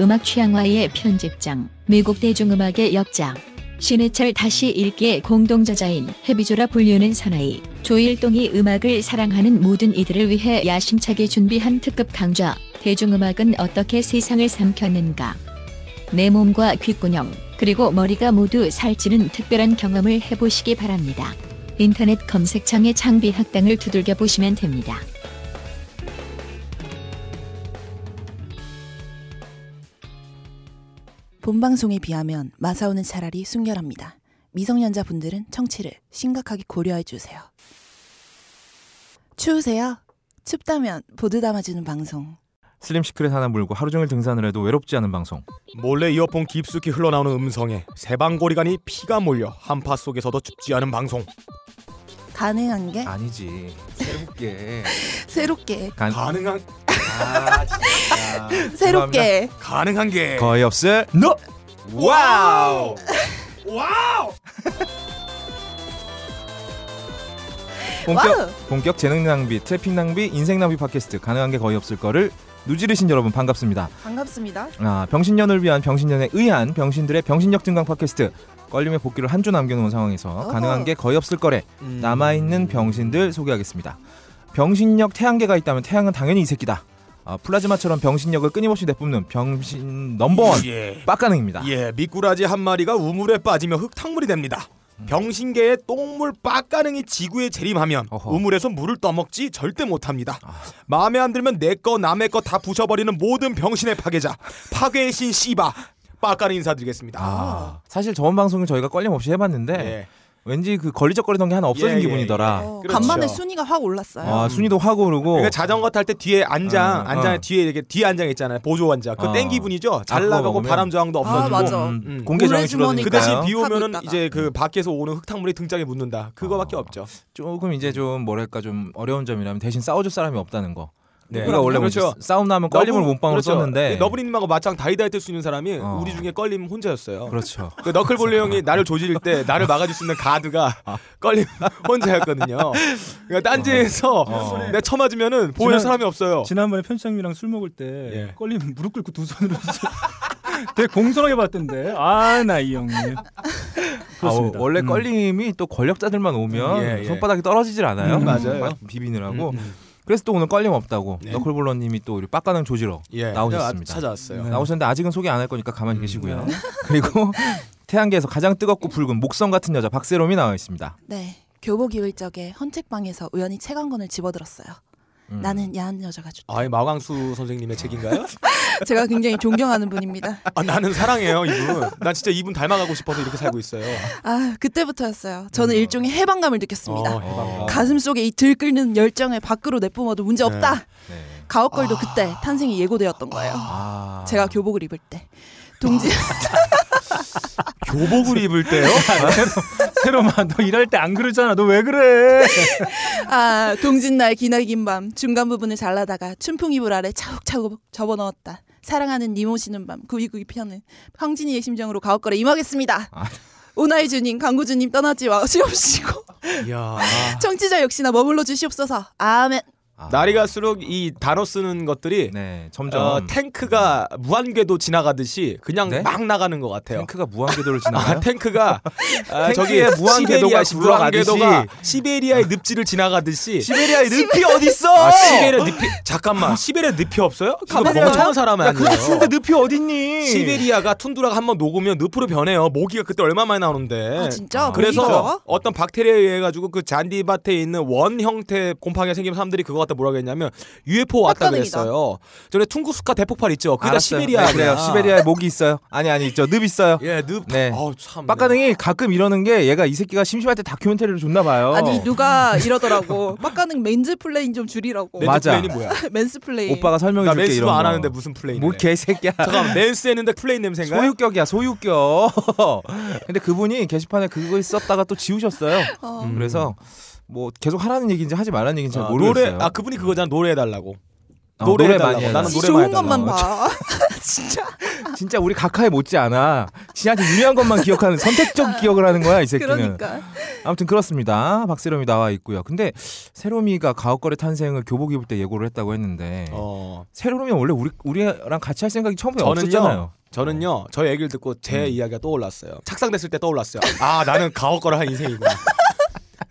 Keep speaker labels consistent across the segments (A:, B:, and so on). A: 음악 취향화의 편집장, 미국 대중음악의 역장, 신해철 다시 읽기의 공동저자인 해비조라 불리는 사나이, 조일동이 음악을 사랑하는 모든 이들을 위해 야심차게 준비한 특급 강좌, 대중음악은 어떻게 세상을 삼켰는가. 내 몸과 귓구녕, 그리고 머리가 모두 살찌는 특별한 경험을 해보시기 바랍니다. 인터넷 검색창에 창비학당을 두들겨 보시면 됩니다.
B: 본 방송에 비하면 마사오는 차라리 순결합니다. 미성년자분들은 청취를 심각하게 고려해 주세요. 추우세요? 춥다면 보드 담아주는 방송.
C: 슬림시크릿 하나 물고 하루 종일 등산을 해도 외롭지 않은 방송
D: 몰래 이어폰 깊숙이 흘러나오는 음성에 세방고리간이 피가 몰려 한파 속에서도 춥지 않은 방송
B: 가능한 게
C: 아니지 새롭게
B: 새롭게
C: 간...
D: 가능한
C: 아 진짜
B: 새롭게
D: 가능한 게
C: 거의 없을
D: 너!
C: 와우
D: 와우
C: 본격
B: 와우!
C: 본격 재능 낭비 트래핑 낭비 인생 낭비 팟캐스트 가능한 게 거의 없을 거를 누지르신 여러분 반갑습니다
B: 반갑습니다.
C: 아, 병신년을 위한 병신년에 의한 병신들의 병신력 증강 팟캐스트 껄림의 복귀를 한 주 남겨놓은 상황에서
B: 어허.
C: 가능한 게 거의 없을 거래
D: 음.
C: 남아있는 병신들 소개하겠습니다. 병신력 태양계가 있다면 태양은 당연히 이 새끼다. 아, 플라즈마처럼 병신력을 끊임없이 내뿜는 병신 넘버원
D: 예.
C: 빡가능입니다.
D: 예 미꾸라지 한 마리가 우물에 빠지며 흙탕물이 됩니다
C: 음.
D: 병신계의 똥물 빡가능이 지구에 재림하면
C: 어허. 아.
D: 우물에서 물을 떠먹지 절대 못합니다 마음에 안 들면 내 거 남의 거 다 부셔버리는 모든 병신의 파괴자 파괴의 신 씨바 빡가능 인사드리겠습니다
C: 아, 사실 저번 방송을 저희가 껄림없이 해봤는데
D: 예.
C: 왠지 그 걸리적거리던 게 하나 없어진
D: 예, 예,
C: 기분이더라.
B: 어,
D: 그렇죠.
B: 간만에 순위가 확 올랐어요.
C: 아, 순위도 확 오르고
D: 그러니까 자전거 탈 때 뒤에
C: 어,
D: 안장, 안장
C: 어.
D: 뒤에 이렇게 뒤에 안장 있잖아요. 보조 안장. 그거
C: 어.
D: 땡기분이죠.
C: 아,
D: 잘
C: 그거
D: 나가고
C: 먹으면-
D: 바람 저항도
B: 아,
D: 없어지고.
B: 맞아.
C: 음,
D: 음.
C: 공개정이
B: 모래 주머니
D: 그
C: 줄어드니까
D: 대신
B: 가요?
D: 비
B: 하고
D: 오면은
B: 있다가.
D: 이제 그 밖에서 오는 흙탕물이 등짝에 묻는다. 그거밖에
C: 어.
D: 없죠.
C: 조금 이제 좀 뭐랄까 좀 어려운 점이라면 대신 싸워줄 사람이 없다는 거.
D: 네.
C: 우리가 원래
D: 그렇죠.
C: 뭐 싸움 나면 껄림을
D: 너블-
C: 몸빵으로
D: 그렇죠.
C: 썼는데
D: 너브리님하고 맞짱 다이다 할수 있는 사람이
C: 어.
D: 우리 중에 껄림 혼자였어요.
C: 그렇죠.
D: 그 너클볼리 형이 나를 조질 때 나를 막아줄 수 있는 가드가 껄림 혼자였거든요. 그러니까 딴지에서
C: 어.
D: 내가 쳐맞으면은 보호할
E: 지난-
D: 사람이 없어요.
E: 지난번에 편집장님이랑 술 먹을 때
D: 예.
E: 껄리면 무릎 꿇고 두 손으로 진짜 되게 공손하게 봤던데 아 나 이 형님 그렇습니다
C: 아, 원래
E: 음.
C: 껄림이 또 권력자들만 오면
D: 예, 예.
C: 손바닥이 떨어지질 않아요.
E: 음,
D: 맞아요.
C: 막 비비느라고.
D: 음, 음.
C: 그래서 또 오늘 껄림 없다고
D: 네.
C: 너클볼러님이 또 우리 빡가능 조지러
D: 예.
C: 나오셨습니다.
D: 찾아왔어요.
E: 네.
C: 나오셨는데 아직은 소개 안 할 거니까 가만히
D: 음,
C: 계시고요. 그리고 태양계에서 가장 뜨겁고 붉은 목성 같은 여자 박세롬이 나와 있습니다.
B: 네. 교복 입을 적에 헌책방에서 우연히 책 한 권을 집어들었어요.
C: 음.
B: 나는 야한 여자가 좋다.
D: 아이 마광수 선생님의 책인가요?
B: 제가 굉장히 존경하는 분입니다.
D: 아 나는 사랑해요 이분. 난 진짜 이분 닮아가고 싶어서 이렇게 살고 있어요.
B: 아 그때부터였어요. 저는 일종의 해방감을 느꼈습니다.
D: 어, 해방감.
C: 음. 어.
B: 가슴 속에 이 들끓는 열정을 밖으로 내뿜어도 문제 없다.
C: 네.
B: 가옥걸도 그때 탄생이 예고되었던 거예요.
C: 아.
B: 제가 교복을 입을 때 동지
D: 교복을 입을 때요?
E: 새롬아 너 일할 때 안 그러잖아 너 왜 그래
B: 아 동진날 기나긴 밤 중간 부분을 잘라다가 춘풍 이불 아래 차곡차곡 접어 넣었다. 사랑하는 니 모시는 밤 구이구이 펴는 황진이의 심정으로 가옥걸에 임하겠습니다.
C: 아.
B: 오나이 주님, 강구주님 떠나지 마시옵시고
C: 아.
D: 이야.
B: 청취자 역시나 머물러 주시옵소서. 아멘.
C: 아.
D: 날이 갈수록 이 단어 쓰는 것들이
C: 네 점점
D: 어, 탱크가 무한궤도 지나가듯이 그냥
C: 네?
D: 막 나가는 것 같아요.
C: 탱크가 무한궤도를 지나가요?
D: 아, 탱크가 아,
C: 탱크의
D: 저기
C: 무한궤도가
D: 무한궤도가
C: 굴러가듯이.
D: 무한궤도가 시베리아의 늪지를 지나가듯이
C: 시베리아의 늪이 어딨어?
D: 아, 시베리아 늪이 잠깐만 시베리아 늪이 없어요? 이거
B: 가만히 봐요.
D: 멍청한 사람
C: 야, 그렇게
D: 아니에요?
C: 추운데 늪이 어딨니?
D: 시베리아가 툰두라가 한 번 녹으면 늪으로 변해요. 모기가 그때 얼마 많이 나오는데.
B: 아, 진짜?
D: 그래서
B: 모기가?
D: 어떤 박테리아에 의해 가지고 그 잔디밭에 있는 원 형태 곰팡이가 생긴 사람들이 그거 갖다 뭐라 그랬냐면 UFO 왔다
B: 빡가능이다.
D: 그랬어요. 전에 퉁구스카 대폭발 있죠. 그게 다
C: 알았어요.
D: 시베리아.
C: 네, 그래요. 시베리아에 목이 있어요. 아니 아니 있죠. 늪 있어요.
D: 예, 늪.
C: 네.
D: 어우, 참.
C: 빡가능이 가끔 이러는 게 얘가 이 새끼가 심심할 때 다큐멘터리를 줬나 봐요.
B: 아니 누가 이러더라고. 빡가는 맨즈 플레인 좀 줄이라고.
C: 맨- 맞아.
D: 맞아. 플레인이 뭐야?
B: 맨스 플레인.
C: 네. 오빠가 설명해
D: 나
C: 줄게
D: 맨스도
C: 이런
D: 안
C: 거.
D: 하는데 무슨 플레인?
C: 뭐 개새끼야.
D: 잠깐만 맨스 했는데 플레인 냄새인가? 요
C: 소유격이야 소유격. 근데 그분이 게시판에 그걸 썼다가 또 지우셨어요.
B: 어.
D: 음.
C: 그래서 뭐 계속 하라는 얘기인지 하지 말라는 얘기인지 잘
D: 아,
C: 모르겠어요.
D: 노래 아 그분이 그거잖아 노래 해달라고.
C: 어,
D: 노래
C: 노래
D: 해달라고.
C: 많이 해.
D: 나는
B: 지
D: 노래
B: 아, 좋은
D: 많이
B: 것만
D: 해달라고.
B: 봐. 진짜
C: 진짜 우리 각하에 못지않아. 진짜 유명한 것만 기억하는 선택적 기억을 하는 거야 이 새끼는.
B: 그러니까
C: 아무튼 그렇습니다. 박세롬이 나와 있고요. 근데 세롬이가 가옥걸의 탄생을 교복 입을 때 예고를 했다고 했는데
D: 어,
C: 세롬이 원래 우리 우리랑 같이 할 생각이 처음에
D: 저는요.
C: 없었잖아요. 어. 음.
D: 저는요 저의 얘기를 듣고 제 이야기가 떠올랐어요. 착상됐을 때 떠올랐어요. 아 나는 가혹거라한 인생이구나.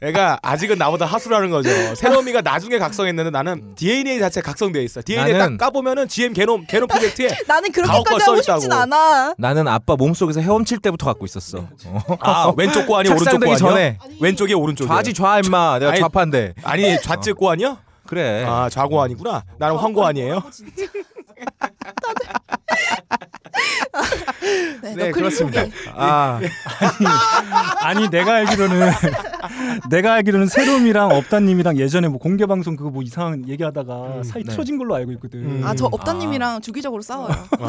D: 애가 아직은 나보다 하수라는 거죠. 세롬이가 나중에 각성했는데 나는 DNA 자체 각성돼 있어. DNA
C: 음. 나는-
D: 딱 까보면은 GM 개놈 개놈 프로젝트에
B: 나는
D: 가옥걸
B: 그렇게까지
D: 써
B: 하고 싶진
D: 있다고.
B: 않아.
C: 나는 아빠 몸속에서 헤엄칠 때부터 갖고 있었어. 어.
D: 아 왼쪽 고환이 오른쪽
C: 착상되기
D: 고환이요?
C: 전에.
D: 왼쪽이 오른쪽.
C: 좌지 네. 좌 임마. 내가
D: 아니-
C: 좌파인데.
D: 아니 좌측 고환이요?
C: 그래.
D: 아 좌고환이구나. 나는 황고환이에요.
B: 네,
C: 네,
B: 너클
C: 그렇습니다.
B: 속에.
C: 아,
E: 아니 내가 알기로는 내가 알기로는 세롬이랑 업다님이랑 예전에 뭐 공개 방송 그거 뭐 이상한 얘기하다가 사이
C: 네.
E: 틀어진 걸로 알고 있거든.
D: 음.
B: 아, 저
D: 음.
B: 업다님이랑 주기적으로
C: 아,
B: 싸워요.
D: 어.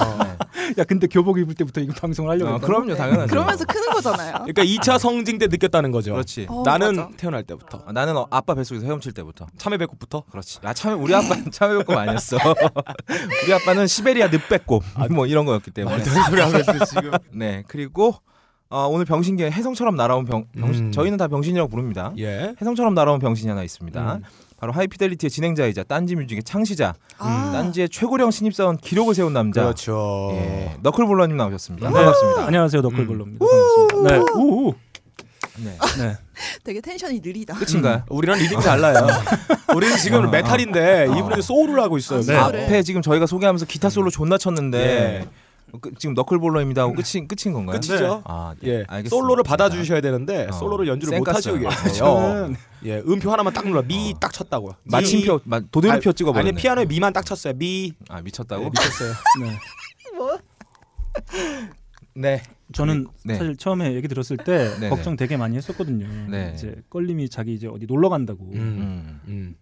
E: 야 근데 교복 입을 때부터 이거 방송을 하려고
C: 어,
E: 했다.
C: 그럼요 당연하죠.
B: 그러면서 크는
C: 음,
B: 거잖아요.
D: 그러니까 2차 성징 때 느꼈다는 거죠.
C: 그렇지.
B: 어,
D: 나는
B: 맞아.
D: 태어날 때부터
C: 아, 나는 어, 아빠 뱃속에서 헤엄칠 때부터.
D: 참외 배꼽부터
C: 그렇지. 아 참에 우리 아빠는 참외 배꼽 아니었어. 우리 아빠는 시베리아 늪배꼽 뭐 이런 거였기 때문에.
D: 소리 하고 있어 지금.
C: 네 그리고 어, 오늘 병신계 해성처럼 날아온 병, 병신
D: 음.
C: 저희는 다 병신이라고 부릅니다.
D: 예.
C: 해성처럼 날아온 병신이 하나 있습니다.
D: 음.
C: 바로 하이피델리티의 진행자이자 딴지 뮤직의 창시자,
B: 아,
C: 딴지의 최고령 신입사원 기록을 세운 남자.
D: 그렇죠.
C: 예, 너클볼러님 나오셨습니다.
E: 네.
C: 반갑습니다.
E: 안녕하세요 너클볼로입니다. 반갑습니다. 네. 우.
C: 네.
E: 네.
B: 되게 텐션이 느리다.
C: 끝인가요?
D: 우리랑 리듬이 달라요. 우리는 지금
C: 어,
D: 메탈인데
C: 어.
D: 이분은 소울을 하고 있어요.
B: 네.
E: 아,
B: 그래.
C: 앞에 지금 저희가 소개하면서 기타 솔로 존나 쳤는데
D: 예.
C: 어, 그- 지금 너클볼러입니다 하고 끝인 끝인 건가요?
D: 끝이죠.
C: 아, 네.
D: 예.
C: 알겠습니다.
D: 솔로를 받아주셔야 되는데
C: 어. 아,
D: 솔로를 연주를
C: 쌩
D: 못 하시고
C: 깠어요.
D: 계세요.
E: 저는
D: 예. 음표 하나만 딱 눌러 미 딱 쳤다고요.
C: 마침표 마- 어. 도대표 찍어버렸네.
D: 아니 피아노에 미만 딱 쳤어요. 미
C: 아 미쳤다고?
D: 네, 미쳤어요.
E: 네.
B: 뭐?
C: 네.
E: 저는
C: 네.
E: 사실 처음에 얘기 들었을 때
C: 네네.
E: 걱정 되게 많이 했었거든요.
C: 네.
E: 이제 껄림이 자기 이제 어디 놀러 간다고
C: 음.
D: 음.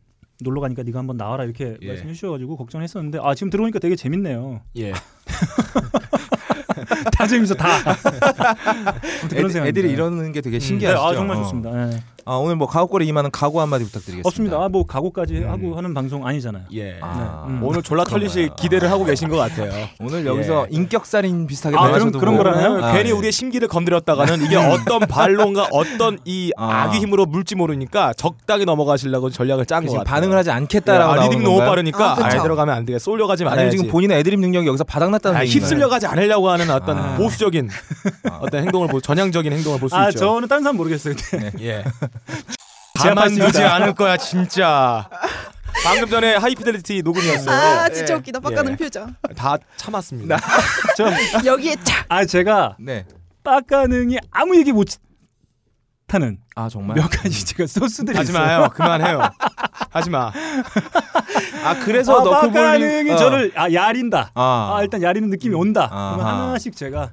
E: 놀러 가니까 네가 한번 나와라 이렇게
D: 예.
E: 말씀해 주셔가지고 걱정했었는데 아 지금 들어오니까 되게 재밌네요.
D: 예.
E: 다 재밌어 다. 아무튼 그런
C: 애들,
E: 생각.
C: 애들이 이러는 게 되게 신기하죠. 어.
E: 네, 아 정말 좋습니다. 네.
C: 아, 오늘 뭐 가옥골에 임하는 각오 한마디 부탁드리겠습니다.
E: 없습니다. 아 뭐 각오까지
D: 음.
E: 하고 하는 방송 아니잖아요.
D: 예.
C: 아,
E: 네. 음.
D: 오늘 졸라 털리시
C: 그런가요?
D: 기대를 하고 계신 것 같아요.
C: 오늘 여기서
D: 예.
C: 인격살인 비슷하게
E: 아,
C: 당하셔도
E: 그런- 그런
C: 뭐-
E: 거라네요?
C: 아,
D: 괜히
C: 예. 음.
D: 우리의 심기를 건드렸다가는 이게 어떤 반론과 어떤 이
C: 아.
D: 악의 힘으로 물지 모르니까 적당히 넘어가시려고 전략을 짠 것
C: 그 지금
D: 같아요.
C: 반응을 하지 않겠다라고
D: 아,
C: 나오는
D: 리듬이 너무
C: 네, 건가요?
D: 빠르니까
B: 아, 그쵸.
D: 아, 들어가면 안 돼. 쏠려가지
C: 아니면 네,
D: 말아야지.
C: 지금 본인의 애드립 능력이 여기서 바닥났다는
D: 아,
C: 얘기인가요?
D: 휩쓸려가지 않으려고 하는 어떤
C: 아.
D: 보수적인
C: 아.
D: 어떤 행동을 보, 전향적인 행동을 볼 수
E: 아
D: 있죠.
E: 저는 다른 사람 모르겠어요. 근데
C: 네.
D: 예.
E: 제압했습니다.
D: 가만두지 않을 거야 진짜. 방금 전에 하이피델리티 녹음이었어요.
B: 아, 진짜
D: 예.
B: 웃기다. 빡가는
D: 예.
B: 표정.
D: 다 참았습니다.
E: 전,
B: 여기에 착.
E: 아 제가
C: 네.
E: 빡가능이 아무 얘기 못 하는
C: 아 정말.
E: 몇 가지 제가 소스들이
D: 하지
E: 있어요.
D: 마요. 그만해요. 하지 마.
C: 아 그래서 너
E: 그래서
C: 클볼러 어.
E: 빡가능이 저를 아 야린다.
C: 아,
E: 아 일단 야리는 느낌이 온다.
C: 아하.
E: 그러면 하나씩 제가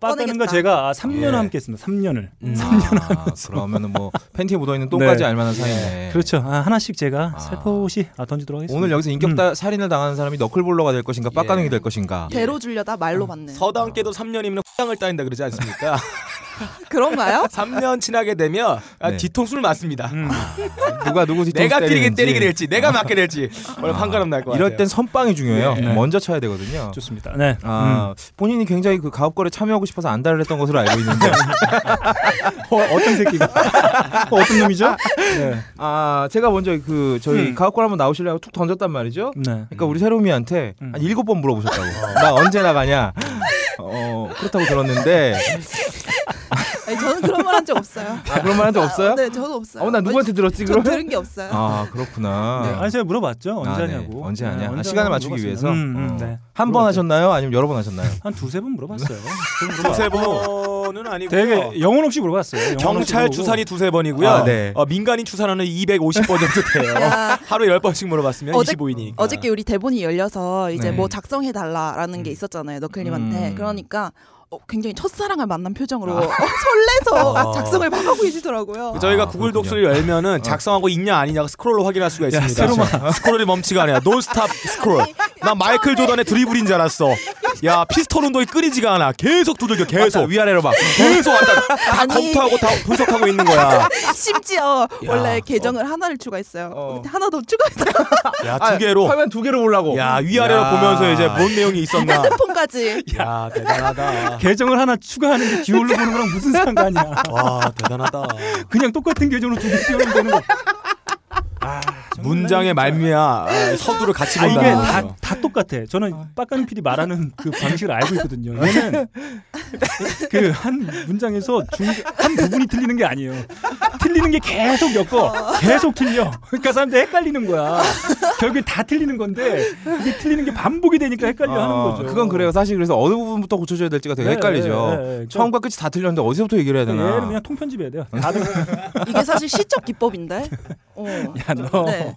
E: 빠따는가
B: 꺼내겠다.
E: 제가 아, 3년
D: 예.
E: 함께 했습니다. 3년을.
C: 아, 그러면은 뭐 팬티에 묻어 있는 똥까지
E: 네.
D: 예.
C: 알만한 사이네.
E: 그렇죠. 아, 하나씩 제가
C: 아.
E: 살포시 아, 던지도록 하겠습니다.
C: 오늘 여기서
D: 음.
C: 인격 다 살인을 당하는 사람이 너클볼러가 될
D: 예.
C: 것인가, 빡가능이 될 것인가.
B: 대로 주려다
C: 음,
B: 말로 받네.
D: 그 서당께도 3년이면 땅을 따인다 그러지 않습니까?
B: 그런가요?
D: 3년 지나게 되면 아,
C: 네.
D: 뒤통수를 맞습니다.
E: 음.
C: 누가 누구 뒤통수
D: 내가 때리게
C: 때리는지.
D: 때리게 될지, 내가 맞게 될지 원래 판가름 날것 같아요.
C: 이럴 땐 선빵이 중요해요.
E: 네.
C: 먼저 쳐야 되거든요.
E: 좋습니다. 네.
C: 아, 본인이 굉장히 그 가업거래 참여하고 싶어서 안달을 했던 것으로 알고 있는데
E: 음. 어, 어떤 새끼가 어, 어떤 놈이죠? 네.
C: 아 제가 먼저 그 저희
E: 음.
C: 가업거래 한번 나오실래요? 툭 던졌단 말이죠.
E: 네.
C: 그러니까 우리 세롬이한테
E: 음.
C: 한 일곱 번 물어보셨다고. 나 언제 나가냐? 어 그렇다고 들었는데
B: 아니, 저는 그런 말 한 적 없어요.
C: 아, 그런 말 한 적 없어요?
B: 아, 네, 저도 없어요.
C: 어나 누구한테 들었지
B: 저
C: 그럼?
B: 들은 게 없어요.
C: 아 그렇구나.
E: 네. 아니 제가 물어봤죠. 언제
C: 아, 네.
E: 하냐고.
C: 언제 하냐?
E: 네,
C: 아,
E: 언제
C: 시간을
E: 하냐고
C: 맞추기
E: 물어봤습니다.
C: 위해서
E: 음, 음,
C: 어.
E: 네.
C: 한 번 하셨나요? 아니면 여러 번 하셨나요?
E: 한 두세 번 물어봤어요.
D: 두세 번은 아니고
E: 되게 영혼 없이 물어봤어요. 영혼 없이
D: 경찰
E: 물어보고.
D: 추산이 두세 번이고요.
C: 아, 네.
D: 어, 민간인 추산하는 250번 정도 돼요.
B: 야,
D: 하루 10번씩 물어봤으면
B: 어제-
D: 25인이니까.
B: 어저께 우리 대본이 열려서 이제
C: 네.
B: 뭐 작성해 달라라는 게 있었잖아요. 너클님한테.
C: 음.
B: 그러니까 어, 굉장히 첫사랑을 만난 표정으로 어, 설레서
D: 아.
B: 작성을 막 하고 계시더라고요.
D: 저희가
C: 아, 그렇군요.
D: 구글 독서를 열면은 작성하고 있냐 아니냐가 스크롤로 확인할 수가 있습니다.
E: 새로만.
D: 스크롤이 멈추가 않아요. 논스탑 스크롤. 나 마이클 조던의 드리블인 줄 알았어. 야 피스톨 운동이 끊이지가 않아. 계속 두들겨
C: 맞다,
D: 계속
C: 위아래로 막.
D: 계속 왔다. 다
B: 아니.
D: 검토하고 다 분석하고 있는 거야.
B: 심지어
D: 야,
B: 원래 계정을 하나를 추가했어요.
C: 어.
B: 근데 하나 더 추가했어요.
E: 아,
B: 아,
D: 야 두 개로.
C: 아, 화면 두 개로 보려고.
D: 야 위아래로
C: 야.
D: 보면서 이제 뭔 내용이 있었나.
B: 핸드폰 가지.
D: 야 대단하다.
E: 계정을 하나 추가하는 게 기울로 보는 거랑 무슨 상관이야.
D: 와 아, 대단하다.
E: 그냥 똑같은 계정으로 두개 띄우면 되는 거.
D: 문장의 말미야 아, 서두를 같이
E: 아 이게
D: 본다.
E: 다, 다 똑같아. 저는 빡가는 PD 말하는 그 방식을 알고 있거든요. 얘는 그 한 문장에서 중, 한 부분이 틀리는 게 아니에요. 틀리는 게 계속 엮어. 계속 틀려. 그러니까 사람들 헷갈리는 거야. 결국엔 다 틀리는 건데 이게 틀리는 게 반복이 되니까 헷갈려 하는
C: 어,
E: 거죠.
C: 그건 그래요. 사실 그래서 어느 부분부터 고쳐줘야 될지가 되게
E: 네,
C: 헷갈리죠.
E: 네, 네.
C: 처음과 끝이 다 틀렸는데 어디서부터 얘기를 해야
E: 그러니까 얘는
C: 되나?
E: 그냥 통편집해야 돼요. 다들
B: 이게 사실 시적 기법인데. 어.
E: 야, 너,
B: 네.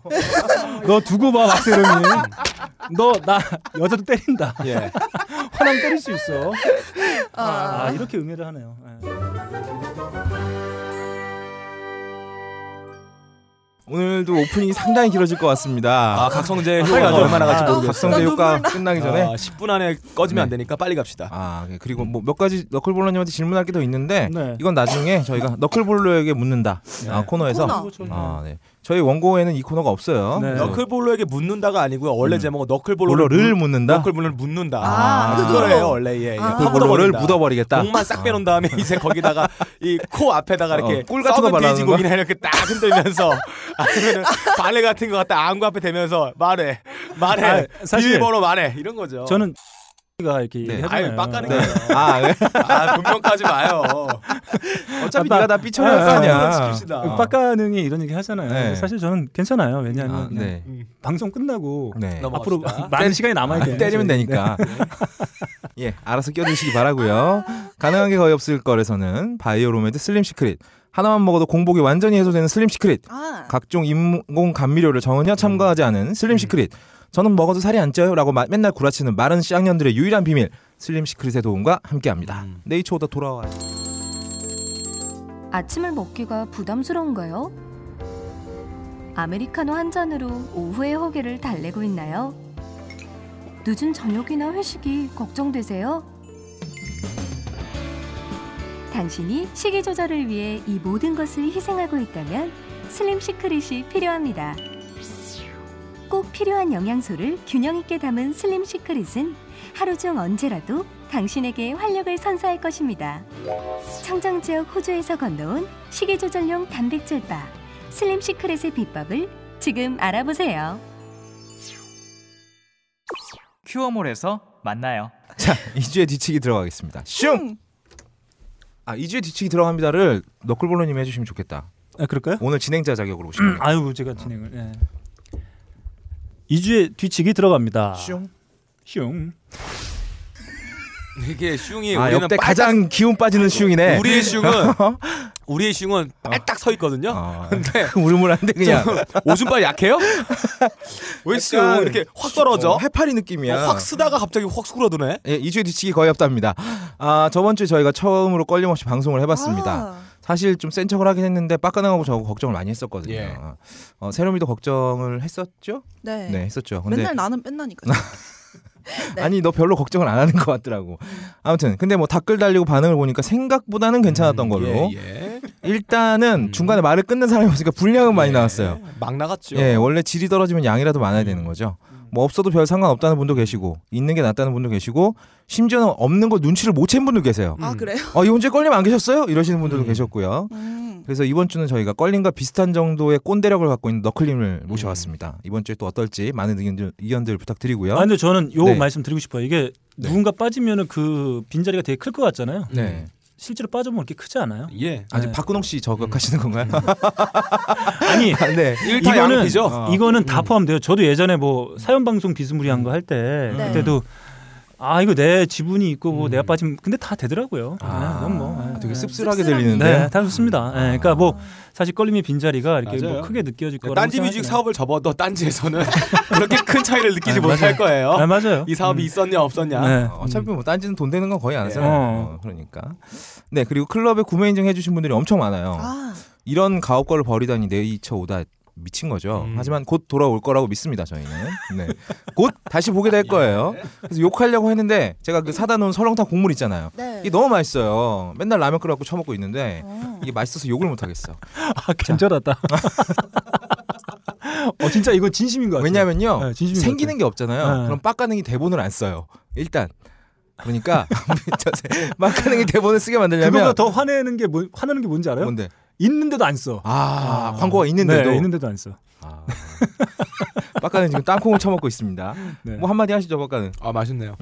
E: 너 두고 봐, 박세롬이. 너, 나, 여자도 때린다.
C: 예.
E: 화나면 때릴 수 있어. 아,
B: 아.
E: 이렇게 응애를 하네요. 예.
C: 오늘도 오프닝이 상당히 길어질 것 같습니다.
D: 아 각성제
C: 빨리
D: 효과가
C: 가죠.
D: 얼마나 아, 갈지
C: 아,
D: 모르겠어.
C: 각성제
B: 나
C: 효과
B: 눈물 나.
C: 끝나기 전에
D: 10분 안에 꺼지면 안
C: 네.
D: 되니까 빨리 갑시다.
C: 아 예. 그리고 뭐 몇 가지 너클볼러님한테 질문할 게 더 있는데
E: 네.
C: 이건 나중에 저희가 너클볼러에게 묻는다 아, 코너에서
B: 코너.
C: 아, 네. 저희 원고에는 이 코너가 없어요.
E: 네.
C: 그래서
D: 너클볼러에게 묻는다가 아니고요. 원래
C: 아, 음.
D: 제목은 너클볼러를
C: 볼러를 묻는다.
D: 너클볼러를 묻는다.
B: 아,
D: 그거예요
B: 그거.
D: 원래 예. 예.
B: 아.
C: 너클볼러를
D: 파묻어버린다.
C: 묻어버리겠다.
D: 목만 싹 빼놓은 다음에 이제 거기다가 이 코 앞에다가 이렇게
C: 어, 꿀 같은 거
D: 썩은
C: 발라놓는
D: 돼지고기나 이렇게 딱 흔들면서 아니면 바늘 같은 거 갖다 안구 앞에 대면서 말해 말해
E: 아, 사실-
D: 비밀번호 말해 이런 거죠.
E: 저는 가 이렇게 얘기하잖아요.
D: 아유, 빡가는
C: 어. 네.
D: 거예요.
C: 아, 네.
D: 아 분명까지 마요.
C: 어차피
E: 아빠.
C: 네가 다 삐쳐야 할 거 아니야.
D: 지킵시다.
E: 음, 빡가능이 이런 얘기 하잖아요.
C: 네.
E: 근데 사실 저는 괜찮아요. 왜냐하면
C: 아,
E: 그냥
C: 네.
D: 음.
E: 방송 끝나고
C: 네.
D: 넘어.
E: 앞으로
D: 넘어갑시다.
E: 많은 시간이 남아
C: 아,
E: 있거든요.
C: 때리면 되니까. 예, 알아서 껴드시기 바라고요. 가능한 게 거의 없을 거래서는 바이오로메드 슬림 시크릿 하나만 먹어도 공복이 완전히 해소되는 슬림 시크릿
B: 아.
C: 각종 인공 감미료를 전혀 첨가하지 않은 슬림 시크릿. 저는 먹어도 살이 안 쪄요라고 마- 맨날 구라치는 마른 쌍년들의 유일한 비밀 슬림 시크릿의 도움과 함께합니다.
D: 음.
C: 네이처보다 돌아와.
F: 아침을 먹기가 부담스러운가요? 아메리카노 한 잔으로 오후의 허기를 달래고 있나요? 늦은 저녁이나 회식이 걱정되세요? 당신이 식이 조절을 위해 이 모든 것을 희생하고 있다면 슬림 시크릿이 필요합니다. 꼭 필요한 영양소를 균형 있게 담은 슬림 시크릿은 하루 중 언제라도 당신에게 활력을 선사할 것입니다. 청정 지역 호주에서 건너온 식이 조절용 단백질바 슬림 시크릿의 비법을 지금 알아보세요.
G: 큐어몰에서 만나요.
C: 자, 2주의 뒤치기 들어가겠습니다. 슝.
B: 음.
C: 아, 2주의 뒤치기 들어갑니다를 너클볼로 님 해주시면 좋겠다.
E: 아, 그럴까요?
C: 오늘 진행자 자격으로 오시면.
E: 아유 제가 진행을. 예. 2주의 뒤치기 들어갑니다.
C: 슝.
E: 슝.
D: 이게 슝이
C: 아,
D: 우리는
C: 역대
D: 빨딱-
C: 가장 예. 어? 기운 빠지는 슝이네.
D: 우리의 슝은 우리의 슝은
C: 어.
D: 빨딱 서 있거든요.
C: 아,
D: 근데
C: 우물물한데 그냥
D: 좀 오줌발 약해요? 왜지
C: 약간
D: 이렇게 확 떨어져?
C: 어, 해파리
D: 어,
C: 느낌이야.
D: 확 쓰다가 갑자기 확 수그러드네.
C: 예, 2주의 뒤치기 거의 없답니다. 아, 저번 주에 저희가 처음으로 걸림없이 방송을 해봤습니다.
B: 아.
C: 사실 좀 센 척을 하긴 했는데 빠까능하고 저하고 걱정을 많이 했었거든요.
D: 예.
C: 어, 세롬이도 걱정을 했었죠?
B: 네.
C: 네, 했었죠. 근데
B: 맨날 나는 뺀다니까. 네.
C: 아니 너 별로 걱정을 안 하는 것 같더라고.
B: 음.
C: 아무튼 근데 뭐 댓글 달리고 반응을 보니까 생각보다는 괜찮았던 걸로.
D: 예, 예.
C: 일단은
D: 음.
C: 중간에 말을 끊는 사람이 없으니까 분량은 많이 나왔어요.
D: 예, 막 나갔죠.
C: 예, 원래 질이 떨어지면 양이라도 많아야 되는 거죠. 뭐 없어도 별 상관없다는 분도 계시고 있는 게 낫다는 분도 계시고 심지어는 없는 걸 눈치를 못 챈 분도 계세요.
B: 아
D: 음.
B: 그래요?
C: 어, 이번 주에 걸림 안 계셨어요? 이러시는 분들도
D: 음.
C: 계셨고요.
B: 음.
C: 그래서 이번 주는 저희가 껄림과 비슷한 정도의 꼰대력을 갖고 있는 너클림을 모셔왔습니다. 이번 주에 또 어떨지 많은 의견들, 의견들 부탁드리고요.
E: 아 근데 저는 요
C: 네.
E: 말씀 드리고 싶어요. 이게
C: 네.
E: 누군가 빠지면은 그 빈자리가 되게 클 것 같잖아요.
C: 네.
E: 실제로 빠져보면 이렇게 크지 않아요.
D: 예.
C: 아직
E: 네.
C: 박근홍 씨 저격하시는 건가요?
E: 아니
C: 아, 어, 네.
D: 일타
E: 이거는
D: 양피죠.
E: 이거는 다 포함돼요. 저도 예전에 뭐 사연 방송 비스무리한 거 할 때
B: 네.
E: 그때도 아 이거 내 지분이 있고 뭐
D: 음.
E: 내가 빠지면 근데 다 되더라고요.
C: 아,
E: 네, 그건 뭐 예.
C: 되게 씁쓸하게
B: 씁쓸하게.
C: 들리는데.
E: 네, 다 좋습니다. 예, 그러니까 뭐 사실 껄림이 빈자리가 이렇게
D: 맞아요.
E: 뭐 크게 느껴질 거라고
D: 딴지 뮤직
E: 생각하지만-
D: 사업을 접어도 딴지에서는 그렇게 큰 차이를 느끼지
E: 아,
D: 못할
E: 맞아요.
D: 거예요.
E: 아, 맞아요.
D: 이 사업이
E: 음.
D: 있었냐 없었냐.
E: 네.
C: 어, 어차피 뭐 딴지는 돈 되는 건 거의 안 하잖아요.
E: 예.
C: 어, 그러니까. 네, 그리고 클럽에 구매 인증 해주신 분들이 엄청 많아요.
B: 아.
C: 이런 가업거를 버리다니 네이처 오다 미친 거죠.
D: 음.
C: 하지만 곧 돌아올 거라고 믿습니다. 저희는 네. 곧 다시 보게 될 거예요. 그래서 욕하려고 했는데 제가 그 사다 놓은 설렁탕 국물 있잖아요.
B: 네.
C: 이게 너무 맛있어요. 맨날 라면 끓여갖고 처먹고 있는데
B: 어.
C: 이게 맛있어서 욕을 못 하겠어.
E: 아, 괜찮았다. 어 진짜 이거 진심인 것 같아요.
C: 왜냐면요
E: 네, 진심인 것
C: 생기는 게 없잖아요.
E: 네.
C: 그럼 빡가능이 대본을 안 써요. 일단 그러니까 저 세- 마카능이 대본을 쓰게 만들려면
E: 그거보다 더 화내는 게 뭐, 화내는 게 뭔지 알아요?
C: 뭔데?
E: 있는데도 안 써.
C: 아, 광고가 있는데도.
E: 네, 있는데도 안 써.
C: 아. 빡가는 지금 땅콩을 쳐먹고 있습니다.
E: 네.
C: 뭐 한마디 하시죠, 빡가는.
D: 아 맛있네요.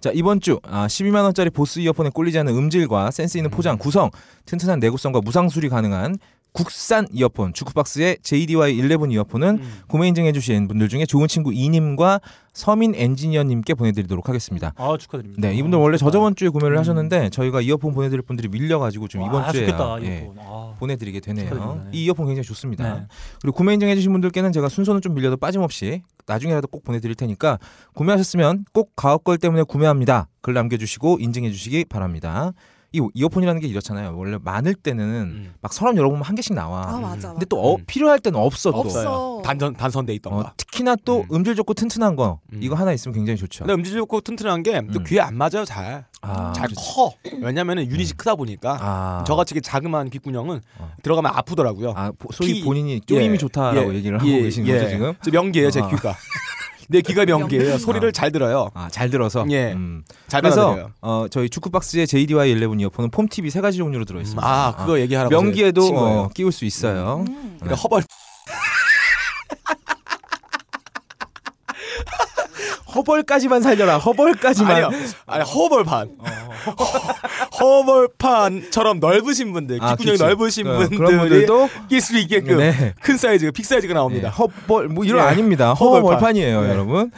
C: 자 이번 주 아, 12만 원짜리 보스 이어폰에 꿀리지 않는 음질과 센스 있는 포장 구성, 튼튼한 내구성과 무상 수리 가능한 국산 이어폰 주크박스의 JDY 11 이어폰은
E: 음.
C: 구매 인증해 주신 분들 중에 좋은 친구 이님과 서민 엔지니어님께 보내드리도록 하겠습니다.
E: 아 축하드립니다.
C: 네 이분들 원래
E: 좋겠다.
C: 저저번 주에 구매를
E: 음.
C: 하셨는데 저희가 이어폰 보내드릴 분들이 밀려가지고 좀
E: 와,
C: 이번 예. 주에
E: 좋겠다, 이어폰. 아.
C: 보내드리게 되네요.
E: 축하드립니다. 네.
C: 이 이어폰 굉장히 좋습니다.
E: 네.
C: 그리고 구매 인증해주신 분들께는 제가 순서는 좀 밀려도 빠짐없이 나중에라도 꼭 보내드릴 테니까 구매하셨으면 꼭 가업 걸 때문에 구매합니다. 글 남겨주시고 인증해주시기 바랍니다. 이 이어폰이라는 게 이렇잖아요. 원래 많을 때는
D: 음.
C: 막 서랍 열어보면 한 개씩 나와.
B: 아 맞아.
C: 근데 또 어-
D: 음.
C: 필요할 때는 없어 또.
B: 없어.
D: 단선 단선돼
C: 어,
D: 있던가.
C: 특히나 또
D: 음.
C: 음. 질 좋고 튼튼한 거
D: 음.
C: 이거 하나 있으면 굉장히 좋죠.
D: 근데 음질 좋고 튼튼한 게 또
C: 음.
D: 귀에 안 맞아요 잘.
C: 아,
D: 잘
C: 그렇지.
D: 커. 왜냐면은 유닛이 크다 보니까
C: 음. 아,
D: 저같이 이렇게 자그마한 귓구녕은
C: 어.
D: 들어가면 아프더라고요.
C: 아, 보- 소위
D: 피-
C: 본인이 쪼임이
D: 예,
C: 좋다라고
D: 예,
C: 얘기를 하고
D: 예,
C: 계시는 거죠
D: 예.
C: 지금?
D: 저 명기예요 제
C: 아.
D: 귀가. 내 귀가 명기예요. 소리를 잘 들어요.
C: 아, 잘 들어서.
D: 예.
C: 음.
D: 잘
C: 그래서
D: 받아들여요.
C: 어, 저희 주크박스의 JDY 11 이어폰은 폼팁이 세 가지 종류로 들어 있습니다.
D: 아 그거 얘기하라고
C: 명기에도
D: 제가 친 거예요.
C: 어, 끼울 수 있어요.
B: 음.
D: 그러니까 허벌
C: 허벌까지만 살려라. 허벌까지만.
D: 아니요 아니 허벌판
C: 어.
D: 허벌판처럼 넓으신 분들
C: 아, 그치.
D: 귓구녕이 네, 넓으신
C: 그, 그런
D: 분들이
C: 분들도
D: 낄 수 있게끔
C: 네.
D: 큰 사이즈가 빅
C: 네,
D: 사이즈가 나옵니다.
C: 허벌 뭐 이런
D: 예.
C: 아닙니다.
D: 허벌판.
C: 허벌판이에요,
D: 네.
C: 여러분.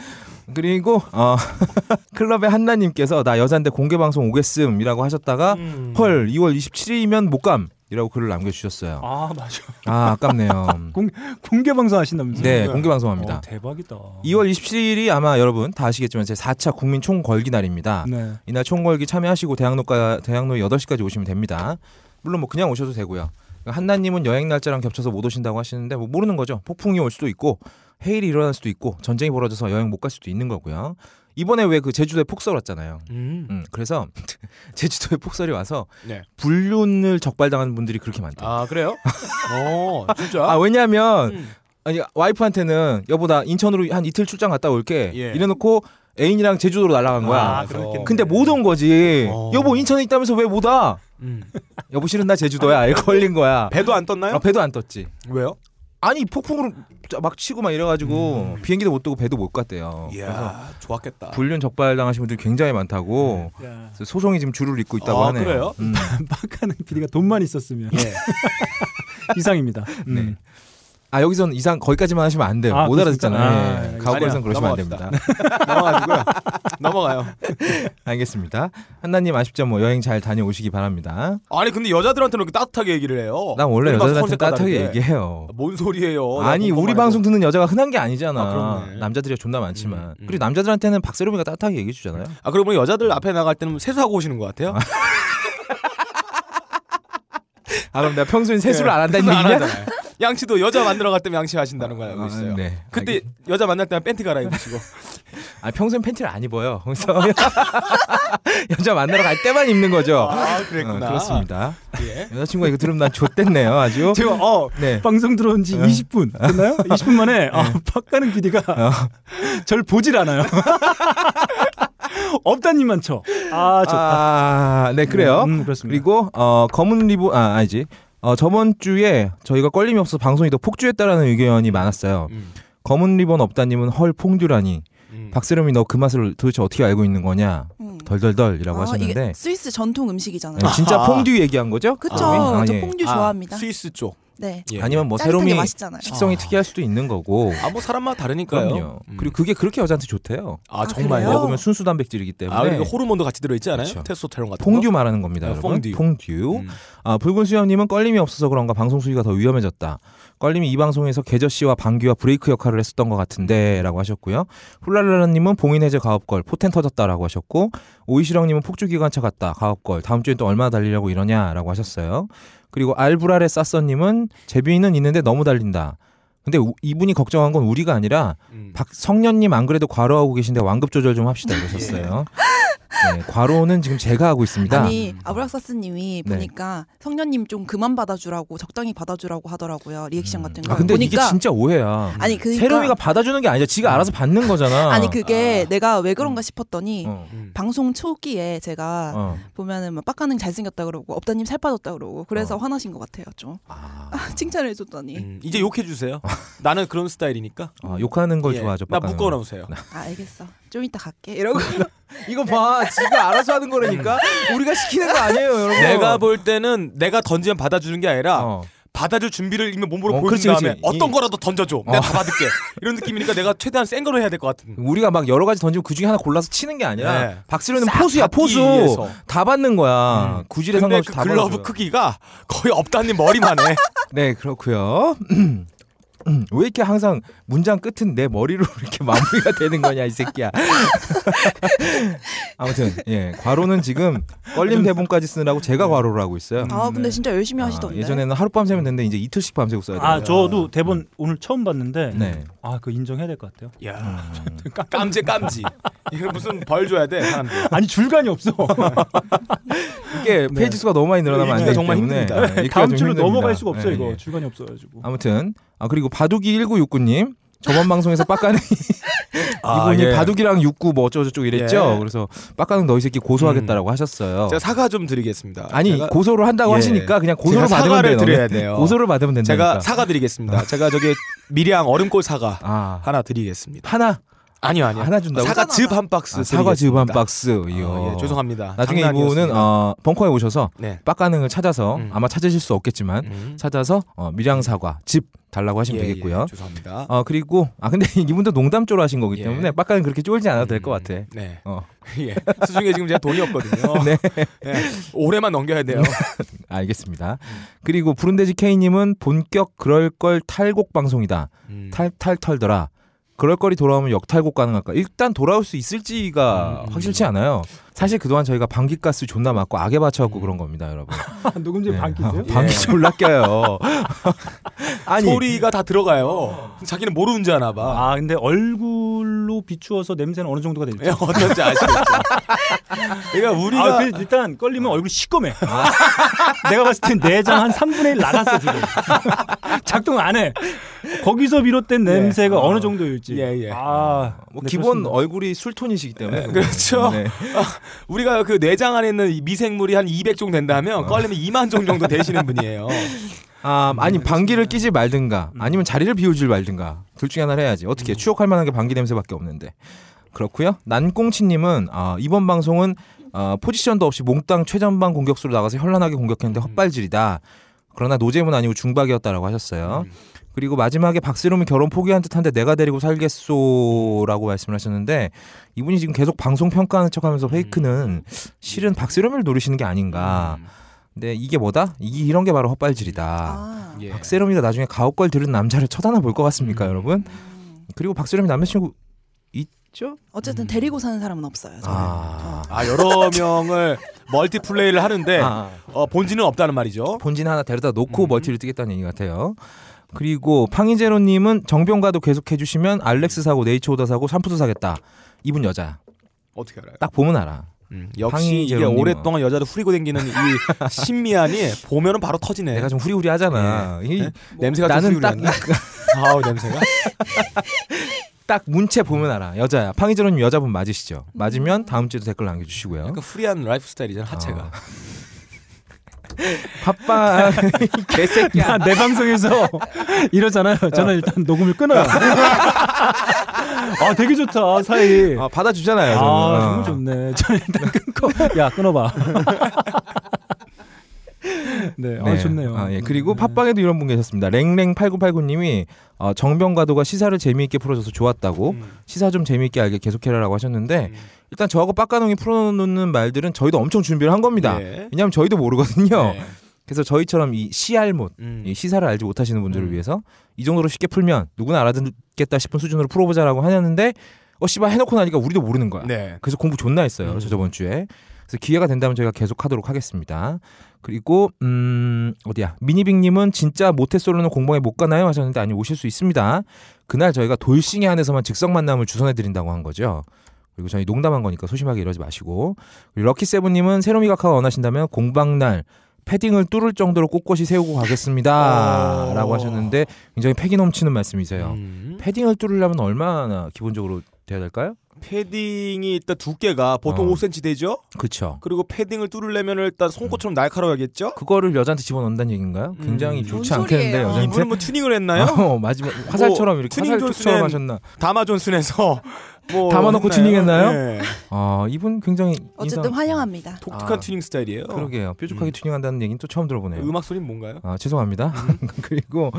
C: 그리고 어, 클럽의 한나님께서 나 여잔데 공개 방송 오겠음이라고 하셨다가
D: 음.
C: 헐 2월 27일이면 못 감이라고 글을 남겨주셨어요.
E: 아 맞아.
C: 아 아깝네요.
E: 공개 방송 하신다면서요?
C: 네
D: 네.
C: 공개 방송합니다.
E: 어, 대박이다.
C: 2월 27일이 아마 여러분 다 아시겠지만 제 4차 국민 총궐기 날입니다.
E: 네.
C: 이날 총궐기 참여하시고 대학로가 대학로 8시까지 오시면 됩니다. 물론 뭐 그냥 오셔도 되고요. 한나님은 여행 날짜랑 겹쳐서 못 오신다고 하시는데 뭐 모르는 거죠. 폭풍이 올 수도 있고 해일이 일어날 수도 있고 전쟁이 벌어져서 여행 못 갈 수도 있는 거고요. 이번에 왜 그 제주도에 폭설 왔잖아요.
D: 음.
C: 음, 그래서 제주도에 폭설이 와서
D: 네.
C: 불륜을 적발당한 분들이 그렇게 많대요.
D: 아 그래요? 어 진짜?
C: 아 왜냐하면
D: 음.
C: 아니 와이프한테는 여보 나 인천으로 한 이틀 출장 갔다 올게
D: 예.
C: 이래놓고 애인이랑 제주도로 날아간 거야.
D: 아,
C: 네.
D: 그렇겠네.
C: 근데 못 온 거지.
D: 어.
C: 여보 인천에 있다면서 왜 못 와?
D: 음.
C: 여보 실은 나 제주도야. 이거 걸린 거야.
D: 아, 배도 안 떴나요?
C: 아, 배도 안 떴지.
D: 왜요?
C: 아니 폭풍으로 막 치고 막 이래가지고 비행기도 못 뜨고 배도 못 갔대요. 어, 그래서
D: 음. 이야 좋았겠다.
C: 불륜 적발당하신 분들이 굉장히 많다고
E: 야,
C: 그래서 소송이 지금 줄을 잇고 있다고
D: 네. 아,
C: 하네요.
D: 그래요?
C: 음.
E: 빡하는 PD가 돈만 있었으면
D: 예.
E: 이상입니다. 음.
C: 네. 아 여기서는 이상 거기까지만 하시면 안 돼요.
E: 아,
C: 못
E: 그렇습니까?
C: 알아듣잖아요.
E: 아,
C: 예. 가옥걸선
D: 아니야,
C: 그러시면 안 됩니다.
D: 넘어갑시다. 넘어가지고요. 넘어가요.
C: 알겠습니다. 한나님 아쉽죠 뭐 여행 잘 다녀오시기 바랍니다.
D: 아니 근데 여자들한테는 이렇게 따뜻하게 얘기를 해요.
C: 난 원래
D: 우리 방송
C: 여자들한테
D: 컨셉과
C: 따뜻하게
D: 다르게.
C: 얘기해요.
D: 뭔 소리예요? 어, 나
C: 아니
D: 공감
C: 우리
D: 안
C: 방송
D: 해서.
C: 듣는 여자가 흔한 게 아니잖아.
D: 아, 그렇네.
C: 남자들이 존나 많지만
D: 음, 음.
C: 그리고 남자들한테는 박세롬이가 따뜻하게 얘기해 주잖아요.
D: 아 그러고 보니 여자들 앞에 나갈 때는 세수하고 오시는 것 같아요.
C: 아 그럼 내가 평소엔 세수를
D: 예.
C: 안 한다는
D: 안
C: 얘기야?
D: 하잖아요. 양치도 여자 만나러 갈 때면 양치 하신다는 거 알고 있어요.
C: 아, 네.
D: 그때
C: 알겠-
D: 여자 만날 때는 팬티 갈아입으시고
C: 아 평소엔 팬티를 안 입어요. 그래서 여자 만나러 갈 때만 입는 거죠.
D: 아
C: 어,
D: 그랬구나
C: 그렇습니다.
D: 예.
C: 여자친구가 이거 들으면 난 좆됐네요 아주.
D: 제가 어
C: 네.
E: 방송 들어온 지 20분 됐나요? 20분 만에 아, 빡가는 PD가 절 보질 않아요. 없다님만 쳐. 아 좋다.
C: 아, 네 그래요.
E: 음, 음, 그렇습니다.
C: 그리고 어 검은 리본 아 아니지. 어 저번 주에 저희가 걸림이 없어서 방송이 더 폭주했다라는 의견이 많았어요.
D: 음.
C: 검은 리본 없다님은 헐 퐁듀라니.
D: 음.
C: 박세롬이 너 그 맛을 도대체 어떻게 알고 있는 거냐
B: 음.
C: 덜덜덜이라고
B: 아,
C: 하셨는데
B: 이게 스위스 전통 음식이잖아요.
C: 네, 진짜
D: 아하.
C: 퐁듀 얘기한 거죠?
B: 그쵸.
C: 아,
B: 저
C: 예.
B: 퐁듀
D: 아,
B: 좋아합니다.
D: 스위스 쪽.
B: 네.
D: 예.
C: 아니면 뭐
B: 짜릿한
C: 세롬이
B: 게 맛있잖아요.
C: 식성이
D: 아.
C: 특이할 수도 있는 거고
D: 아뭐 사람마다 다르니까요.
C: 그럼요
D: 음.
C: 그리고 그게 그렇게 여자한테 좋대요
D: 아
B: 아,
D: 정말요?
B: 그래요?
C: 먹으면 순수 단백질이기 때문에
D: 아 그리고 호르몬도 같이 들어있지 않아요?
C: 그렇죠.
D: 테스토스테론 같은
C: 퐁듀
D: 거.
C: 말하는 겁니다
D: 아,
C: 여러분
D: 퐁듀.
C: 퐁듀
D: 음.
C: 아, 붉은 수염님은 껄림이 없어서 그런가 방송 수위가 더 위험해졌다. 껄림이 이 방송에서 계저 씨와 방귀와 브레이크 역할을 했었던 것 같은데라고 하셨고요. 훌랄랄라님은 봉인 해제 가업걸 포텐 터졌다라고 하셨고 오이시령님은 폭주 기관차 같다 가업걸 다음 주엔 또 얼마나 달리려고 이러냐라고 하셨어요. 그리고 알브라레 싸서님은 재비는 있는데 너무 달린다. 근데 우- 이분이 걱정한 건 우리가 아니라
D: 음.
C: 박성년님 안 그래도 과로하고 계신데 완급 조절 좀 합시다 이러셨어요. 네, 과로는 지금 제가 하고 있습니다.
B: 예. 아니 아브락사스님이
C: 네.
B: 보니까 성년님 좀 그만 받아주라고 적당히 받아주라고 하더라고요 리액션 같은 거
C: 아, 근데
B: 보니까
C: 이게 진짜 오해야.
B: 아니 그니까
C: 세롬이가 받아주는 게 아니라
D: 음.
C: 지가 알아서 받는 거잖아.
B: 그러니까 아니 그게 내가 왜 그런가 싶었더니
C: 어,
D: 음.
B: 방송 초기에 제가
C: 어.
B: 보면은 막 빡가는 잘생겼다 그러고 업다님 살 빠졌다 그러고 그래서 화나신 것 같아요 좀
C: 어. 아,
B: 아, 칭찬을 해줬더니
D: 음, 이제 욕해 주세요. 나는 그런 스타일이니까.
C: 아, 욕하는 걸
D: 예,
C: 좋아하죠.
D: 나
C: 빡가는. 네.
D: 묶어 놓으세요.
B: 아 알겠어 좀 이따 갈게 이러고
C: 음, 이거 봐, 지가 알아서 하는 거라니까. 우리가 시키는 거 아니에요, 여러분.
D: 음. 내가 볼 때는 내가 던지면 받아주는 게 아니라
C: 어.
D: 받아줄 준비를 이미 몸으로
C: 어,
D: 보여준
C: 그렇지,
D: 다음에
C: 그렇지.
D: 어떤
C: 이-
D: 거라도 던져줘. 내가 다 받을게. 이런 느낌이니까 내가 최대한 센 거로 해야 될 것 같은.
C: 우리가 막 여러 가지 던지면 그 중에 하나 골라서 치는 게 아니라
D: 네.
C: 박스로는
D: 싹
C: 포수야
D: 받기
C: 포수
D: 위해서.
C: 다 받는 거야
D: 음.
C: 구질에
D: 근데
C: 상관없이
D: 그
C: 다
D: 글러브
C: 받아줘요.
D: 크기가 거의 없다님 머리만 해.
C: 네 그렇고요 음, 왜 이렇게 항상 문장 끝은 내 머리로 이렇게 마무리가 되는 거냐 이 새끼야 아무튼 예 과로는 지금 껄림 대본까지 쓰느라고
E: 네.
C: 제가 과로를 하고
E: 음.
C: 있어요
B: 아 근데 진짜 열심히
C: 아,
B: 하시던데
C: 예전에는 하룻밤 새면 됐는데 이제 이틀씩 밤새고 써야 돼요
E: 아 저도 대본 오늘 처음 봤는데
C: 네
E: 아 그거 인정해야 될 것 같아요.
D: 야
C: 음,
D: 깜지 깜지. 이거 무슨 벌 줘야 돼 사람들.
E: 아니 줄간이 없어.
C: 이게
E: 네.
C: 페이지 수가 너무 많이 늘어나면 안
D: 읽기가
C: 되기
D: 정말
C: 때문에
D: 힘듭니다.
C: 네, 읽기가
E: 다음
C: 좀
E: 네, 줄로
C: 힘듭니다.
E: 넘어갈 수가 없어 요
C: 예,
E: 이거
C: 예.
E: 줄간이 없어가지고.
C: 아무튼 아 그리고 바둑이 1969님 저번 방송에서 빡가는 아,
E: 아,
C: 이분이
D: 예.
C: 바둑이랑 육구 뭐 어쩌고 저쩌고 이랬죠.
D: 예.
C: 그래서 빡가는 너 이 새끼
E: 음.
C: 고소하겠다라고 하셨어요.
D: 제가 사과 좀 드리겠습니다.
C: 아니
D: 제가,
C: 고소를 한다고
D: 예.
C: 하시니까 그냥
D: 제가
C: 고소를 받으면
D: 사과를
C: 돼요.
D: 드려야
C: 너는.
D: 돼요.
C: 고소를 받으면 된다니까. 어.
D: 제가 사과 드리겠습니다. 제가 저기 미량 얼음골 사과
C: 아
D: 하나 드리겠습니다.
C: 하나
D: 아니요 아니요.
C: 하나 준다고
D: 사과
B: 사과나
D: 즙 한 박스.
C: 아, 사과 즙 한
D: 드리겠습니다.
C: 박스.
D: 아,
C: 이요.
D: 예, 죄송합니다.
C: 나중에 이분은
D: 장난이었습니다.
C: 어, 벙커에 오셔서
D: 네.
C: 빡가능을 찾아서
D: 음.
C: 아마 찾으실 수 없겠지만
D: 음.
C: 찾아서 어, 밀양 사과 즙 달라고 하시면 되겠고요.
D: 예, 죄송합니다.
C: 아 그리고 아 근데 이분도 농담조로 하신 거기
D: 예.
C: 때문에 빡가는 그렇게 쫄지 않아도 될 것 같아.
D: 음, 네.
C: 어.
D: 예. 수중에 지금 제가 돈이 없거든요. 네. 올해만 넘겨야 돼요.
C: 네. 알겠습니다.
D: 음.
C: 그리고 부른데지 K님은 본격 그럴 걸 탈곡 방송이다.
D: 음.
C: 탈탈 털더라. 그럴 거리 돌아오면 역탈곡 가능할까? 일단 돌아올 수 있을지가
D: 음, 음.
C: 확실치 않아요. 사실 그동안 저희가 방귀가스 존나 맞고 악에
D: 음.
C: 받쳐갖고 그런 겁니다, 여러분.
E: 녹음제
C: 네.
E: 반기세요?
D: 예.
C: 아, 방귀 졸라 껴요. 아니,
D: 소리가 다 들어가요. 자기는 모르는 줄 아나 봐.
E: 아 근데 얼굴로 비추어서 냄새는 어느 정도가
D: 예,
E: 될지.
D: 어떤지 아시겠죠? 그러니까 우리가
E: 아, 그 일단 걸리면 얼굴 시꺼매. 아. 내가 봤을 땐 내장 한 3분의 1 나갔어 지금. 작동 안 해. 거기서 비롯된
C: 예.
E: 냄새가
D: 어.
E: 어느 정도일지.
D: 예, 예.
E: 아,
C: 뭐
E: 네,
C: 기본
E: 그렇습니다.
C: 얼굴이 술톤이시기 때문에.
D: 네, 그렇죠.
C: 네.
D: 우리가 그 내장 안에 있는 이 미생물이 한 200종
C: 어.
D: 된다면 껄리면 2만 종 정도 되시는 분이에요.
C: 아, 아니 방귀를 끼지 말든가 아니면 자리를 비우질 말든가 둘 중에 하나를 해야지 어떻게 추억할 만한 게 방귀 냄새밖에 없는데 그렇고요 난꽁치님은 아, 이번 방송은 아, 포지션도 없이 몽땅 최전방 공격수로 나가서 현란하게 공격했는데 헛발질이다 그러나 노잼은 아니고 중박이었다라고 하셨어요 그리고 마지막에 박세롬이 결혼 포기한 듯한데 내가 데리고 살겠소라고 말씀을 하셨는데 이분이 지금 계속 방송 평가하는 척하면서 페이크는 실은 박세롬을 노리시는 게
D: 음.
C: 아닌가 근데 이게 뭐다? 이, 이런 게 바로 헛발질이다
B: 아,
D: 예.
C: 박세롬이가 나중에 가옥걸 들은 남자를 쳐다나 볼 것 같습니까, 여러분? 그리고 박세롬이 남자친구 있죠?
B: 어쨌든 데리고 사는 사람은 없어요 저는.
C: 음. 아.
D: 아 여러 명을 멀티플레이를 하는데
C: 아,
D: 어, 본진은 없다는 말이죠.
C: 본진 하나 데려다 놓고 멀티를 뜨겠다는 얘기 같아요. 그리고 팡이제로님은 정병가도 계속 해주시면 알렉스 사고 네이처 오더 사고 삼프도 사겠다. 이분 여자.
D: 어떻게 알아요?
C: 딱 보면 알아.
D: 음, 역시
C: 황희
D: 이게
C: 제로님은.
D: 오랫동안 여자를 후리고 댕기는 이 신미안이 보면은 바로 터지네.
C: 내가 좀 후리후리하잖아. 이- 뭐
D: 네? 냄새가 좀
C: 나는
D: 후리고
C: 딱,
D: 댕긴다. 아우 냄새가.
C: 딱 문체 보면 알아. 여자야. 팡이제로님 여자분 맞으시죠? 맞으면 다음 그러니까 주에도 댓글 남겨주시고요.
D: 약간 후리한 라이프스타일이잖아 하체가.
C: 어. 팟빵 개새끼야.
E: 야, 내 방송에서 이러잖아요. 저는 일단 녹음을 끊어요. 아, 되게 좋다 사이.
C: 아, 받아주잖아요. 저는.
E: 아,
C: 어.
E: 정말 좋네. 저는 일단 끊고. 야, 끊어봐. 네, 아, 좋네요.
C: 아,
D: 음.
C: 예. 그리고
E: 네.
C: 팟빵에도 이런 분 계셨습니다. 랭랭8989님이 어, 정병과도가 시사를 재미있게 풀어줘서 좋았다고
D: 음.
C: 시사 좀 재미있게 알게 계속해라라고 하셨는데
D: 음.
C: 일단 저하고 빡가농이 풀어놓는 말들은 저희도 엄청 준비를 한 겁니다.
D: 예.
C: 왜냐하면 저희도 모르거든요.
D: 네.
C: 그래서 저희처럼 이 시알못
D: 음.
C: 이 시사를 알지 못하시는 분들을
D: 음.
C: 위해서 이 정도로 쉽게 풀면 누구나 알아듣겠다 싶은 수준으로 풀어보자라고 하셨는데 어 씨발 해놓고 나니까 우리도 모르는 거야.
D: 네.
C: 그래서 공부 존나 했어요.
D: 음.
C: 저 저번 주에. 그래서 기회가 된다면 저희가 계속 하도록 하겠습니다. 그리고 음 어디야 미니빅님은 진짜 모태솔로는 공방에 못 가나요 하셨는데 아니 오실 수 있습니다. 그날 저희가 돌싱에 한해서만 즉석 만남을 주선해 드린다고 한 거죠. 그리고 저희 농담한 거니까 소심하게 이러지 마시고 그리고 럭키세븐님은 새로미 각하가 원하신다면 공방날 패딩을 뚫을 정도로 꼿꼿이 세우고 가겠습니다
D: 어.
C: 라고 하셨는데 굉장히 패기 넘치는 말씀이세요
D: 음.
C: 패딩을 뚫으려면 얼마나 기본적으로 돼야 될까요?
D: 패딩이 일단 두께가 보통
C: 어.
D: 5cm 되죠.
C: 그쵸
D: 그리고 패딩을 뚫으려면 일단 손꼽처럼 날카로워야겠죠.
C: 그거를 여자한테 집어넣는다는 얘기인가요?
D: 음.
C: 굉장히
D: 뭔
C: 좋지 않겠는데
B: 소리예요?
C: 여자한테
D: 이분은 뭐 튜닝을 했나요? 뭐
C: 어, 마지막 화살처럼 이렇게
D: 튜닝
C: 화살처럼
D: 존슨은-
C: 하셨나?
D: 다마 존슨에서 뭐
C: 담아놓고
D: 했나요?
C: 튜닝했나요?
D: 예.
C: 아 이분 굉장히
B: 어쨌든
C: 인상-
B: 환영합니다.
D: 독특한
C: 아.
D: 튜닝 스타일이에요.
C: 그러게요. 뾰족하게
D: 음.
C: 튜닝한다는 얘기는 또 처음 들어보네요.
D: 음악 음. 소리는 뭔가요?
C: 아 죄송합니다. 그리고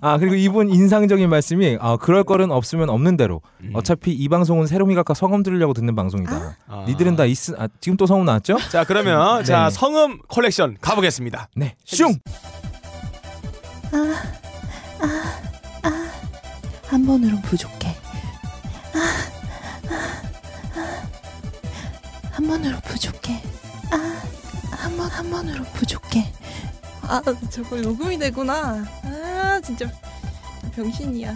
C: 아 그리고 이분 인상적인 말씀이 아 그럴 거는 없으면 없는 대로
D: 음.
C: 어차피 이 방송은 새로미 각하 성음 들으려고 듣는 방송이다.
D: 아.
C: 니들은 다 있으 아 지금 또 성음 나왔죠?
D: 자 그러면
C: 네.
D: 자 성음 컬렉션 가보겠습니다.
C: 네. 슝.
B: 한 번으론 부족해. 아, 아, 아, 한 번으로 부족해. 아, 한 번, 한 번으로 부족해. 아, 저거 녹음이 되구나. 아, 진짜 병신이야.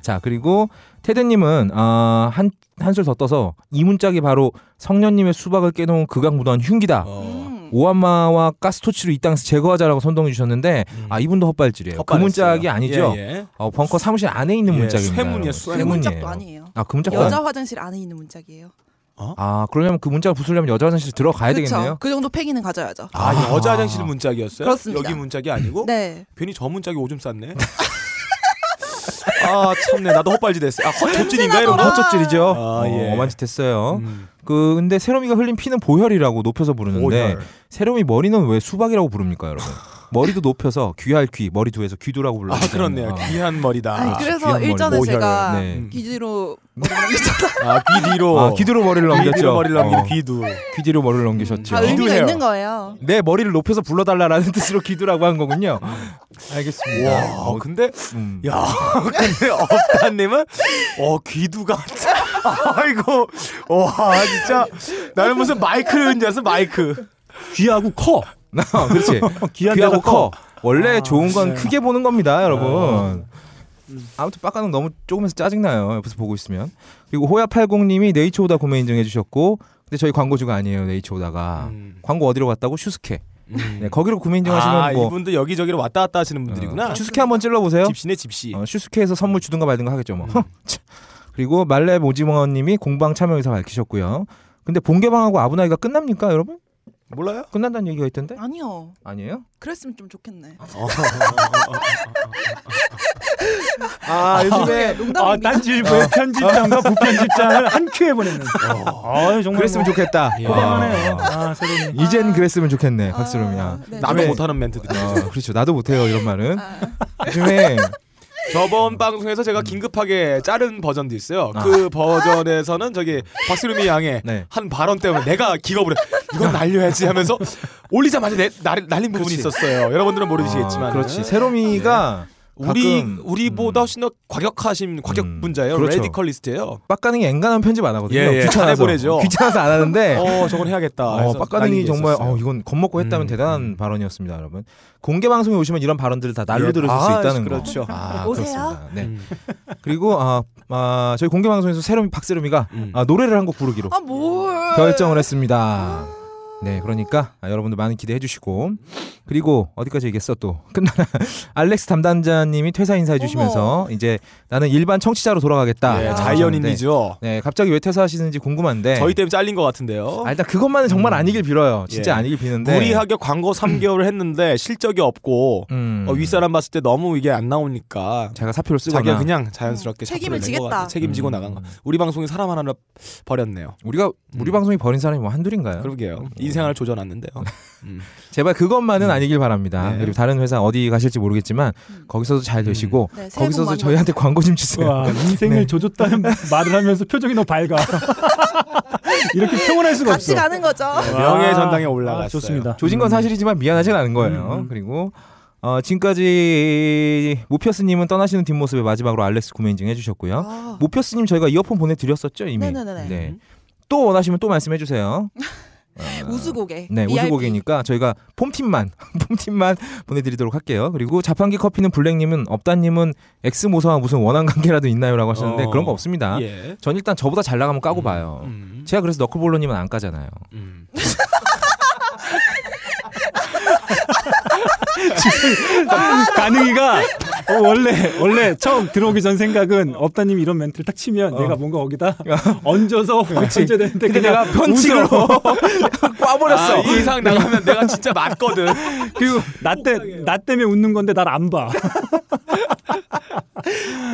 C: 자 그리고 테드님은 아, 한 한술 더 떠서 이 문짝이 바로 성년님의 수박을 깨놓은 극악 무도한
D: 어.
C: 흉기다.
B: 음.
C: 오하마와 가스토치로 이 땅에서 제거하자라고 선동해 주셨는데
D: 음.
C: 아 이분도 헛발질이에요. 그
D: 헛발했어요.
C: 문짝이 아니죠.
D: 예, 예.
C: 어, 벙커 사무실 안에 있는
D: 예,
C: 문짝입니다.
D: 쇠문이에요,
C: 여러분.
D: 쇠문.
B: 제
D: 쇠문이에요.
B: 문짝도 아니에요.
C: 아, 그 문짝도 아니-
B: 여자 화장실 안에 있는 문짝이에요.
C: 아, 그러려면 그 문짝을 부수려면 여자 화장실 들어가야 되겠네요.
B: 그쵸? 그 정도 패기는 가져야죠.
C: 아.
D: 아,
C: 어?
D: 여자 화장실 문짝이었어요?
B: 그렇습니다.
D: 여기 문짝이 아니고
B: 네.
D: 괜히 저 문짝이 오줌 쌌네. 아 참네 나도 헛발질 됐어. 아 헛족질인가 이런 거?
B: 냄새 나더라.
C: 헛젖질이죠.
D: 아,
C: 어,
D: 예.
C: 어만짓했어요.
D: 음.
C: 그 근데 세롬이가 흘린 피는 보혈이라고 높여서 부르는데
D: 오열.
C: 세롬이 머리는 왜 수박이라고 부릅니까, 여러분? 머리도 높여서 귀할 귀, 머리 두에서 귀두라고 불러요. 어.
D: 아 그렇네요. 귀한 머리다.
B: 아니, 그래서
C: 그렇죠. 귀한 머리.
B: 일전에
D: 모혈.
B: 제가
C: 네.
B: 귀지로
D: 아귀 뒤로.
C: 아, 귀두로 머리를
D: 귀 뒤로
C: 넘겼죠.
D: 머리를 넘기고
C: 어,
D: 귀두.
C: 귀뒤로 머리를 넘기셨죠.
B: 다 의미가
D: 기도해요.
B: 있는 거예요.
C: 내 머리를 높여서 불러달라라는 뜻으로 기도라고 한 거군요. 알겠습니다.
D: 와
C: 어,
D: 근데
C: 음.
D: 야 근데 업다님은 어 귀두가 아이고 와 진짜 나는 무슨 마이크를 연주해서 마이크.
E: 귀하고 커.
C: 어, 그렇지.
E: 귀한
C: 귀하고
E: 데서
C: 커. 원래
E: 아,
C: 좋은 건
E: 네.
C: 크게 보는 겁니다, 여러분.
E: 아.
D: 음.
C: 아무튼 빡가는 너무 조금해서 짜증나요. 옆에서 보고 있으면. 그리고 호야80님이 네이처오다 구매 인증해주셨고, 근데 저희 광고주가 아니에요, 네이처오다가.
D: 음.
C: 광고 어디로 갔다고? 슈스케.
D: 음.
C: 네, 거기로 구매 인증하시면
D: 아
C: 뭐.
D: 이분도 여기저기로 왔다 갔다 하시는 분들이구나.
C: 어, 슈스케 한번 찔러보세요.
D: 집시네 집시.
C: 어, 슈스케에서 선물 주든가 말든가 하겠죠, 뭐.
D: 예. 음.
C: 참. 그리고 말렙 오징어님이 공방 참여 의사 밝히셨고요. 근데 본개방하고 아부나이가 끝납니까, 여러분?
D: 몰라요?
C: 끝난다는 얘기가 있던데?
B: 아니요.
C: 아니에요?
B: 그랬으면 좀 좋겠네.
C: 아, 요즘에
E: 아,
B: 농담입니다.
E: 딴지일보의 편집장과 부편집장을 한 큐에 보내는. 아, 정말.
C: 그랬으면
E: 뭐
C: 좋겠다.
D: 예.
E: 대단하네요.
C: 아.
E: 아, 세롬이.
C: 이젠 그랬으면 좋겠네
B: 아,
C: 박수롬이야.
B: 네.
D: 나도
C: 왜?
D: 못하는 멘트들.
C: 어, 그렇죠. 나도 못해요 이런 말은.
B: 아.
C: 요즘에
D: 저번 방송에서 제가 긴급하게 자른 버전도 있어요.
C: 음. 아.
D: 그 버전에서는 저기 박수림이 양의
C: 네.
D: 한 발언 때문에 내가 기겁을 해. 이건 날려야지 하면서 올리자마자 내, 날, 날린 부분이
C: 그렇지.
D: 있었어요. 여러분들은 모르시겠지만
C: 아, 그렇지. 세롬이가
D: 우리
C: 가끔,
D: 우리보다
C: 음.
D: 훨씬 더 과격하신 과격
C: 음,
D: 분자예요.
C: 그렇죠.
D: 레디컬리스트예요.
C: 빡가능이 엔간한 편집 안 하거든요.
D: 예, 예. 안
C: 귀찮아서
D: 해보내죠.
C: 귀찮아서 안 하는데. 어.
D: 어 저건 해야겠다. 해서 날린
C: 빡가능이
D: 게
C: 정말
D: 있었어요.
C: 어, 이건 겁먹고 했다면
D: 음,
C: 대단한
D: 음.
C: 발언이었습니다, 여러분. 공개 방송에 오시면 이런 발언들을 다 날로
D: 예.
C: 들으실 수
D: 아,
C: 있다는
D: 그렇죠.
C: 거. 아,
B: 오세요.
C: 그렇습니다. 네.
D: 음.
C: 그리고 아, 아, 저희 공개 방송에서 세롬이 박세롬이가
D: 음.
C: 아, 노래를 한 곡 부르기로
B: 아 뭘?
C: 결정을 했습니다. 네, 그러니까 아, 여러분들 많은 기대해 주시고 그리고 어디까지 얘기했어 또 끝나나 알렉스 담당자님이 퇴사 인사해 주시면서 이제 나는 일반 청취자로 돌아가겠다.
D: 예,
B: 아.
D: 자이언인이죠.
C: 네, 갑자기 왜 퇴사하시는지 궁금한데.
D: 저희 때문에 잘린 것 같은데요.
C: 네.
B: 어?
C: 아, 네. 일단 그것만은 정말 아니길 빌어요. 진짜
D: 예.
C: 아니길 비는데.
D: 무리하게 광고 3개월을 했는데 실적이 없고
C: 음.
D: 어, 윗사람 봤을 때 너무 이게 안 나오니까 음,
C: 자기가 사표를 쓰거나
D: 자기가 그냥 자연스럽게
B: 음,
D: 샤프를
B: 책임을
D: 낸것
B: 지겠다.
D: 같아요.
C: 음.
D: 책임지고 나간 거. 우리 방송이 사람 하나를 버렸네요.
C: 우리가 우리
D: 음.
C: 방송이 버린 사람이 뭐 한둘인가요?
D: 그러게요. 인생을 조져놨는데요. 음.
C: 제발 그것만은 아니길 바랍니다.
D: 네.
C: 그리고 다른 회사 어디 가실지 모르겠지만
B: 음.
C: 거기서도 잘 되시고
B: 네, 새해 복
C: 거기서도
B: 많이
C: 저희한테 광고 좀 주세요.
E: 와, 인생을
C: 네.
E: 조졌다는 말을 하면서 표정이 너무 밝아. 이렇게 평온할 수가
B: 같이
E: 없어.
B: 가는 거죠.
D: 네, 명예의
E: 와,
D: 전당에 올라갔어요.
E: 아, 좋습니다.
C: 조진 건
E: 음.
C: 사실이지만 미안하진 않은 거예요.
E: 음, 음.
C: 그리고 어, 지금까지 모피어스님은 떠나시는 뒷모습에 마지막으로 알렉스 구매 인증 해주셨고요.
B: 아.
C: 모피어스님 저희가 이어폰 보내드렸었죠 이미.
B: 네네네네.
C: 네. 또 원하시면 또 말씀해주세요. 어,
B: 우수고개.
C: 네,
B: VIP.
C: 우수고기니까 저희가 폼팀만 폼팀만 보내드리도록 할게요. 그리고 자판기 커피는 블랙님은 업다님은 엑스모사와 무슨 원한 관계라도 있나요라고 하셨는데
D: 어.
C: 그런 거 없습니다.
D: 예.
C: 전 일단 저보다 잘 나가면 까고 봐요.
D: 음.
C: 제가 그래서 너클볼러님은 안 까잖아요.
D: 음.
E: 아! 가능이가 어, 원래 원래 처음 들어오기 전 생각은 업다님이 이런 멘트를 딱 치면 내가 뭔가 거기다 얹어서 얹어야 되는데
C: 근데
E: 그냥
C: 내가 편칙으로
E: 웃어.
C: 아,
D: 꽈버렸어. 이 이상 나가면 내가 진짜 맞거든.
E: 그리고 나때나 때문에 웃는 건데 날 안 봐.
C: 어,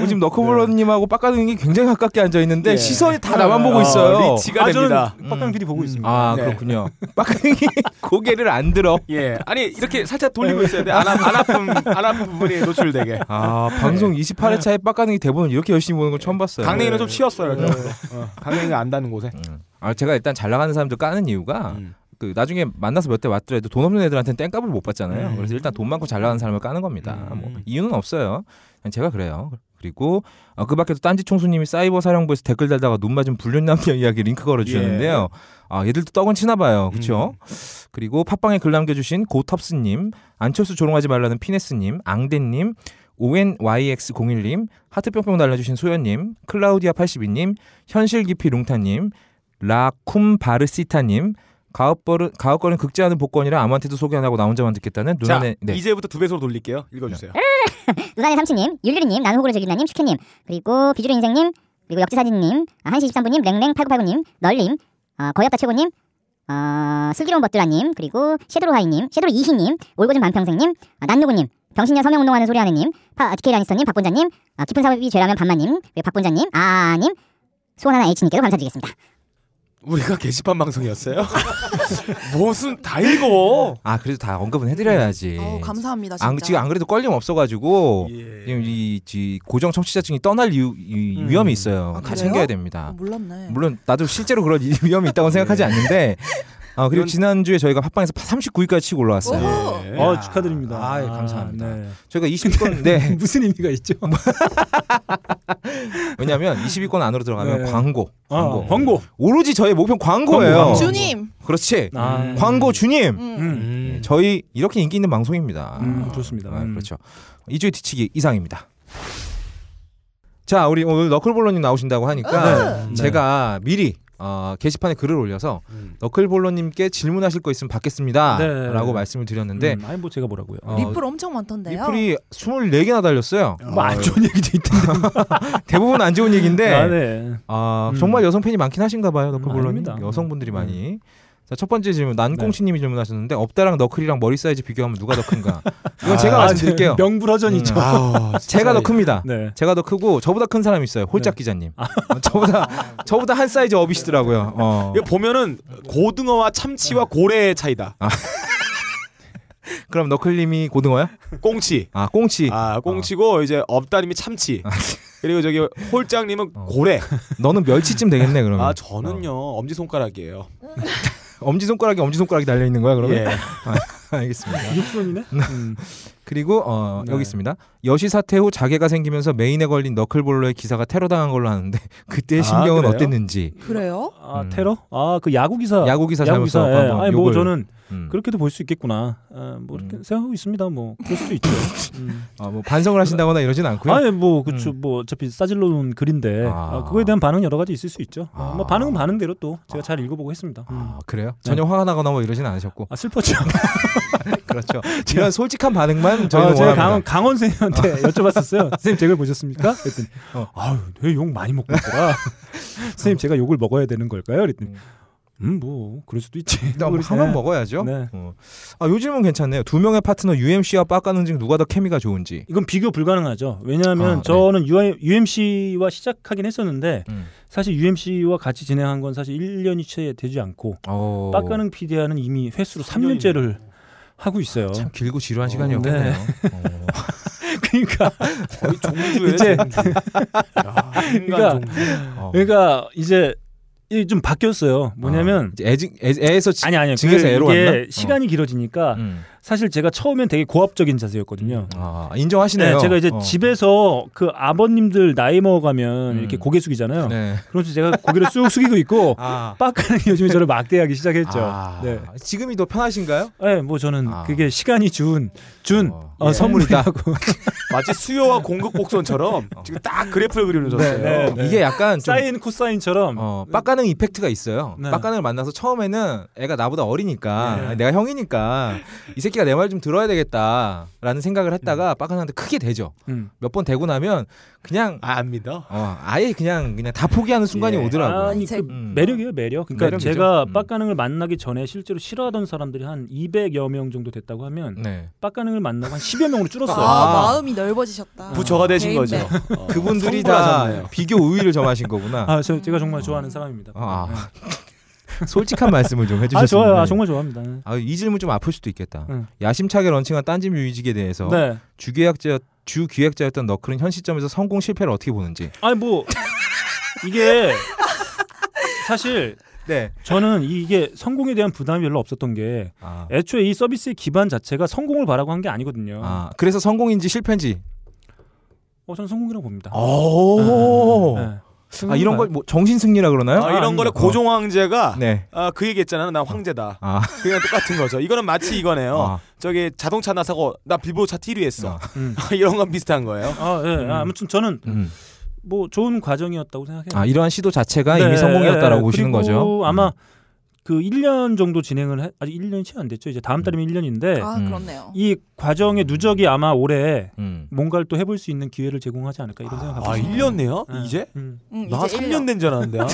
C: 지금 너클볼러님하고 빡가능이 굉장히 가깝게 앉아 있는데
D: 음. 네. 예.
C: 네, 시선이 다 나만 보고 있어요.
D: 어, 리치가
E: 아,
D: 됩니다.
E: 저는 빡강 PD 보고 있습니다.
C: 아
D: 네.
C: 그렇군요. 빡가능이 고개를 안 들어.
D: 예. 아니 이렇게 살짝 돌리고 있어야 돼. 안, 아- 안 아픈 안 아픈 부분에 노출되게.
C: 아 방송 28회차에 빡가능이 대본을 이렇게 열심히 보는 걸 처음 봤어요.
D: 네. 강냉이는 좀 치였어요.
C: 네.
D: 일단. 어, 강냉이가 안다는 곳에.
C: 음. 아 제가 일단 잘 나가는 사람들 까는 이유가
D: 음.
C: 그 나중에 만나서 몇 대 맞더라도 돈 없는 애들한테는 땡값을 못 받잖아요.
D: 음.
C: 그래서 일단 돈 많고 잘 나가는 사람을 까는 겁니다.
D: 음.
C: 뭐 이유는 없어요. 그냥 제가 그래요. 그리고 어, 그 밖에도 딴지 총수님이 사이버 사령부에서 댓글 달다가 눈 맞은 불륜남녀 이야기 링크 걸어주셨는데요.
D: 예.
C: 아 얘들도 떡은 치나 봐요.
D: 음.
C: 그렇죠? 그리고 팟빵에 글 남겨주신 고텁스님, 안철수 조롱하지 말라는 피네스님, 앙대님, ONYX01님, 하트뿅뿅 달라주신 소연님, 클라우디아82님, 현실깊이 룽타님, 라쿰바르시타님, 가업벌은 가업거는 극제하는 복권이라 아무한테도 소개 안 하고 나 혼자만 듣겠다는
D: 자
C: 누나네 네.
D: 이제부터 두 배속으로 돌릴게요. 읽어주세요.
H: 누나네 삼촌님, 율리리님, 나누호구를 즐긴다님, 슈케님, 그리고 비주류 인생님, 그리고 역지사진님, 아, 한시 13분님, 랭랭8989님, 널님, 어, 거의없다 최고님, 어, 슬기로운 벗들아님, 그리고 섀도로하이님, 섀도로 이희님, 올고진 만평생님, 아, 난누구님, 병신년 서명운동하는 소리하는님, 파, 디케이 라니스터님, 박본자님, 아, 깊은 사업이 죄라면 반만님, 그리고 박본자님, 아님, 수원하나 H님께도 감사드리겠습니다.
D: 우리가 게시판 방송이었어요. 무슨 다 읽어.
C: 아 그래도 다 언급은
B: 네.
C: 해드려야지.
B: 어우, 감사합니다. 진짜.
C: 안 지금 안 그래도 걸림 없어가지고
D: 예.
C: 지금 이, 이 고정 청취자층이 떠날 이유, 이
D: 음.
C: 위험이 있어요.
B: 아,
C: 다
B: 그래요?
C: 챙겨야
B: 어,
C: 됩니다.
B: 몰랐네.
C: 물론 나도 실제로 그런 이- 위험이 있다고
E: 네.
C: 생각하지 않는데. 아 그리고
D: 이건-
C: 지난주에 저희가 팟빵에서 39위까지 치고 올라왔어요.
B: 오호.
D: 예.
E: 어 축하드립니다.
C: 아, 예, 감사합니다.
E: 아, 네.
C: 저희가 20권 네
E: 무슨 의미가 있죠?
C: 왜냐하면 20위권 안으로 들어가면
E: 네.
C: 광고 광고
E: 아, 광고.
C: 오로지 저의 목표 는 광고예요.
E: 광고, 광고.
B: 어. 주님.
C: 그렇지
E: 아,
C: 광고 주님.
B: 음.
E: 음.
D: 음.
C: 예, 저희 이렇게 인기 있는 방송입니다.
E: 음, 좋습니다.
C: 아,
E: 음.
C: 그렇죠. 이주의 뒤치기 이상입니다. 자, 우리 오늘 너클볼러님 나오신다고
B: 아, 어.
C: 하니까
D: 네.
C: 제가 미리 어, 게시판에 글을 올려서
D: 음.
C: 너클볼러님께 질문하실 거 있으면
E: 네.
C: 받겠습니다라고 말씀을 드렸는데
E: 음, 아니 뭐 제가 뭐라고요?
C: 어,
B: 리플 엄청 많던데요.
C: 리플이 24개나 달렸어요.
E: 뭐 안 좋은 얘기도 있던데.
C: 대부분 안 좋은 얘기인데
E: 아, 네.
C: 아,
E: 음.
C: 정말 여성 팬이 많긴 하신가 봐요. 너클볼러님
E: 아닙니다. 네.
C: 여성분들이
E: 음.
C: 많이. 자, 첫 번째 질문 난꽁치님이 질문하셨는데 업다랑 너클이랑 머리 사이즈 비교하면 누가 더 큰가? 이건 제가
E: 아,
C: 말씀드릴게요.
E: 명불허전이죠.
C: 음.
D: 아우, 진짜
C: 제가 더 큽니다.
E: 네. 아.
C: 제가 더 크고 저보다 큰 사람이 있어요. 홀짝 기자님. 어, 저보다 저보다 한 사이즈 업이시더라고요. 어.
D: 이거 보면은 고등어와 참치와
C: 네.
D: 고래의 차이다.
C: 그럼 너클님이 고등어야?
D: 꽁치.
C: 아 꽁치. 아, 네.
D: 아 꽁치고 이제 업다님이 참치. 그리고 저기 홀장님은
C: 어.
D: 고래.
C: 너는 멸치쯤 되겠네 그러면. 어.
D: 아 저는요 엄지 손가락이에요.
C: 엄지 손가락에 엄지 손가락이 달려 있는 거야 그러면.
D: 예.
C: 알겠습니다.
E: 육손이네. 음.
C: 그리고 어,
E: 네.
C: 여기 있습니다. 여시 사태 후 자개가 생기면서 메인에 걸린 너클볼러의 기사가 테러당한 걸로 아는데 그때의
D: 아,
C: 심경은
D: 그래요?
C: 어땠는지.
B: 그래요?
E: 아
C: 음.
E: 테러? 아 그 야구 기사.
C: 야구 기사 잘못
E: 기사,
C: 써갖고
E: 예.
C: 한번
E: 아니 뭐
C: 욕을.
E: 저는
C: 음.
E: 그렇게도 볼 수 있겠구나. 아, 뭐 이렇게
C: 음.
E: 생각하고 있습니다. 뭐 그럴 수도 있죠. 음.
C: 아, 뭐 반성을 하신다거나 이러진 않고요.
E: 아니 뭐 그쵸 뭐 어차피 싸질러 놓은 글인데
C: 음. 아.
E: 아, 그거에 대한 반응 여러 가지 있을 수 있죠. 아.
C: 아.
E: 뭐 반응은 반응대로 또 제가 잘 읽어보고 했습니다. 음.
C: 아, 그래요? 전혀 화가 나거나 뭐 이러진 않으셨고.
E: 아 슬펐죠.
C: 그렇죠. 이런 솔직한 반응만
E: 네. 아,
C: 저희는
E: 제가
C: 원합니다. 아.
E: 강원, 강원 선생님한테 여쭤봤었어요. 선생님 제가 보셨습니까? 그랬더니
C: 어.
E: 아유 내욕 많이 먹고 있더라. 선생님 제가 욕을 먹어야 되는 걸까요? 그랬더니 음 뭐 그럴 수도 있지.
C: 뭐
E: 그러지.
C: 하면 먹어야죠.
E: 음. 네.
C: 어. 아, 요즘은 괜찮네요. 두 명의 파트너 UMC와 빠까는 중 누가 더 케미가 좋은지.
E: 이건 비교 불가능하죠. 왜냐하면
C: 아, 네.
E: 저는 UMC와 시작하긴 했었는데
C: 음.
E: 사실 UMC와 같이 진행한 건 사실 1년이 채 되지 않고
C: 어.
E: 빡가는 PD와는 이미 횟수로 3년째를 하고 있어요.
C: 참 길고 지루한
E: 어,
C: 시간이었겠네요.
E: 네.
C: 어.
E: 그러니까
D: 거의 종주예요.
E: 이제-
D: 종주. 야,
E: 그러니까-
D: 인간 종주.
C: 어.
E: 그러니까 이제 이게 좀 바뀌었어요. 뭐냐면
C: 아, 이제 애지, 애, 에서 지,
E: 아, 니 아니요.
C: 증에서
E: 그
C: 애로
E: 이게
C: 왔나? 어.
E: 시간이 길어지니까
C: 음.
E: 사실 제가 처음엔 되게 고압적인 자세였거든요.
C: 아, 인정하시네요.
E: 네, 제가 이제
C: 어.
E: 집에서 그 아버님들 나이 먹어가면 이렇게
C: 음.
E: 고개 숙이잖아요.
C: 네.
E: 그래서 제가 고개를 쑥 숙이고 있고
C: 아.
E: 빡가는 요즘에 저를 막대하기 시작했죠.
C: 아,
E: 네.
C: 지금이 더 편하신가요?
E: 네, 뭐 저는
C: 아.
E: 그게 시간이 준, 준
C: 어,
E: 어,
C: 예.
E: 선물이다고.
D: 마치 수요와 공급 곡선처럼 지금 딱 그래프를 그려줬어요.
E: 어. 네, 네.
C: 이게 약간 좀
E: 사인, 코사인처럼.
C: 어, 빡가능 이펙트가 있어요.
E: 네.
C: 빡가능을 만나서 처음에는 애가 나보다 어리니까
E: 네.
C: 아니, 내가 형이니까 이 새끼가 내 말 좀 들어야 되겠다라는 생각을 했다가 빡가능한테 크게 대죠.
E: 음.
C: 몇 번 대고 나면 그냥
D: 아, 안 믿어.
C: 어, 아예 그냥 그냥 다 포기하는 순간이
D: 예.
C: 오더라고요.
E: 아니,
B: 제-
E: 그
C: 음.
E: 매력이에요, 매력. 그러니까
C: 매력이죠.
E: 제가
C: 음.
E: 빡가능을 만나기 전에 실제로 싫어하던 사람들이 한 200여 명 정도 됐다고 하면
C: 네.
E: 빡가능을 만나고 한 10여 명으로 줄었어요.
B: 아, 마음이 넓어지셨다.
D: 부처가 되신 거죠.
B: 개인배.
D: 어,
C: 그분들이 다
D: 성불하셨네요.
C: 비교 우위를 점하신 거구나.
E: 아, 저, 제가 정말 좋아하는 사람입니다.
C: 아,
E: 네.
C: 솔직한 말씀을 좀 해주셨습니다.
E: 아, 좋아요. 아, 정말 좋아합니다. 네.
C: 아, 이 질문 좀 아플 수도 있겠다.
E: 응.
C: 야심차게 런칭한 딴지 뮤직에 대해서
E: 네.
C: 주계약자 주 기획자였던 너클은 현 시점에서 성공 실패를 어떻게 보는지.
E: 아니 뭐 이게 사실
C: 네.
E: 저는 이게 성공에 대한 부담이 별로 없었던 게
C: 아,
E: 애초에 이 서비스의 기반 자체가 성공을 바라고 한 게 아니거든요.
C: 아, 그래서 성공인지 실패인지.
E: 어, 저는 성공이라고 봅니다.
C: 아. 오.
E: 네.
C: 아 이런 걸 뭐 정신 승리라 그러나요?
D: 어. 아, 이런 거를
C: 어.
D: 고종 황제가
C: 네.
D: 아, 그 얘기했잖아요. 예. 나 황제다.
C: 아,
D: 그냥 똑같은 거죠. 이거는 마치 이거네요.
C: 아,
D: 저기 자동차 나 사고 나 빌보드 차트 1위 했어.
C: 아,
E: 음.
D: 이런 건 비슷한 거예요.
E: 아, 예.
D: 음.
E: 아, 아무튼 저는
C: 음.
E: 뭐 좋은 과정이었다고 생각해요.
C: 아 이러한 시도 자체가
E: 네,
C: 이미 성공이었다라고
E: 예.
C: 보시는
E: 그리고
C: 거죠.
E: 아마
C: 음.
E: 그 1년 정도 진행을 해, 아직 1년이 채 안 됐죠. 이제 다음 달이면 1년인데
B: 아
C: 음.
B: 그렇네요.
E: 이 과정의 누적이 아마 올해
C: 음.
E: 뭔가를 또 해볼 수 있는 기회를 제공하지 않을까 이런 생각을
D: 아,
E: 합니다.
D: 1년네요?
E: 네.
D: 이제?
E: 음.
B: 음,
D: 나
B: 이제
D: 3년 된 줄 알았는데. 아? 요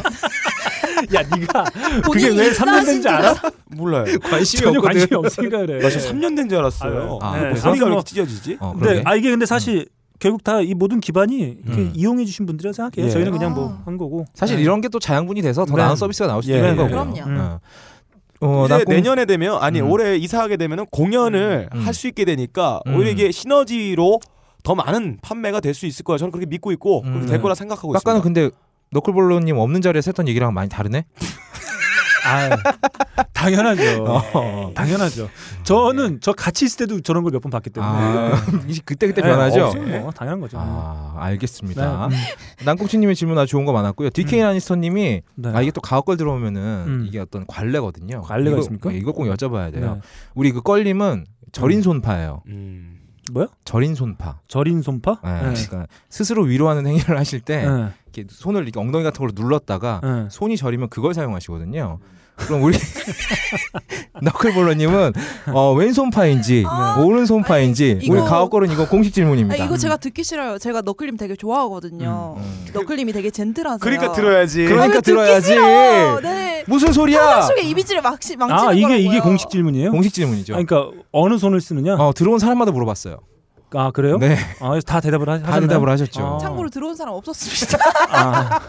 E: 야, 네가 그게
B: 본인이
E: 왜 3년
B: 입사하신 그
E: 된지
B: 줄
E: 알아?
D: 몰라요.
C: 음. 관심이
E: 전혀
C: 없거든.
E: 관심이 없으니까 그래.
D: 나 지금 3년 된 줄 알았어요.
C: 아,
D: 아,
E: 네,
D: 네.
E: 아무튼
D: 다리가 왜
E: 뭐-
D: 이렇게 찢어지지?
C: 어,
E: 네,
C: 그러게.
E: 아 이게 근데 사실 결국 다 이 모든 기반이 이렇게
C: 음.
E: 이용해 주신 분들이 생각해요.
D: 예.
E: 저희는 그냥
B: 아.
E: 뭐 한 거고.
C: 사실
E: 네.
C: 이런 게 또 자양분이 돼서 더
E: 네.
C: 나은 서비스가 나올 수도
D: 예,
C: 있는
D: 예.
C: 거고요.
B: 그럼요.
C: 어. 어,
D: 이제
C: 나 꿈-
D: 내년에 되면 아니
C: 음.
D: 올해 이사하게 되면 공연을
C: 음.
D: 할 수 있게 되니까
C: 음.
D: 오히려 이게 시너지로 더 많은 판매가 될 수 있을 거야. 저는 그렇게 믿고 있고
C: 음.
D: 그렇게 될 거라 생각하고
C: 아까는
D: 있습니다.
C: 근데 너클볼로님 없는 자리에서 했던 얘기랑 많이 다르네.
E: 아, 당연하죠.
C: 어.
E: 당연하죠. 저는 저 같이 있을 때도 저런 걸 몇 번 봤기 때문에.
C: 아, 그때 그때
E: 네,
C: 변하죠.
E: 없으면 뭐 당연한 거죠.
C: 아,
E: 네.
C: 알겠습니다.
E: 음.
C: 난꽁치님의 질문 아주 좋은 거 많았고요. DK 라니스터님이
E: 네.
C: 아 이게 또 가옥걸 들어오면은
E: 음.
C: 이게 어떤 관례거든요.
E: 관례가
C: 이거-
E: 있습니까?
C: 네, 이거 꼭 여쭤봐야 돼요.
E: 네.
C: 우리 그 껄림은 절인 손파예요.
D: 음.
E: 뭐요?
C: 절인 손파.
E: 절인 손파?
C: 네,
E: 네.
C: 그러니까 스스로 위로하는 행위를 하실 때
E: 네.
C: 이렇게 손을 이렇게 엉덩이 같은 걸로 눌렀다가
E: 네.
C: 손이 저리면 그걸 사용하시거든요. 그럼 우리 너클볼러님은 어, 왼손파인지
B: 아,
C: 오른손파인지
B: 아니, 이거-
C: 우리 가옥걸은 이거 공식
B: 아,
C: 질문입니다.
B: 이거 제가 듣기 싫어요. 제가 너클림 되게 좋아하거든요.
C: 음.
B: 너클림이 되게 젠틀하세요.
D: 그러니까 들어야지.
E: 예.
B: 아, 왜
C: 그러니까
B: 듣기
C: 들어야지.
B: 싫어. 네.
C: 무슨 소리야?
B: 사람 속에 이미지를 막시 망치는
E: 아, 이게 이게
B: 거라고요.
E: 공식 질문이에요?
C: 공식 질문이죠.
E: 아, 그러니까 어느 손을 쓰느냐?
C: 어, 들어온 사람마다 물어봤어요.
E: 아 그래요?
C: 네,
E: 아, 그래서 다 대답을 하,
C: 다 대답을 하셨죠.
E: 아.
B: 참고로 들어온 사람 없었습니다.
E: 아.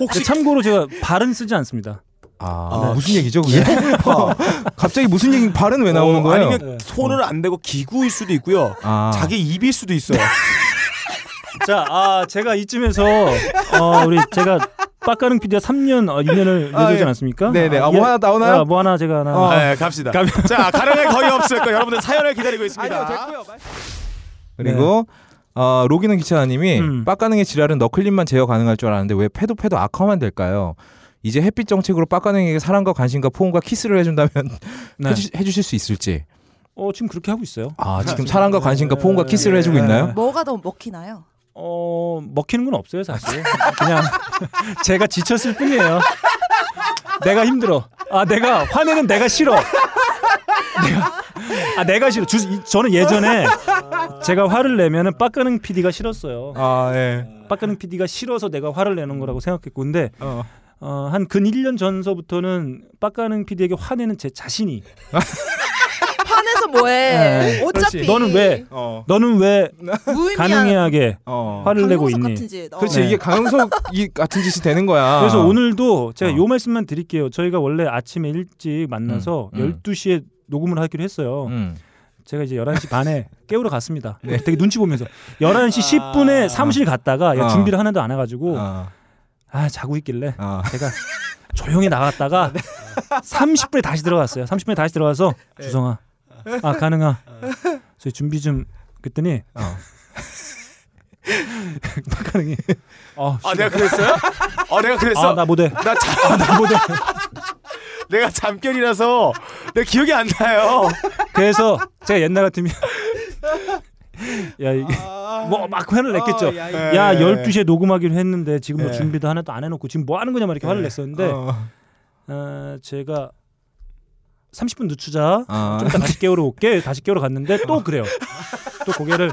E: 혹시 참고로 제가 발은 쓰지 않습니다.
C: 아,
D: 네.
C: 무슨 얘기죠
E: 예.
C: 그게? 어, 갑자기 무슨 얘기 발은 왜 나오는
D: 어,
C: 거예요?
D: 아니면
E: 네.
D: 손은 안 되고 기구일 수도 있고요.
C: 아.
D: 자기 입일 수도 있어요.
E: 자, 아, 제가 이쯤에서 어, 우리 제가 빡가릉 PD가 3년 어, 2년을
C: 아,
E: 내주지
C: 예.
E: 않습니까?
C: 네네. 아,
E: 예.
C: 뭐 하나 나오나요?
E: 아, 뭐 하나 제가 하나.
C: 어.
D: 네, 갑시다. 자, 가능할 거의 없을 거예요. 여러분들 사연을 기다리고 있습니다.
C: 그리고 어, 로기는 기차님이
E: 음.
C: 빡가능의 지랄은 너클립만 제어 가능할 줄 알았는데 왜 패도 패도 악화만 될까요? 이제 햇빛 정책으로 빡가능에게 사랑과 관심과 포옹과 키스를 해준다면
E: 네.
C: 해주, 해주실 수 있을지.
E: 어, 지금 그렇게 하고 있어요.
C: 아 지금
E: 네.
C: 사랑과 관심과 포옹과 키스를 해주고
E: 예.
C: 있나요?
B: 뭐가 더 먹히나요?
E: 어, 먹히는 건 없어요, 사실. 그냥 제가 지쳤을 뿐이에요. 내가 힘들어. 아, 내가 화내는 내가 싫어. 내가 아, 내가 싫어. 주, 이- 저는 예전에 제가 화를 내면은 빡가능 PD가 싫었어요.
C: 아 예.
E: 빡가는 PD가 싫어서 내가 화를 내는 거라고 생각했고 근데
C: 어.
E: 어, 한 근 1년 전서부터는 빡가는 PD에게 화내는 제 자신이
B: 판에서 뭐해?
E: 네.
B: 어차피
E: 너는 왜
C: 어.
E: 너는 왜
B: 무의미한
E: 가능해하게
C: 어.
E: 화를 내고
B: 방송석
E: 있니?
B: 같은 짓. 어.
C: 그렇지
E: 네.
C: 이게 강영석 이 같은 짓이 되는 거야.
E: 그래서 오늘도 제가
C: 어.
E: 요 말씀만 드릴게요. 저희가 원래 아침에 일찍 만나서
C: 음, 음.
E: 12시에 녹음을 하기로 했어요.
C: 음. 네.
E: 제가 이제 11시 반에 깨우러 갔습니다. 되게 눈치 보면서 11시 10분에 사무실 갔다가 야,
C: 어.
E: 준비를 하나도 안 해가지고
C: 아,
E: 아 자고 있길래
C: 아. 네.
E: 제가
C: 네.
E: 조용히 나갔다가 30분에 다시 들어갔어요. 30분에 다시 들어가서 주성아 아 가능하. 저희 준비 좀 그랬더니
C: 어.
E: 박가능이 아,
D: 아 내가 그랬어요? 아 내가 그랬어?
E: 아나 못해.
D: 나 자,
E: 나 못해.
D: 내가 잠결이라서 내 기억이 안 나요.
E: 그래서 제가 옛날 같으면 야 이게
D: 뭐
E: 뭐 막 화를 냈겠죠.
D: 야,
E: 야 12시에 녹음하기로 했는데 지금 뭐
D: 예.
E: 준비도 하나도 안 해놓고 지금 뭐 하는 거냐 막 이렇게 화를 냈었는데
C: 어.
E: 어, 제가 30분 늦추자
C: 아.
E: 좀 이따 다시 깨우러 올게 다시 깨우러 갔는데
D: 어.
E: 또 그래요 또 고개를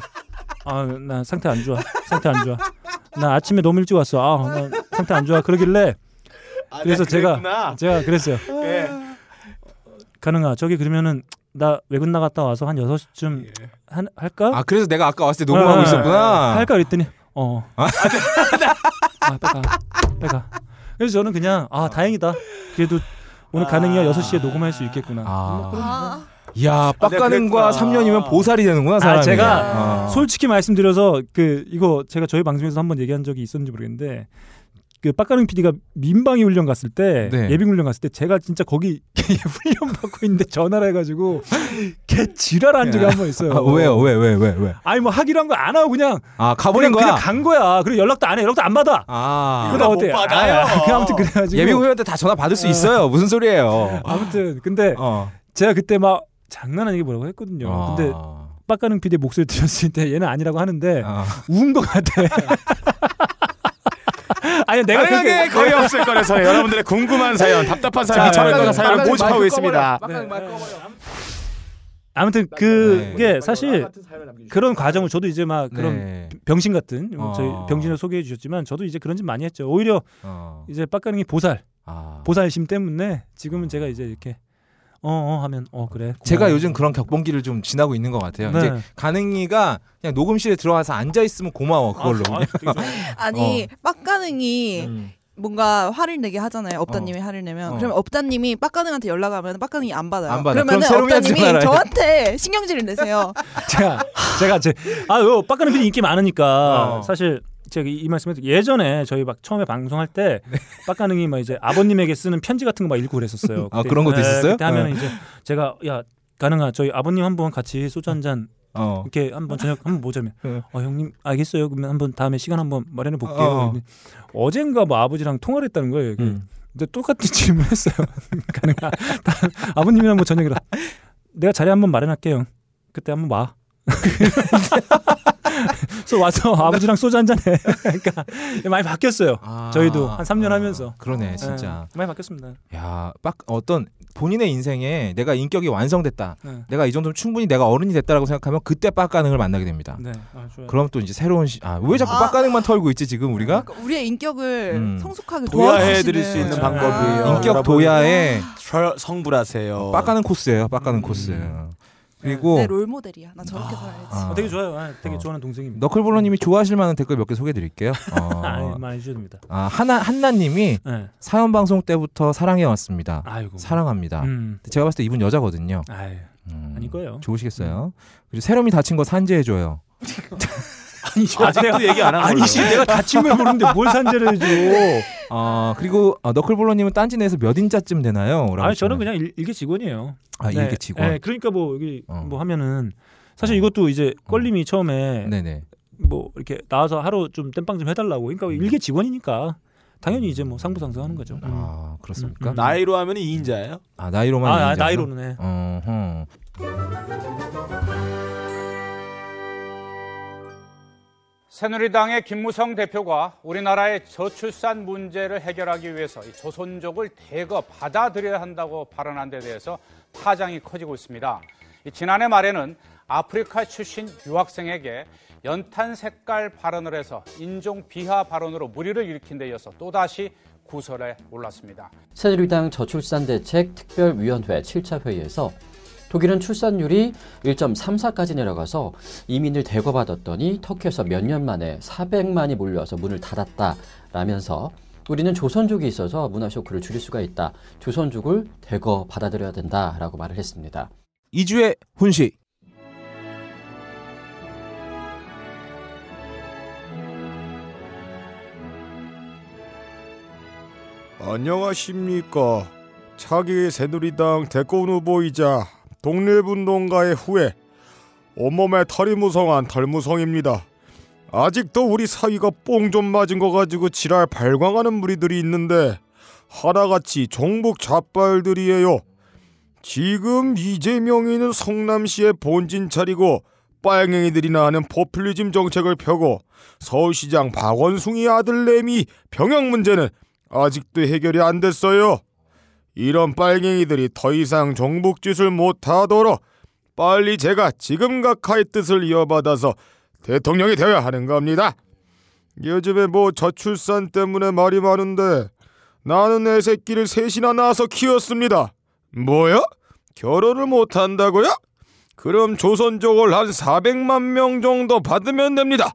E: 아 나 상태 안 좋아 상태 안 좋아 나 아침에 너무 일찍 왔어 아나 상태 안 좋아 그러길래
D: 아,
E: 그래서
D: 내가
E: 제가-
D: 그랬구나.
E: 제가 그랬어요
D: 예.
E: 가능아 저기 그러면은 나 외근 나갔다 와서 한 6시쯤 한, 할까?
C: 아 그래서 내가 아까 왔을 때 녹음하고
E: 아,
C: 있었구나.
E: 할까 그랬더니 어 아, 빼가 빼가 그래서 저는 그냥 아 다행이다 그래도 오늘 가능이야 6시에 녹음할 수 있겠구나
C: 아,
B: 아,
C: 야,
D: 그랬구나.
C: 빡가능과 3년이면 보살이 되는구나 사람이.
E: 아. 제가
C: 어.
E: 솔직히 말씀드려서 그 이거 제가 저희 방송에서 한번 얘기한 적이 있었는지 모르겠는데 그 빡가능 PD가 민방위 훈련 갔을 때
C: 네.
E: 예비 훈련 갔을 때 제가 진짜 거기 예, 훈련 받고 있는데 전화를 해가지고 개 지랄한 적이 한 번 있어요.
C: 아, 왜요? 왜 왜 왜 왜?
E: 아니 뭐 하기로 한 거 안 하고 그냥
C: 아 가버린
E: 그냥,
C: 거야.
E: 그냥 간 거야. 그리고 연락도 안 해. 연락도 안 받아.
C: 아
D: 그거 나
E: 어때요?
D: 못 받아요.
E: 아, 그 아무튼 그래가지고 아. 뭐,
C: 예비 후배한테 다 전화 받을 수 있어요. 무슨 소리예요?
E: 아무튼 근데
C: 어.
E: 제가 그때 막 장난 아니게 뭐라고 했거든요.
C: 아.
E: 네. 근데 빡가는 PD 목소리 들었을 때 얘는 아니라고 하는데
C: 아.
E: 우은 것 같아. 아니 내가
D: 가능하게
E: 그렇게
D: 거의 없을 거라서 여러분들의 궁금한 사연, 답답한 사연, 귀찮은 사연을 모집하고 있습니다.
E: 네. 아무튼
C: 네.
E: 그게 사실 그런 과정을 저도 이제 막 그런
C: 네.
E: 병신 같은 뭐
C: 어.
E: 저희 병신을 소개해 주셨지만 저도 이제 그런 짓 많이 했죠. 오히려
C: 어.
E: 이제 빡가능이 보살
C: 아.
E: 보살심 때문에 지금은 제가 이제 이렇게 어어 하면 어 그래. 고마워.
C: 제가 요즘 그런 격분기를 좀 지나고 있는 것 같아요.
E: 네.
C: 이제 가능이가 그냥 녹음실에 들어와서 앉아 있으면 고마워 그걸로.
B: 아니 빡가능이
C: 어.
D: 예.
C: 음.
B: 뭔가 화를 내게 하잖아요. 업다님이 화를 내면
C: 어.
B: 그러면 업다님이 빡가능한테 연락하면 빡가능이 안 받아요.
C: 안 받아요.
B: 그러면
C: 그럼 새로운
B: 업다님이
C: 연락을 해요.
B: 저한테 신경질을 내세요.
E: 제가 제가 제아요 빡가는 PD 인기 많으니까
C: 어.
E: 사실 제가 이, 이 말씀을 예전에 저희 막 처음에 방송할 때
C: 네.
E: 빡가능이 막 이제 아버님에게 쓰는 편지 같은 거 막 읽고 그랬었어요.
C: 아, 그런 것도
E: 예,
C: 있었어요?
E: 그때 하면
C: 어.
E: 이제 제가 야 가능한 저희 아버님 한번 같이 소주 한 잔
C: 어.
E: 이렇게 한번 저녁 한번 보자면
C: 어.
E: 어 형님 알겠어요 그러면 한번 다음에 시간 한번 마련해
C: 어.
E: 볼게요. 어젠가 뭐 아버지랑 통화를 했다는 거예요.
C: 음.
E: 근데 똑같은 질문을 했어요. 가능한 아버님이랑 뭐 저녁이라 내가 자리 한번 마련할게요. 그때 한번 와. 그래서 와서 아버지랑 소주 한잔 해. 그러니까 많이 바뀌었어요.
C: 아.
E: 저희도 한 3년
C: 아.
E: 하면서.
C: 그러네 진짜.
E: 예, 많이 바뀌었습니다.
C: 야, 빡 어떤 본인의 인생에 내가 인격이 완성됐다.
E: 네.
C: 내가 이 정도면 충분히 내가 어른이 됐다라고 생각하면 그때 빡가능을 만나게 됩니다.
E: 네. 아, 좋아요.
C: 그럼 또 이제 새로운 시... 아, 왜 자꾸
B: 아.
C: 빡가능만 털고 있지 지금 우리가?
B: 그러니까 우리의 인격을
C: 음.
B: 성숙하게
D: 도야해
B: 도와주시는
D: 드릴 수 있는
E: 아.
D: 방법이에요.
E: 아.
C: 인격
D: 여러분, 어.
C: 도야에
D: 철- 성불하세요.
C: 빡가는 코스예요.
E: 음.
C: 빡가는 코스. 그리고
B: 내 롤모델이야. 나 저렇게 살아야지.
C: 아.
E: 어, 되게 네, 좋아요. 아, 되게
C: 어.
E: 좋아하는 동생입니다.
C: 너클볼러님이 좋아하실 만한 댓글 몇 개 소개해드릴게요.
E: 아,
C: 어,
E: 많이 주셔도 됩니다.
C: 아 하나 한나님이
E: 네.
C: 사연 방송 때부터 사랑해 왔습니다.
E: 아이고.
C: 사랑합니다.
E: 음.
C: 근데 제가 봤을 때 이분 여자거든요.
E: 아유.
C: 음,
E: 아닐 거예요. 음.
C: 좋으시겠어요. 그리고 세롬이 다친 거 산재해줘요.
E: 아니,
D: 아직도 얘기 안 한 걸로.
E: 아니, 씨, 내가 다친 걸 모르는데 뭘 산재를 해줘.
C: 어, 그리고 어, 너클볼러님은 딴지 내에서 몇 인자쯤 되나요? 라고
E: 아니,
C: 질문.
E: 저는 그냥 일, 일개 직원이에요.
C: 아
E: 네,
C: 이렇게 치고.
E: 네, 그러니까 뭐 여기
C: 어.
E: 뭐 하면은 사실
C: 어.
E: 이것도 이제 껄림이 처음에
C: 네네.
E: 뭐 이렇게 나와서 하루 좀 땜빵 좀 해달라고. 그러니까 일개 직원이니까 당연히 이제 뭐 상부상승하는 거죠. 음.
C: 음. 아 그렇습니까?
E: 음, 음.
D: 나이로 하면 2인자예요.
C: 아
E: 아,
C: 나이로만.
E: 아,
C: 인자죠?
E: 나이로는 해.
C: 어허.
I: 새누리당의 김무성 대표가 우리나라의 저출산 문제를 해결하기 위해서 이 조선족을 대거 받아들여야 한다고 발언한 데 대해서 파장이 커지고 있습니다. 이 지난해 말에는 아프리카 출신 유학생에게 연탄 색깔 발언을 해서 인종 비하 발언으로 물의를 일으킨 데 이어서 또다시 구설에 올랐습니다.
J: 새누리당 저출산 대책 특별위원회 7차 회의에서 독일은 출산율이 1.34까지 내려가서 이민을 대거 받았더니 터키에서 몇 년 만에 400만이 몰려와서 문을 닫았다라면서 우리는 조선족이 있어서 문화 쇼크를 줄일 수가 있다. 조선족을 대거 받아들여야 된다라고 말을 했습니다.
C: 이주의 훈식.
K: 안녕하십니까. 차기 새누리당 대권 후보이자
D: 독립운동가의 후예 온몸에 털이 무성한 털무성입니다. 아직도 우리 사위가 뽕 좀 맞은 거 가지고 지랄 발광하는 무리들이 있는데 하나같이 종북 좌빨들이에요. 지금 이재명이는 성남시에 본진 차리고 빨갱이들이나 하는 포퓰리즘 정책을 펴고 서울시장 박원숭이 아들 내미 병역 문제는 아직도 해결이 안 됐어요. 이런 빨갱이들이 더 이상 정복짓을 못하도록 빨리 제가 지금 각하의 뜻을 이어받아서 대통령이 되어야 하는 겁니다. 요즘에 뭐 저출산 때문에 말이 많은데 나는 애 새끼를 셋이나 낳아서 키웠습니다. 뭐야? 결혼을 못한다고요? 그럼 조선족을 한 400만 명 정도 받으면 됩니다.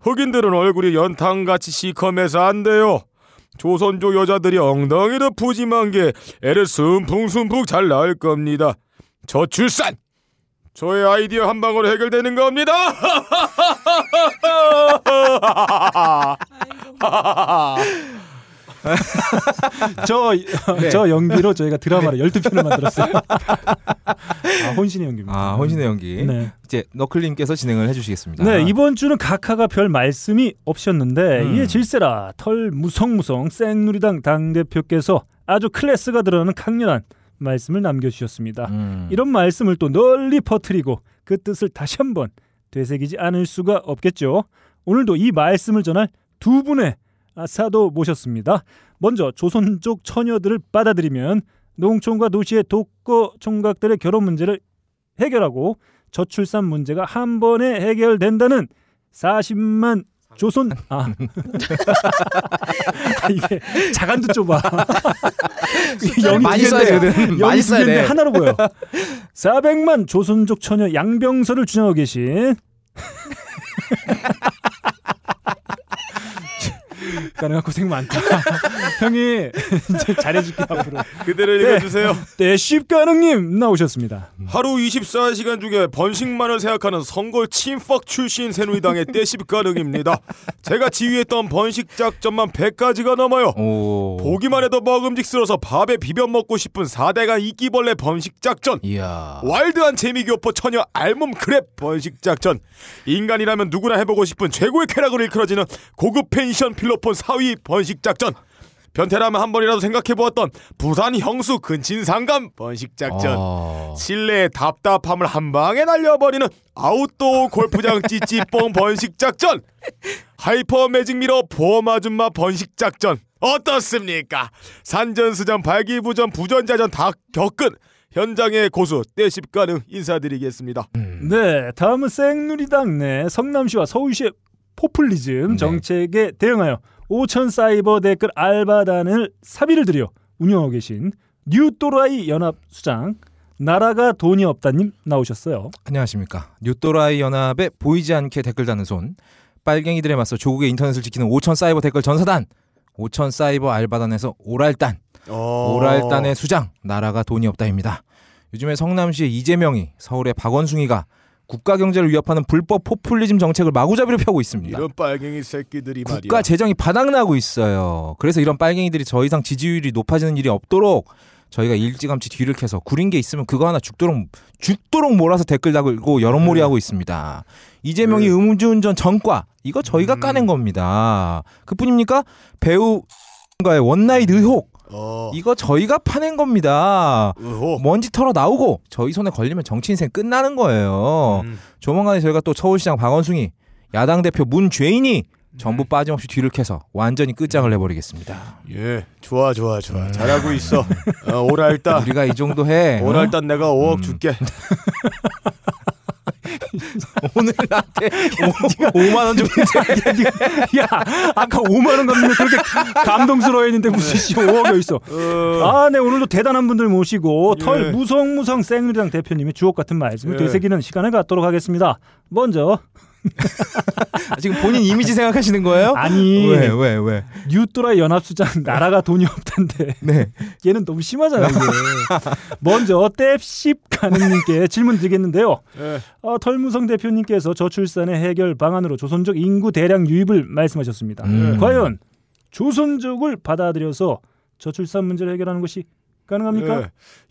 D: 흑인들은 얼굴이 연탕같이 시커매서 안 돼요. 조선족 여자들이 엉덩이도 푸짐한 게 애를 숨풍숨풍 잘 낳을 겁니다. 저출산! 저의 아이디어 한 방으로 해결되는 겁니다!
E: 저, 저 연기로 저희가 드라마를
C: 네.
E: 12편을 만들었어요. 아, 혼신의 연기입니다.
C: 아, 혼신의 연기.
E: 네.
C: 이제 너클님께서 진행을 해주시겠습니다.
E: 네, 이번 주는 각하가 별 말씀이 없으셨는데
C: 음.
E: 이에 질세라 털 무성무성 생누리당 당대표께서 아주 클래스가 드러나는 강렬한 말씀을 남겨주셨습니다.
C: 음.
E: 이런 말씀을 또 널리 퍼뜨리고 그 뜻을 다시 한번 되새기지 않을 수가 없겠죠. 오늘도 이 말씀을 전할 두 분의 아사도 모셨습니다. 먼저 조선족 처녀들을 받아들이면 농촌과 도시의 독거 총각들의 결혼 문제를 해결하고 저출산 문제가 한 번에 해결된다는 40만 조선 아 아, 이게 자간도 좁아 영이
C: 많이
E: 두
C: 써야
E: 개인데,
C: 되거든.
E: 영이
C: 많이
E: 두
C: 써야
E: 개인데
C: 돼.
E: 하나로 보여 400만 조선족 처녀 양병서를 주장하고 계신 가능한 고생 많다 형이 이제 잘해줄게 앞으로
D: 그대로
E: 네.
D: 읽어주세요.
E: 대십가능님 나오셨습니다
D: 하루 24시간 중에 번식만을 생각하는 선골 친퍽 출신 새누리당의 떼십 가능입니다. 제가 지휘했던 번식 작전만 100가지가 넘어요.
C: 오.
D: 보기만 해도 먹음직스러워서 밥에 비벼 먹고 싶은 4대간 이끼벌레 번식 작전.
C: 이야.
D: 와일드한 재미교포 처녀 알몸 크랩 번식 작전. 인간이라면 누구나 해보고 싶은 최고의 쾌락으로 일컬어지는 고급 펜션 필로폰 사위 번식 작전. 변태라면 한 번이라도 생각해보았던 부산 형수 근친상감 번식 작전.
C: 아.
D: 실내의 답답함을 한 방에 날려버리는 아웃도어 골프장 찌찌뽕 번식 작전 하이퍼 매직 미러 보험 아줌마 번식 작전 어떻습니까? 산전수전 발기부전 부전자전 다 겪은 현장의 고수 떼십 가능 인사드리겠습니다.
C: 음.
E: 네, 다음은 생누리당 내 성남시와 서울시의 포퓰리즘 정책에 대응하여 5천 사이버 댓글 알바단을 사비를 들여 운영하고 계신 뉴또라이 연합 수장 나라가 돈이 없다님 나오셨어요.
C: 안녕하십니까. 뉴토라이 연합의 보이지 않게 댓글 다는 손. 빨갱이들에 맞서 조국의 인터넷을 지키는 5천 사이버 댓글 전사단. 5천 사이버 알바단에서 오랄단.
D: 어.
C: 오랄단의 수장 나라가 돈이 없다입니다. 요즘에 성남시의 이재명이 서울의 박원숭이가 국가 경제를 위협하는 불법 포퓰리즘 정책을 마구잡이로 펴고 있습니다.
D: 이런 빨갱이 새끼들이 말이야.
C: 국가 재정이 바닥나고 있어요. 그래서 이런 빨갱이들이 더 이상 지지율이 높아지는 일이 없도록 저희가 일찌감치 뒤를 캐서 구린 게 있으면 그거 하나 죽도록 죽도록 몰아서 댓글 달고
D: 네.
C: 여론몰이하고 있습니다. 이재명이 음주운전 전과 이거 저희가
D: 음.
C: 까낸 겁니다. 그뿐입니까? 배우 가의 원나잇 의혹
D: 어.
C: 이거 저희가 파낸 겁니다.
D: 으호.
C: 먼지 털어 나오고 저희 손에 걸리면 정치 인생 끝나는 거예요.
L: 음.
C: 조만간에 저희가 또 서울시장 박원숭이 야당 대표 문죄인이
D: 네.
C: 전부 빠짐없이 뒤를 캐서 완전히
D: 음.
C: 끝장을 내버리겠습니다.
D: 예, 좋아 좋아 좋아. 잘하고 있어. 어, 오랄단.
C: 우리가 이 정도 해. 어?
D: 오랄단 내가 5억 줄게.
C: 오늘 나한테 5만 원 좀.
E: 야, 아까 5만 원 갔는데 그렇게 감동스러워했는데 무슨 씨 5억이 네. 있어. 예. 아, 네 오늘도 대단한 분들 모시고 털 무성무성 생누리당 대표님의 주옥 같은 말씀을
D: 예.
E: 되새기는 시간을 갖도록 하겠습니다. 먼저
C: 아, 지금 본인 이미지 생각하시는
E: 어?
C: 거예요? 음.
E: 아니
C: 왜, 왜, 왜?
E: 뉴토라 연합수장 나라가 돈이 없던데
C: 네.
E: 얘는 너무 심하잖아요. 이게. 먼저 뎁십 가능님께 질문 드리겠는데요.
C: 네.
E: 어, 털무성 대표님께서 저출산의 해결 방안으로 조선족 인구 대량 유입을
D: 아, 네.
E: 말씀하셨습니다.
C: 음.
E: 과연 조선족을 받아들여서 저출산 문제를 해결하는 것이
C: 네.
E: 가능합니까?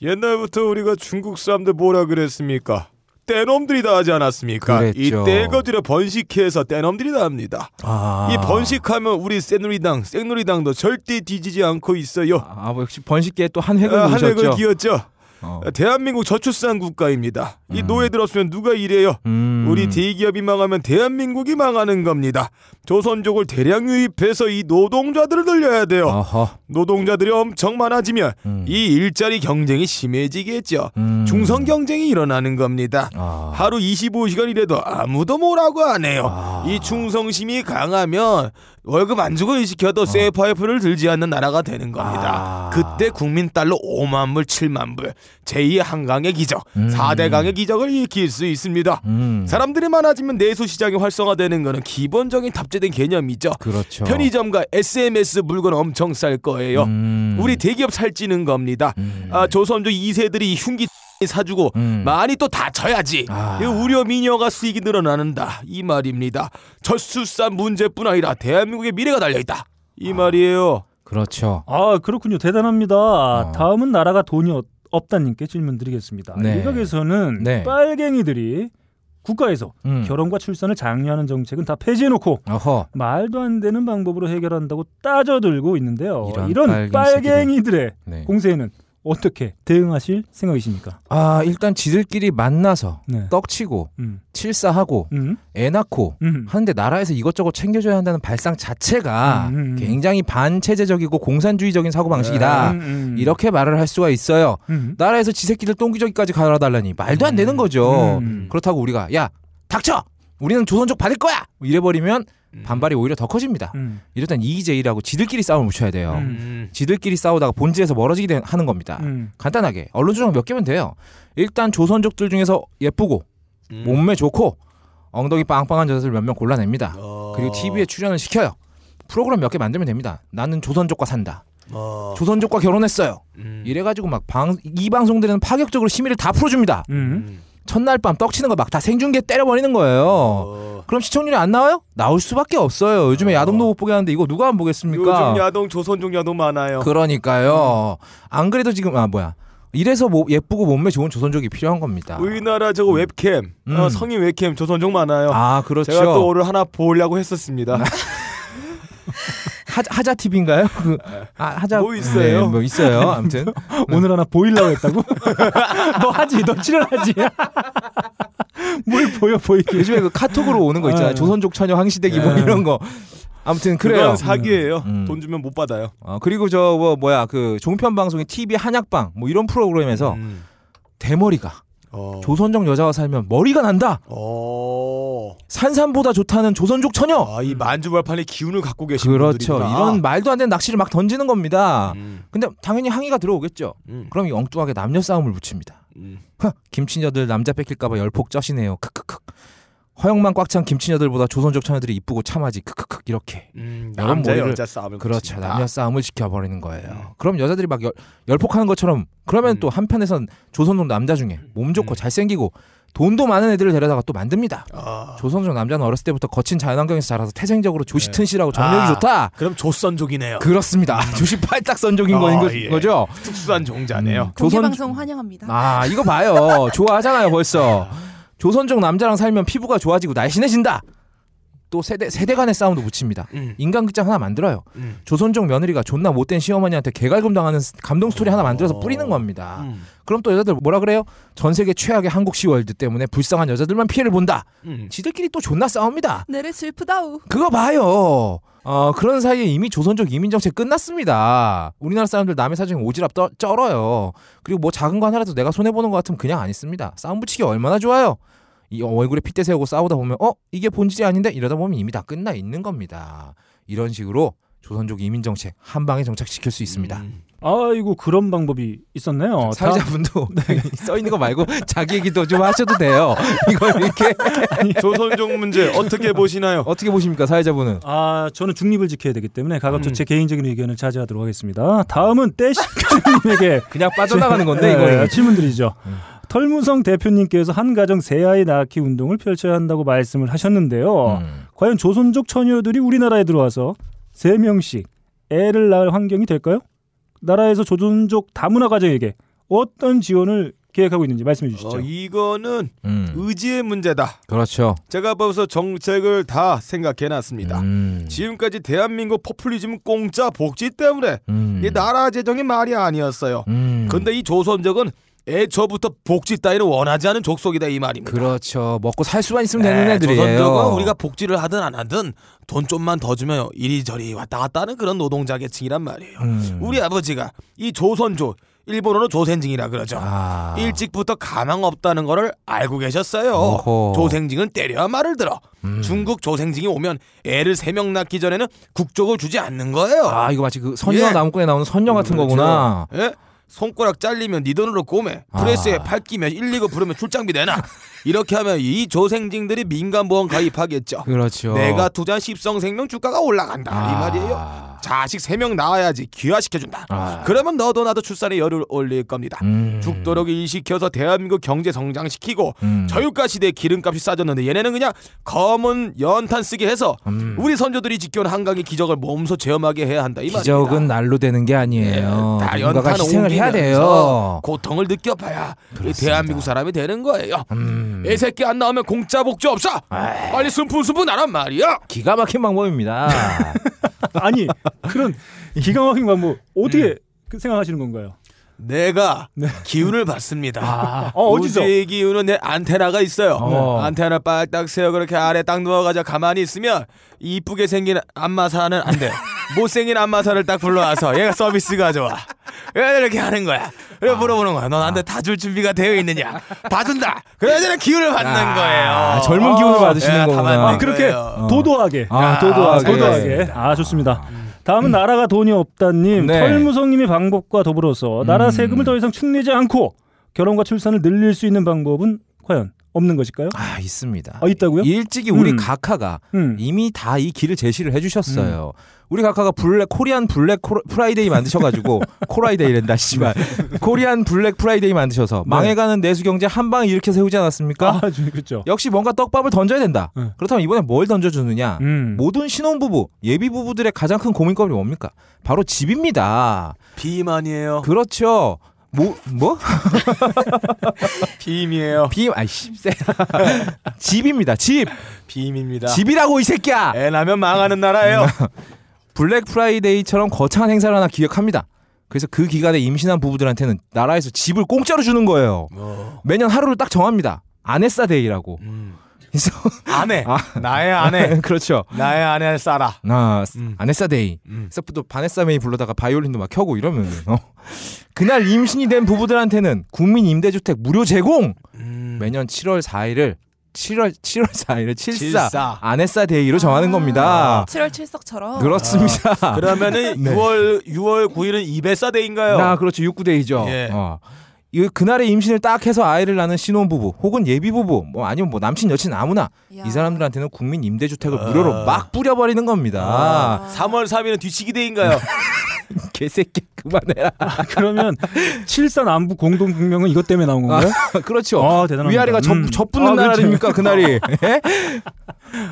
D: 예. 옛날부터 우리가 중국 사람들 뭐라 그랬습니까? 떼놈들이다 하지 않았습니까?
C: 그랬죠.
D: 이 떼거지를 번식해서 떼놈들이다 합니다.
C: 아.
D: 이 번식하면 우리 새누리당, 새누리당도 절대 뒤지지 않고 있어요.
C: 아, 뭐 역시 번식계에 또 한 획을
D: 아, 한
C: 그으셨죠.
D: 획을 기었죠.
C: 어.
D: 대한민국 저출산 국가입니다. 이 노예 들었으면 누가 이래요?
C: 음.
D: 우리 대기업이 망하면 대한민국이 망하는 겁니다. 조선족을 대량 유입해서 이 노동자들을 늘려야 돼요.
C: 어허.
D: 노동자들이 엄청 많아지면
C: 음.
D: 이 일자리 경쟁이 심해지겠죠. 중성 경쟁이 일어나는 겁니다.
C: 아.
D: 하루 25시간 일해도 아무도 뭐라고 안 해요. 이 충성심이 강하면 월급 안 주고 일시켜도 쇠파이프를 들지 않는 나라가 되는 겁니다. 그때 국민 달러 5만 불, 7만 불, 제2의 한강의 기적, 4대 강의 기적을 일으킬 수
C: 음.
D: 있습니다. 사람들이 많아지면 내수 시장이 활성화되는 거는 기본적인 탑재된 개념이죠.
C: 그렇죠.
D: 편의점과 SMS 물건 엄청 쌀 거예요.
C: 음.
D: 우리 대기업 살찌는 겁니다. 아, 조선조 2세들이 흉기 사주고
C: 음.
D: 많이 또 다쳐야지.
C: 아.
D: 이 우려 미녀가 수익이 늘어나는다. 이 말입니다. 저출산 문제뿐 아니라 대한민국의 미래가 달려 있다.
C: 아.
D: 이 말이에요.
C: 그렇죠.
E: 아 그렇군요 대단합니다. 다음은 나라가 돈이 없- 없다님께 질문 드리겠습니다.
C: 아. 네.
E: 일각에서는
C: 네.
E: 빨갱이들이 국가에서
C: 음.
E: 결혼과 출산을 장려하는 정책은 다 폐지해놓고
C: 어허.
E: 말도 안 되는 방법으로 해결한다고 따져들고 있는데요.
C: 이런
E: 이런,
C: 빨갱이
E: 빨갱이들의
C: 네.
E: 공세에는 어떻게 대응하실 생각이십니까?
C: 아, 일단 지들끼리 만나서
E: 네.
C: 떡치고
E: 음.
C: 칠사하고
E: 음.
C: 애 낳고
E: 음.
C: 하는데 나라에서 이것저것 챙겨줘야 한다는 발상 자체가
E: 음, 음, 음.
C: 굉장히 반체제적이고 공산주의적인 사고방식이다.
E: 음, 음.
C: 아, 이렇게 말을 할 수가 있어요.
E: 음.
C: 나라에서 지 새끼들 똥기저귀까지 갈아달라니 말도 안 되는 거죠.
E: 음.
C: 그렇다고 우리가 야 닥쳐 우리는 조선족 받을 거야 이래버리면 반발이 오히려 더 커집니다.
E: 음.
C: 이렇단 이기제일하고 지들끼리 싸움을 붙여야 돼요.
E: 음.
C: 지들끼리 싸우다가 본질에서 멀어지게 되- 하는 겁니다.
E: 음.
C: 간단하게 언론 조정 몇 개면 돼요. 일단 조선족들 중에서 예쁘고 음.
D: 음.
C: 몸매 좋고 엉덩이 빵빵한 자들 몇 명 골라냅니다.
D: 어.
C: 그리고 TV에 출연을 시켜요. 프로그램 몇 개 만들면 됩니다. 나는 조선족과 산다.
D: 어.
C: 조선족과 음. 결혼했어요.
D: 음.
C: 이래가지고 막 이 방송들은 파격적으로 심의를 다 풀어줍니다.
E: 음.
C: 첫날 밤 떡치는 거 막 다 생중계 때려버리는 거예요.
D: 어.
C: 그럼 시청률이 안 나와요? 나올 수밖에 없어요. 요즘에 야동도 못 보게 하는데 이거 누가 안 보겠습니까? 그-
D: 요즘 야동 음. 조선족 야동 많아요.
C: 그러니까요. 안 그래도 지금 아 뭐야 이래서 뭐 예쁘고 몸매 좋은 조선족이 필요한 겁니다.
D: 우리나라 저거 웹캠,
C: 음.
D: 어, 성인 웹캠 조선족 많아요.
C: 아 그렇죠.
D: 제가 또 오늘 하나 보려고 했었습니다.
C: 하, 하자 TV인가요? 그, 아, 하자
D: 뭐 있어요?
C: 네, 뭐 있어요. 아무튼
E: 오늘 하나 보일라고 했다고? 너 하지, 너 출연하지. 뭘 보여 보이게.
C: 요즘에 그 카톡으로 오는 거 있잖아요.
E: 아.
C: 조선족 처녀 황시대기 뭐
E: 예.
C: 이런 거. 아무튼
D: 그건
C: 그래요.
D: 사기예요.
C: 음.
D: 돈 주면 못 받아요.
C: 어, 그리고 저 뭐, 뭐야 그 종편 방송인 TV 한약방 뭐 이런 프로그램에서
D: 음.
C: 대머리가
D: 어.
C: 조선족 여자와 살면 머리가 난다.
D: 어.
C: 산삼보다 좋다는 조선족 처녀.
D: 아, 이 만주발판의 기운을 갖고 계신
C: 그렇죠.
D: 분들이구나.
C: 이런 말도 안 되는 낚시를 막 던지는 겁니다.
D: 음,
C: 근데 당연히 항의가 들어오겠죠.
D: 음,
C: 그럼 이 엉뚱하게 남녀 싸움을 붙입니다.
D: 음.
C: 흥, 김치녀들 남자 뺏길까봐 열폭 쩌시네요. 크크크. 허영만 꽉 찬 김치녀들보다 조선족 처녀들이 이쁘고 참하지. 크크크. 이렇게.
D: 음,
C: 이런
D: 남자
C: 머리를-
D: 여자 싸움을
C: 그렇죠.
D: 붙입니다. 음.
C: 남녀 싸움을 지켜버리는 거예요. 그럼 여자들이 막 열, 열폭하는 것처럼 그러면 또 한편에선 조선족 남자 중에 몸 좋고 잘생기고 돈도 많은 애들을 데려다가 또 만듭니다.
D: 음. 아.
C: 조선족 남자는 어렸을 때부터 거친 자연환경에서 자라서 태생적으로 조시 튼실하고 정력이
D: 아.
C: 좋다.
D: 그럼 조선족이네요.
C: 그렇습니다. 조시 팔딱 선족인
D: 아,
C: 거인 거-
D: 예.
C: 거죠.
D: 특수한 종자네요.
C: 조선-
B: 공개방송 환영합니다.
C: 아 이거 봐요 좋아하잖아요 벌써 조선족 남자랑 살면 피부가 좋아지고 날씬해진다 또 세대 세대 간의 싸움도 붙입니다
D: 음.
C: 인간극장 하나 만들어요
D: 음.
C: 조선족 며느리가 존나 못된 시어머니한테 개갈굼 당하는 스- 감동 스토리 하나 만들어서
D: 어.
C: 뿌리는 겁니다
D: 음.
C: 그럼 또 여자들 뭐라 그래요 전 세계 최악의 한국시 월드 때문에 불쌍한 여자들만 피해를 본다
D: 음.
C: 지들끼리 또 존나 싸웁니다
B: 내래 슬프다우.
C: 그거 봐요. 어, 그런 사이에 이미 조선족 이민 정책 끝났습니다. 우리나라 사람들 남의 사정에 오지랖 떠, 쩔어요. 그리고 뭐 작은 거 하나라도 내가 손해 보는 것 같으면 그냥 안 있습니다. 싸움 붙이기 얼마나 좋아요. 이 얼굴에 핏대 세우고 싸우다 보면 어 이게 본질이 아닌데 이러다 보면 이미 다 끝나 있는 겁니다. 이런 식으로 조선족 이민 정책 한 방에 정착시킬 수 있습니다. 어,
D: 음.
E: 아이고 그런 방법이 있었네요. 다-
C: 사회자분도 써 있는 거 말고 자기 얘기도 좀 하셔도 돼요. 이걸 이렇게
D: 조선족 문제 어떻게 보시나요?
C: 어떻게 보십니까 사회자분은?
E: 아, 저는 중립을 지켜야 되기 때문에
C: 음.
E: 가급적 제 개인적인 의견을 자제하도록 하겠습니다. 다음은 떼시님에게
C: 그냥 빠져나가는 건데 음. 이거
E: 네, 질문드리죠. 털무성 대표님께서 한 가정 세 아이 낳기 운동을 펼쳐야 한다고 말씀을 하셨는데요.
C: 음.
E: 과연 조선족 처녀들이 우리나라에 들어와서 세 명씩 애를 낳을 환경이 될까요? 나라에서 조선족 다문화 가정에게 어떤 지원을 계획하고 있는지 말씀해 주시죠.
D: 어, 이거는
C: 음.
D: 의지의 문제다.
C: 그렇죠.
D: 제가 벌써 정책을 다 생각해놨습니다.
C: 음.
D: 지금까지 대한민국 포퓰리즘 공짜 복지 때문에
C: 음.
D: 이 나라 재정이 말이 아니었어요. 근데 이 조선족은 애초부터 복지 따위를 원하지 않은 족속이다 이 말입니다.
C: 그렇죠. 먹고 살 수만 있으면 되는 애들이에요.
D: 네, 조선족은 우리가 복지를 하든 안 하든 돈 좀만 더 주면 이리저리 왔다 갔다 하는 그런 노동자 계층이란 말이에요.
C: 음.
D: 우리 아버지가 이 조선조 일본어로 조센징이라 그러죠.
C: 아.
D: 일찍부터 가망 없다는 거를 알고 계셨어요.
C: 어허.
D: 조생징은 때려야 말을 들어.
C: 음.
D: 중국 조생징이 오면 애를 세 명 낳기 전에는 국적을 주지 않는 거예요.
C: 아 이거 마치 그 선녀와
D: 예.
C: 나무꾼에 나오는 선녀 같은 거구나. 아.
D: 예? 손가락 잘리면 네 돈으로 꼬매 프레스에 밝히면 119 부르면 출장비 내놔 이렇게 하면 이 조생징들이 민간보험 가입하겠죠
C: 그렇죠. 아.
D: 내가 투자한 십성생명 주가가 올라간다 이 말이에요 자식 세 명 낳아야지 귀화시켜준다 그러면 너도 나도 출산에 열을 올릴 겁니다
C: 음.
D: 죽도록 일시켜서 대한민국 경제 성장시키고
C: 음.
D: 저유가 시대에 기름값이 싸졌는데 얘네는 그냥 검은 연탄 쓰게 해서
C: 음.
D: 우리 선조들이 지켜온 한강의 기적을 몸소 체험하게 해야 한다 이 말이에요
C: 기적은 날로 되는 게 아니에요.
D: 예, 다
C: 어, 누군가가
D: 연탄을
C: 희생을 해야
D: 옮기면서
C: 돼요.
D: 고통을 느껴봐야 이 대한민국 사람이 되는 거예요.
C: 음.
D: 애 새끼 안 나오면 공짜 복지 없어. 빨리 순푼순푼 하란 말이야.
C: 기가 막힌 방법입니다.
E: 아니 그런 기가 막힌 방법 어떻게
C: 네.
E: 그 생각하시는 건가요?
D: 내가 기운을 받습니다.
E: 아, 어, 어디서?
D: 우주의 기운은 내 안테나가 있어요.
C: 어.
D: 안테나 빡딱 세워 그렇게 아래 딱 누워가자 가만히 있으면 이쁘게 생긴 안마사는 안 돼. 못생긴 안마사를 딱 불러와서 얘가 서비스가 좋아. 왜 이렇게 하는 거야? 그래 물어보는 거야. 너 나한테 다 줄 준비가 되어 있느냐? 다 준다. 그래야 되는 기운을 받는 거예요. 어,
C: 아, 젊은 기운을 받으시는
D: 야, 다
C: 거구나.
D: 맞네.
E: 아, 그렇게
C: 어.
D: 거예요.
E: 도도하게.
C: 아, 도도하게.
E: 도도하게. 아, 좋습니다. 다음은 나라가 돈이 없다님.
C: 네. 음.
E: 털무성님의 방법과 더불어서 나라 세금을 더 이상 축내지 않고 결혼과 출산을 늘릴 수 있는 방법은 과연 없는 것일까요?
C: 아 있습니다.
E: 아, 있다고요?
C: 일찍이 우리
E: 음.
C: 각하가
E: 음.
C: 이미 다 이 길을 제시를 해주셨어요. 우리 각하가 블랙 코리안 블랙 코라- 프라이데이 만드셔가지고 코라이데이랜다 씨발 코리안 블랙 프라이데이 만드셔서 망해가는 내수 경제 한 방에 일으켜 세우지 않았습니까?
E: 네. 아, 주- 그렇죠.
C: 역시 뭔가 떡밥을 던져야 된다.
E: 네.
C: 그렇다면 이번에 뭘 던져주느냐?
E: 음.
C: 모든 신혼부부 예비 부부들의 가장 큰 고민거리 뭔입니까? 바로 집입니다.
D: 비만이에요.
C: 그렇죠. 뭐 뭐?
D: 비임이에요.
C: 비 아이 씹새 집입니다. 집
D: 비임입니다.
C: 집이라고 이 새끼야.
D: 애 나면 망하는 나라예요.
C: 블랙 프라이데이처럼 거창한 행사를 하나 기획합니다. 그래서 그 기간에 임신한 부부들한테는 나라에서 집을 공짜로 주는 거예요.
D: 어.
C: 매년 하루를 딱 정합니다. 아내싸데이라고. 그래서
D: 아내.
C: 아.
D: 나의 아내.
C: 그렇죠.
D: 나의 아내를 싸라.
C: 나
D: 음.
C: 아네사데이
D: 음.
C: 서프도 바네사메이 불러다가 바이올린도 막 켜고 이러면 어. 그날 임신이 된 부부들한테는 국민 임대주택 무료 제공 매년 7월 4일을 7월 7월 4일을 74,
D: 칠사.
C: 아네사데이로 정하는 겁니다.
B: 7월
D: 아.
B: 7석처럼.
C: 아. 그렇습니다.
D: 그러면은
C: 네.
D: 6월 6월 9일은 이베사데인가요?
C: 나 그렇죠 69데이죠.
D: 예.
C: 어. 이 그날의 임신을 딱 해서 아이를 낳는 신혼부부 혹은 예비부부 뭐 아니면 뭐 남친 여친 아무나
B: 야.
C: 이 사람들한테는 국민 임대주택을
D: 아.
C: 무료로 막 뿌려버리는
E: 아.
C: 겁니다.
D: 3월 아, 3일은 뒤치기 데인가요?
C: 개새끼 그만해라.
E: 그러면 칠산 안부 공동 분명은 이것 때문에 나온 건가요?
C: 그렇죠.
E: 아, 대단합니다.
C: 위아래가 접,
E: 음.
C: 접붙는
E: 아, 그렇죠.
C: 날 아닙니까 그날이. 예?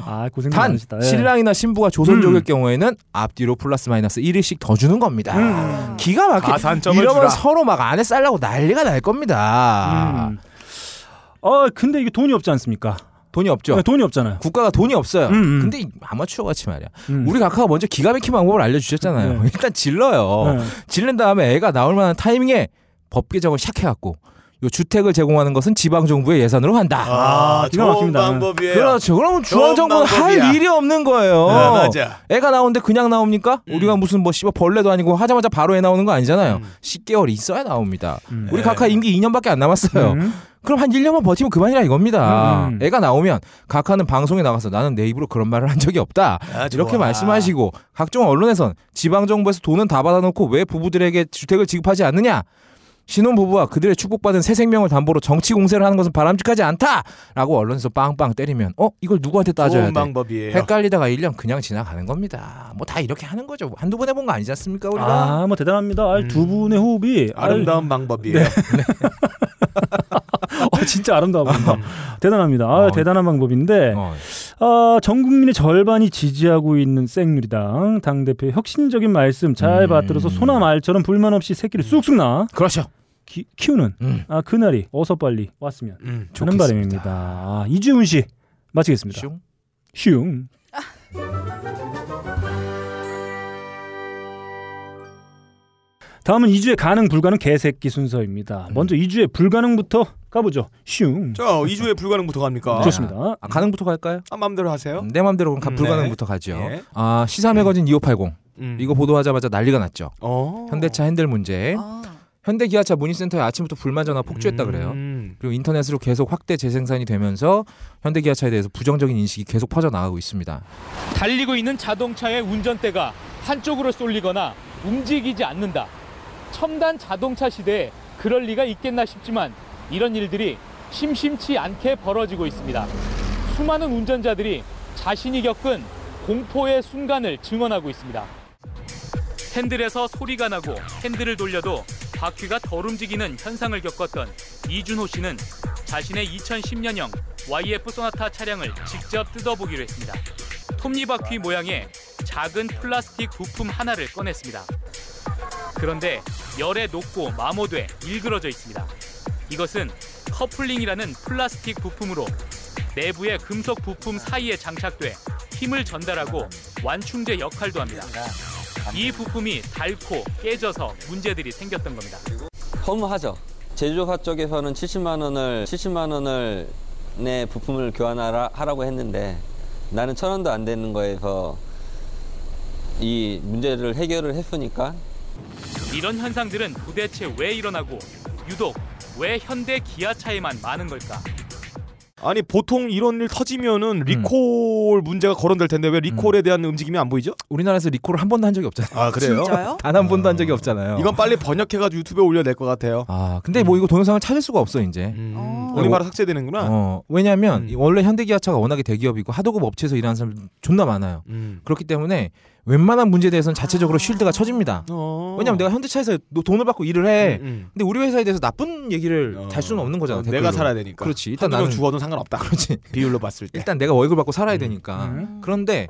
E: 아, 고생
C: 단
E: 많으시다. 예. 음.
C: 신랑이나 신부가 조선족일 경우에는 앞뒤로 플러스 마이너스 1일씩 더 주는 겁니다.
E: 음.
C: 기가 막히게
D: 가산점을
C: 이러면
D: 주라.
C: 서로 막 안에 쌀라고 난리가 날 겁니다.
E: 음. 아, 근데 이게 돈이 없지 않습니까?
C: 돈이 없죠.
E: 네, 돈이 없잖아요.
C: 국가가 돈이 없어요.
E: 음, 음.
C: 근데 이 아마추어 같이 말이야.
E: 음.
C: 우리 각하가 먼저 기가 막힌 방법을 알려주셨잖아요.
E: 네.
C: 일단 질러요.
E: 네.
C: 질른 다음에 애가 나올 만한 타이밍에 법 개정을 샥 해갖고 요 주택을 제공하는 것은 지방 정부의 예산으로 한다.
D: 아,
E: 기가
D: 좋은
E: 막힙니다.
D: 방법이에요.
C: 그렇죠. 그럼
D: 좋은
C: 중앙 정부는
D: 방법이야.
C: 할 일이 없는 거예요.
D: 네, 맞아. 음.
C: 애가 나오는데 그냥 나옵니까? 우리가 무슨 뭐 씨발 벌레도 아니고 하자마자 바로 애 나오는 거 아니잖아요. 10개월 있어야 나옵니다.
E: 음.
C: 우리
D: 네.
C: 각하 임기 2년밖에 안 남았어요.
E: 음.
C: 그럼 한 1년만 버티면 그만이라 이겁니다.
E: 음.
C: 애가 나오면 각하는 방송에 나가서 나는 내 입으로 그런 말을 한 적이 없다.
D: 아, 좋아.
C: 이렇게 말씀하시고 각종 언론에선 지방 정부에서 돈은 다 받아놓고 왜 부부들에게 주택을 지급하지 않느냐? 신혼 부부와 그들의 축복받은 새 생명을 담보로 정치 공세를 하는 것은 바람직하지 않다라고 언론에서 빵빵 때리면 어 이걸 누구한테 따져야
D: 아, 좋은
C: 돼?
D: 방법이에요.
C: 헷갈리다가 1년 그냥 지나가는 겁니다. 뭐 다 이렇게 하는 거죠. 한두 번 해본 거 아니지 않습니까 우리가?
E: 아, 뭐
C: 음. 네.
E: 대단합니다. 아, 두 분의 호흡이 아유,
D: 아름다운 방법이에요.
E: 어, 진짜 아름다워 보인다. 대단합니다. 아,
C: 어.
E: 대단한 방법인데
C: 어.
E: 아, 전 국민의 절반이 지지하고 있는 새누리당 당 대표의 혁신적인 말씀 잘 받들어서 소나 말처럼 불만 없이 새끼를 쑥쑥 낳아
C: 그렇죠.
E: 키, 키우는
C: 음.
E: 아 그날이 어서 빨리
D: 음,
E: 왔으면 하는 바람입니다. 아, 이주훈 씨 마치겠습니다.
C: 슝.
E: 슝. 다음은 2주의 가능 불가능 개새끼 순서입니다. 먼저 2주의 불가능부터 가보죠. 슝.
D: 자, 2주에 불가능부터 갑니까?
E: 좋습니다.
C: 아, 가능부터 갈까요?
D: 아, 마음대로 하세요.
C: 내 맘대로 그럼 가-
D: 음,
C: 불가능부터 가죠.
D: 예.
C: 아, 시사 매거진 2580.
D: 음.
C: 이거 보도하자마자 난리가 났죠.
D: 어.
C: 현대차 핸들 문제.
B: 아,
C: 현대 기아차 문의센터에 아침부터 불만 전화 폭주했다 그래요.
D: 음.
C: 그리고 인터넷으로 계속 확대 재생산이 되면서 현대 기아차에 대해서 부정적인 인식이 계속 퍼져 나가고 있습니다.
M: 달리고 있는 자동차의 운전대가 한쪽으로 쏠리거나 움직이지 않는다. 첨단 자동차 시대에 그럴 리가 있겠나 싶지만 이런 일들이 심심치 않게 벌어지고 있습니다. 수많은 운전자들이 자신이 겪은 공포의 순간을 증언하고 있습니다. 핸들에서 소리가 나고 핸들을 돌려도 바퀴가 덜 움직이는 현상을 겪었던 이준호 씨는 자신의 2010년형 YF 소나타 차량을 직접 뜯어보기로 했습니다. 톱니바퀴 모양의 작은 플라스틱 부품 하나를 꺼냈습니다. 그런데 열에 녹고 마모돼 일그러져 있습니다. 이것은 커플링이라는 플라스틱 부품으로 내부의 금속 부품 사이에 장착돼 힘을 전달하고 완충제 역할도 합니다. 이 부품이 닳고 깨져서 문제들이 생겼던 겁니다.
N: 허무하죠. 제조사 쪽에서는 70만 원을 70만 원을 내 부품을 교환하라 하라고 했는데 나는 천 원도 안 되는 거에서 이 문제를 해결을 했으니까
M: 이런 현상들은 도대체 왜 일어나고 유독 왜 현대 기아차에만 많은 걸까?
D: 아니 보통 이런 일
C: 음.
D: 터지면은 리콜 문제가 거론될 텐데 왜 리콜에 대한 움직임이 안 보이죠?
C: 우리나라에서 리콜을 한 번도 한 적이 없잖아요.
D: 아 그래요?
B: 진짜요?
C: 단 한 번도 한 적이 없잖아요.
D: 이건 음. 빨리 번역해가지고 유튜브에 올려야 될 것 같아요.
C: 아, 근데 뭐 이거 동영상을 찾을 수가 없어 이제.
D: 음.
B: 어.
D: 우리말로 삭제되는구나.
C: 음. 어, 왜냐하면
D: 음.
C: 이 원래 현대기아차가 워낙에 대기업이고 하도급 업체에서 일하는 사람 존나 많아요.
D: 음.
C: 그렇기 때문에 웬만한 문제에 대해서는
B: 아.
C: 자체적으로 쉴드가 쳐집니다.
D: 어.
C: 왜냐면 내가 현대차에서 노- 돈을 받고 일을 해.
D: 음, 음.
C: 근데 우리 회사에 대해서 나쁜 얘기를
D: 어.
C: 달 수는 없는 거잖아.
D: 어,
C: 댓글로.
D: 내가 살아야 되니까.
C: 그렇지. 일단
D: 일단 나는
C: 나는
D: 죽어도 상관없다.
C: 그렇지.
D: 비율로 봤을 때.
C: 일단 내가 월급 받고 살아야 되니까.
E: 음.
C: 그런데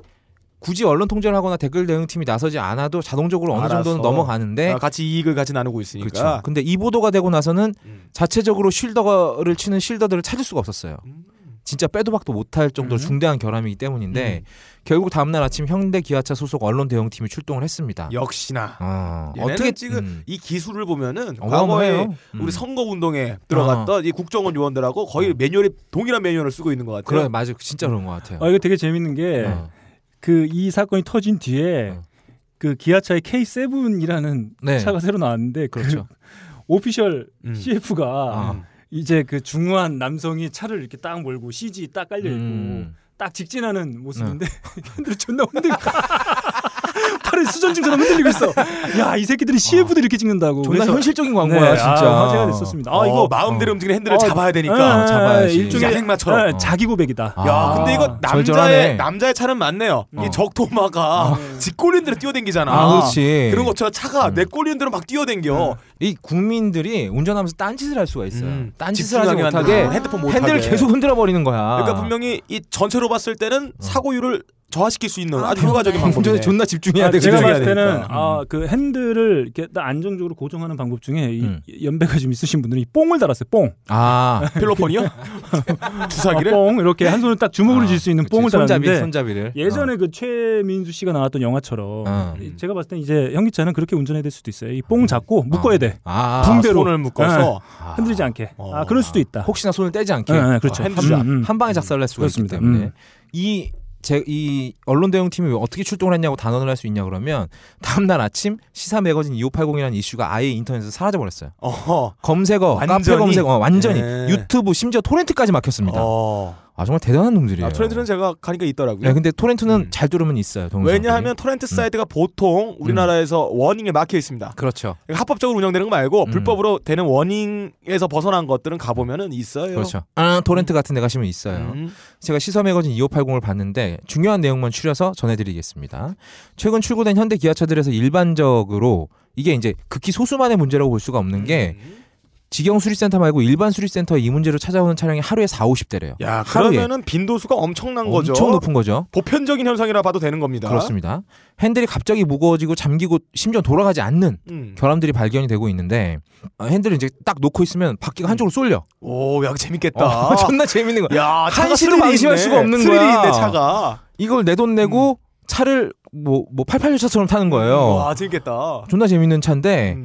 C: 굳이 언론 통제를 하거나 댓글 대응팀이 나서지 않아도 자동적으로 어느
D: 알아서.
C: 정도는 넘어가는데
D: 아, 같이 이익을 같이 나누고 있으니까.
C: 그렇죠. 근데 이 보도가 되고 나서는
D: 음.
C: 자체적으로 쉴더를 치는 쉴더들을 찾을 수가 없었어요.
D: 음.
C: 진짜 빼도 박도 못할 정도로
E: 음.
C: 중대한 결함이기
D: 음.
C: 때문인데 결국 다음날 아침 현대 기아차 소속 언론 대응팀이 출동을 했습니다.
D: 역시나.
C: 어,
D: 얘네는
C: 어떻게
D: 지금
C: 음,
D: 이 기술을 보면은 과거에
C: 어마어마해요. 음. 어.
D: 우리 선거 운동에 들어갔던 이 국정원 요원들하고 거의 매뉴얼이 동일한 매뉴얼을 쓰고 있는 것 같아요.
C: 그래 맞아 진짜 그런 것 같아요.
E: 아 이거 되게 재밌는 게
C: 어.
E: 그 이 사건이 터진 뒤에
C: 어.
E: 그 기아차의 K7이라는
C: 네.
E: 차가 새로 나왔는데 그
C: 그렇죠.
E: 오피셜
D: 음.
E: CF가
C: 아.
E: 이제 그 중후한 남성이 차를 이렇게 딱 몰고 CG 딱 깔려 있고
C: 음. 네.
E: 딱 직진하는 모습인데 핸들을 존나 흔들고 팔을 수전증처럼 흔들리고 있어. 야 이 새끼들이 CF도 이렇게 찍는다고.
C: 아. 존나
E: 그래서-
C: 현실적인
E: 네,
C: 광고야 진짜.
E: 아, 화제가 됐었습니다. 아
D: 어,
E: 이거
D: 마음대로 움직이는 핸들을
E: 어,
D: 잡아야 되니까.
E: 예, 예,
C: 그러니까 잡아야지.
E: 일종의
D: 야생마처럼.
E: 예, 자기 고백이다.
C: 아.
D: 야, 근데 이거 남자의
C: 절절하네.
D: 남자의 차는 맞네요. 이
C: 어.
D: 적토마가 직골인들을 뛰어댕기잖아.
C: 아, 그렇지.
D: 그런 것처럼 차가
C: 음.
D: 내 꼴인들을 막 뛰어댕겨.
C: 이 국민들이 운전하면서 딴짓을 할 수가 있어요.
D: 음.
C: 딴짓을 하지
D: 집중하게
C: 못하게
D: 만들고 핸드폰 못하게.
C: 핸들을 계속 아. 어. 흔들어 버리는 거야.
D: 그러니까 분명히 이 전체로 봤을 때는 사고율을 저하시킬 수 있는
B: 아,
D: 아주 효과적인
B: 그러네.
D: 방법이네.
C: 음, 운전에 존나 집중해야 음.
E: 아,
C: 돼.
E: 제가
C: 그죠?
E: 봤을 때는
D: 되니까.
E: 아, 그 핸들을 이렇게 딱 안정적으로 고정하는 방법 중에 이
C: 음.
E: 연배가 좀 있으신 분들은 이 뽕을 달았어요. 뽕,
C: 아
D: 필로폰이요?
E: 아,
D: 주사기를?
E: 뽕 이렇게 한 손을 딱 주먹으로 쥘 수 있는
C: 아, 그렇지.
E: 뽕을
C: 손잡이
E: 달았는데
C: 손잡이를
E: 예전에 그 최민수 씨가 나왔던 영화처럼
C: 어.
E: 제가 봤을 땐 이제 현기차는 그렇게 운전해야 될 수도 있어요. 이 뽕 잡고
D: 음.
E: 묶어야 돼.
C: 아, 네.
E: 붕대로
D: 손을 묶어서.
E: 예, 흔들리지 않게.
D: 어.
E: 아 그럴 수도 있다.
C: 혹시나 손을 떼지 않게
E: 예, 예, 그렇죠.
D: 어, 핸드샷.
E: 음, 음.
C: 한 방에 작살을 할 수가
E: 그렇습니다.
C: 있기 때문에
E: 음.
C: 이 제, 이 언론 대응 팀이 왜 어떻게 출동을 했냐고 단언을 할 수 있냐 그러면 다음 날 아침 시사 매거진 2580이라는 이슈가 아예 인터넷에서 사라져 버렸어요.
D: 어허.
C: 검색어, 카페
D: 완전히?
C: 검색어 어, 완전히
D: 예.
C: 유튜브 심지어 토렌트까지 막혔습니다.
D: 어.
C: 아 정말 대단한 놈들이에요.
D: 아, 토렌트는 제가 가니까 있더라고요.
C: 네, 그렇죠. 음. 근데 토렌트는
D: 음.
C: 잘 들으면 있어요. 동영상들이.
D: 왜냐하면 토렌트 사이트가 보통 우리나라에서 워닝에 막혀 있습니다.
C: 그렇죠.
D: 그러니까 합법적으로 운영되는 거 말고
C: 음.
D: 불법으로 되는 워닝에서 벗어난 것들은 가보면은 있어요.
C: 그렇죠. 아, 토렌트 같은 데 가시면 있어요.
D: 음.
C: 제가 시사 매거진 2580을 봤는데 중요한 내용만 추려서 전해드리겠습니다. 최근 출고된 현대 예.
D: 음.
C: 기아차들에서 일반적으로 이게 이제 극히 소수만의 문제라고 볼 수가 없는 게 직영 수리센터 말고 일반 수리센터에 이 문제로 찾아오는 차량이 하루에 4, 50대래요.
D: 야,
C: 하루에.
D: 그러면은 빈도수가 엄청난 거죠.
C: 엄청 높은 거죠.
D: 보편적인 현상이라 봐도 되는 겁니다.
C: 그렇습니다. 핸들이 갑자기 무거워지고 잠기고 심지어 돌아가지 않는
D: 음.
C: 결함들이 발견이 되고 있는데 어, 핸들을 이제 딱 놓고 있으면 바퀴가 한쪽으로 쏠려.
D: 오, 야 재밌겠다.
C: 어, 존나 재밌는 거야.
D: 야, 차가
C: 한시도
D: 스릴이
C: 방심할
D: 있네.
C: 수가 없는
D: 스릴이
C: 거야.
D: 있네, 차가.
C: 이걸 내 돈 내고 차를 뭐 뭐 886차처럼 타는 거예요.
D: 음. 와, 음. 재밌겠다.
C: 존나 음, 재밌는 차인데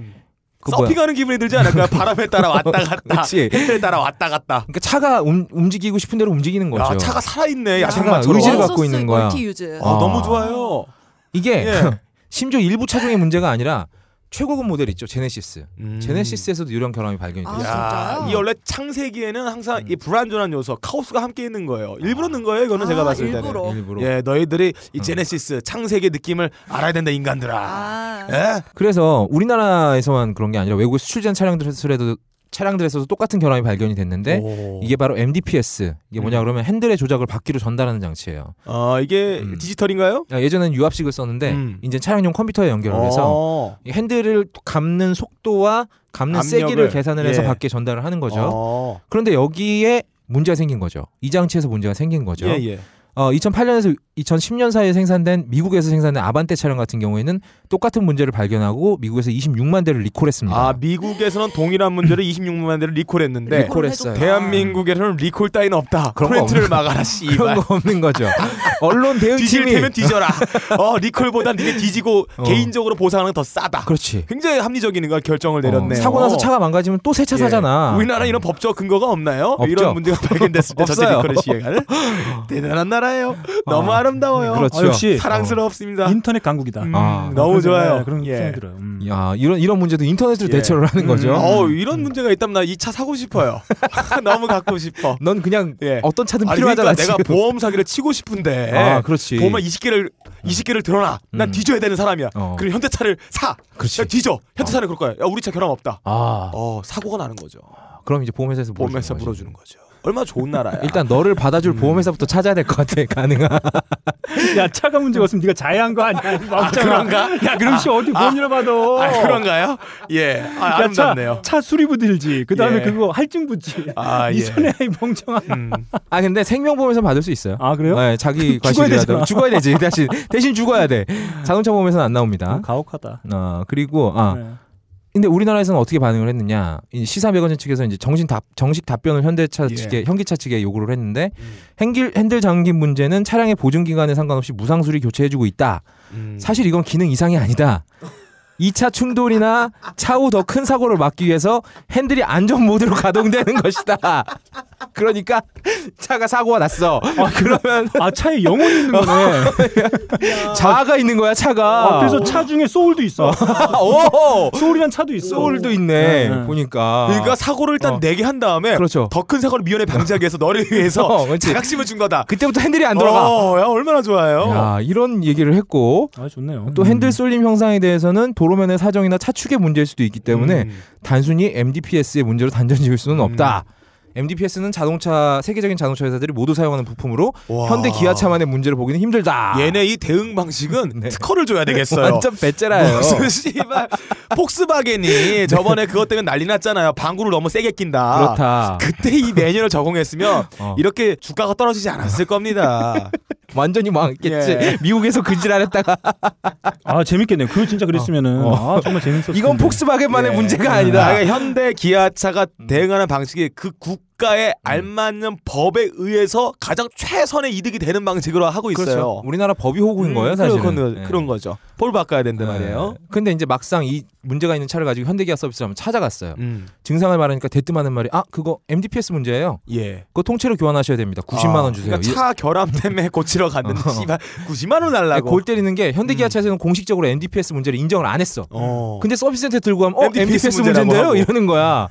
C: 그 뭐야.
D: 서핑하는 기분이 들지 않을까요? 바람에 따라 왔다 갔다.
C: 그치.
D: 에 따라 왔다 갔다.
C: 그러니까 차가 움, 움직이고 싶은 대로 움직이는 거죠.
D: 야, 아, 차가 살아있네.
C: 차가
D: 야생마처럼.
C: 의지를
B: 어.
C: 갖고 있는 거야.
B: 유즈.
D: 어, 너무 좋아요.
C: 이게
D: 예.
C: 심지어 일부 차종의 문제가 아니라 최고급 모델 있죠 제네시스. 제네시스에서도 이런 결함이 발견이 됐어요.
D: 음. 아, 야, 이 원래 창세기에는 항상
C: 음.
D: 이 불안전한 요소, 카오스가 함께 있는 거예요. 일부러 넣은 거예요, 이거는 제가 봤을 때는.
C: 아, 일부러.
D: 예, 너희들이 이
C: 음.
D: 제네시스 창세기 느낌을 알아야 된다 인간들아.
C: 네,
D: 예?
C: 그래서 우리나라에서만 그런 게 아니라 외국에 수출된 차량들에서도 차량들에서도 똑같은 결함이 발견이 됐는데 이게 바로 MDPS 이게 뭐냐
D: 음.
C: 그러면 핸들의 조작을 바퀴로 전달하는 장치예요.
D: 아 이게
C: 음.
D: 디지털인가요?
C: 예전엔 유압식을 썼는데 이제 차량용 컴퓨터에 연결을
D: 음. 어.
C: 해서 이 핸들을 감는 속도와 감는
D: 압력을.
C: 세기를 계산을 해서
D: 예.
C: 밖에 전달을 하는 거죠.
D: 어.
C: 그런데 여기에 문제가 생긴 거죠. 이 장치에서 문제가 생긴 거죠.
D: 예, 예.
C: 어, 2008년에서 2010년 사이에 생산된 미국에서 생산된 아반떼 차량 같은 경우에는 똑같은 문제를 발견하고 미국에서 26만 대를 리콜했습니다.
D: 아 미국에서는 동일한 문제를 26만 대를 리콜했는데
C: 음. 리콜했어요. 아.
D: 대한민국에서는 리콜 따위는 없다.
C: 그런 거
D: 포인트를
C: 없는-
D: 막아라 씨.
C: 그런 거 없는 거죠. 언론
D: 뒤질
C: 대응팀이
D: 테면 뒤져라. 어 리콜보다 네게 뒤지고
C: 어.
D: 개인적으로 보상하는 거 더 싸다.
C: 그렇지.
D: 굉장히 합리적인 걸 결정을 내렸네요.
C: 어.
D: 어. 예.
C: 사고 나서 차가 망가지면 또 새 차 사잖아.
D: 우리나라 이런 법적 근거가 없나요?
C: 없죠.
D: 이런 문제가 발견됐을 때 전체
C: 없어요.
D: 리콜을 시행하는 대단한 나라예요. 너무 아름다워요.
C: 그렇죠.
D: 아, 역시 사랑스럽습니다.
E: 인터넷 강국이다.
C: 아.
D: 음. 너무 좋아요.
E: 그런
D: 예.
E: 생각이 들어요. 음.
C: 야, 이런 이런 문제도 인터넷으로
D: 예.
C: 대처를 하는
D: 음.
C: 거죠.
D: 어, 이런 문제가 있다면 나 이 차 사고 싶어요. 너무 갖고 싶어.
C: 넌 그냥 어떤 차든
D: 예. 아니,
C: 음, 필요하잖아.
D: 그러니까 내가
C: 지금.
D: 보험 사기를 치고 싶은데.
C: 아, 그렇지. 음.
D: 보험 20개를 20개를 들어놔. 난 뒤져야 되는 사람이야.
C: 어.
D: 그리고 현대차를 사. 야, 뒤져. 현대차는 그럴 거야. 야, 우리 차 결함 없다.
C: 아.
D: 어, 사고가 나는 거죠.
C: 그럼 이제 보험회사에서
D: 보험회사 물어주는 거죠. 얼마나 좋은 나라야. 음.
C: 일단 너를 받아줄 보험회사부터 찾아야 될 것 같아. 가능한.
E: 야 차가 문제가 없으면 네가 자해한 거 아니야? 아,
D: 그런가?
E: 야 그럼 씨
D: 아,
E: 어디
D: 아.
E: 보험이라 봐도.
D: 아, 그런가요? 예. 아,
C: 그러니까
E: 야, 차,
D: 아름답네요.
E: 차 수리부 들지. 그 다음에
D: 예.
E: 그거 할증 붙지.
D: 아,
E: 이
D: 예. 음.
E: 손에 이 멍청한.
C: 아 근데 생명보험에서 받을 수 있어요. 아
E: 그래요?
C: 네, 자기
E: 죽어야 되잖아.
C: 과실이라도 죽어야 되지. 대신 대신 죽어야 돼. 자동차 보험에서는 안 나옵니다.
E: 가혹하다.
C: 아 그리고 아
E: 네.
C: 근데 우리나라에서는 어떻게 반응을 했느냐? 이 시사매거진 측에서 이제 정신 답 정식 답변을 현대차
D: 예.
C: 측에 현기차 측에 요구를 했는데
E: 음.
C: 핸길 핸들 잠긴 문제는 차량의 보증 기간에 상관없이 무상 수리 교체해주고 있다.
D: 음.
C: 음. 사실 이건 기능 이상이 아니다. 2차 충돌이나 차후 더 큰 사고를 막기 위해서 핸들이 안전 모드로 가동되는 것이다. 그러니까 차가 사고가 났어. 그러면
E: 아 차에 영혼이 있는 거네.
C: 자아가 있는 거야 차가.
E: 아, 그래서 차 중에 소울도 있어.
D: 아, 오!
E: 소울이란 차도 있어.
C: 소울도 있네. 보니까.
D: 그러니까 사고를 일단 내게 한 다음에
C: 어. 그렇죠.
D: 더 큰 사고를 미연에 방지하기 위해서 너를 위해서
C: 어, 그렇지.
D: 자각심을 준 거다.
C: 그때부터 핸들이 안 돌아가.
D: 어, 음. 야, 얼마나 좋아요.
C: 야, 이런 얘기를 했고
E: 아, 좋네요.
C: 또 핸들 쏠림 현상에 대해서는 도로면의 사정이나 차축의 문제일 수도 있기
D: 음.
C: 때문에 단순히 MDPS의 문제로 단정 지을 수는 없다. MDPS는 자동차 세계적인 자동차 회사들이 모두 사용하는 부품으로
D: 와.
C: 현대 기아차만의 문제를 보기는 힘들다.
D: 얘네 이 대응 방식은 특허를 줘야 되겠어요.
C: 아. 네. 완전 배째라예요.
D: 무슨 씨발 폭스바겐이 저번에 그것 때문에 난리 났잖아요. 방구를 너무 세게 낀다.
C: 그렇다.
D: 그때 이 매뉴얼 적용했으면
C: 어.
D: 이렇게 주가가 떨어지지 않았을 겁니다.
C: 완전히 망했겠지.
D: 예.
C: 미국에서 그지랄했다가
E: 아 재밌겠네. 그거 진짜 그랬으면은
D: 어.
E: 아 정말 재밌었어.
C: 이건 폭스바겐만의 문제가 아니다. 음.
D: 아, 그러니까 현대 기아차가 대응하는 방식이 그 국가에 알맞는 법에 의해서 가장 최선의 이득이 되는 방식으로 하고 있어요.
C: 그렇죠. 우리나라 법이 호구인
D: 음,
C: 거예요, 사실은. 네.
D: 그런, 거-
C: 예.
D: 그런 거죠. 볼 바꿔야 된다 말이에요.
C: 근데 이제 막상 이 문제가 있는 차를 가지고 현대기아 서비스를 한번 찾아갔어요.
D: 음.
C: 증상을 말하니까 대뜸 하는 말이 아 그거 MDPS 문제예요.
D: 예.
C: 그거 통째로 교환하셔야 됩니다. 90만 원 주세요. 예.
D: 그러니까 차 결함 때문에 고치러 갔는데
C: 어.
D: 씨발 90만 원
C: 아니,
D: 달라고.
C: 예,
D: 음.
C: 골 때리는 게 현대기아차에서는 공식적으로 MDPS 문제를 인정을 안 했어.
D: 어.
C: 근데 서비스 센터 들고 가면 어
D: MDPS
C: MDPS
D: 문제라고
C: 문제인데요
D: 하고.
C: 이러는 거야.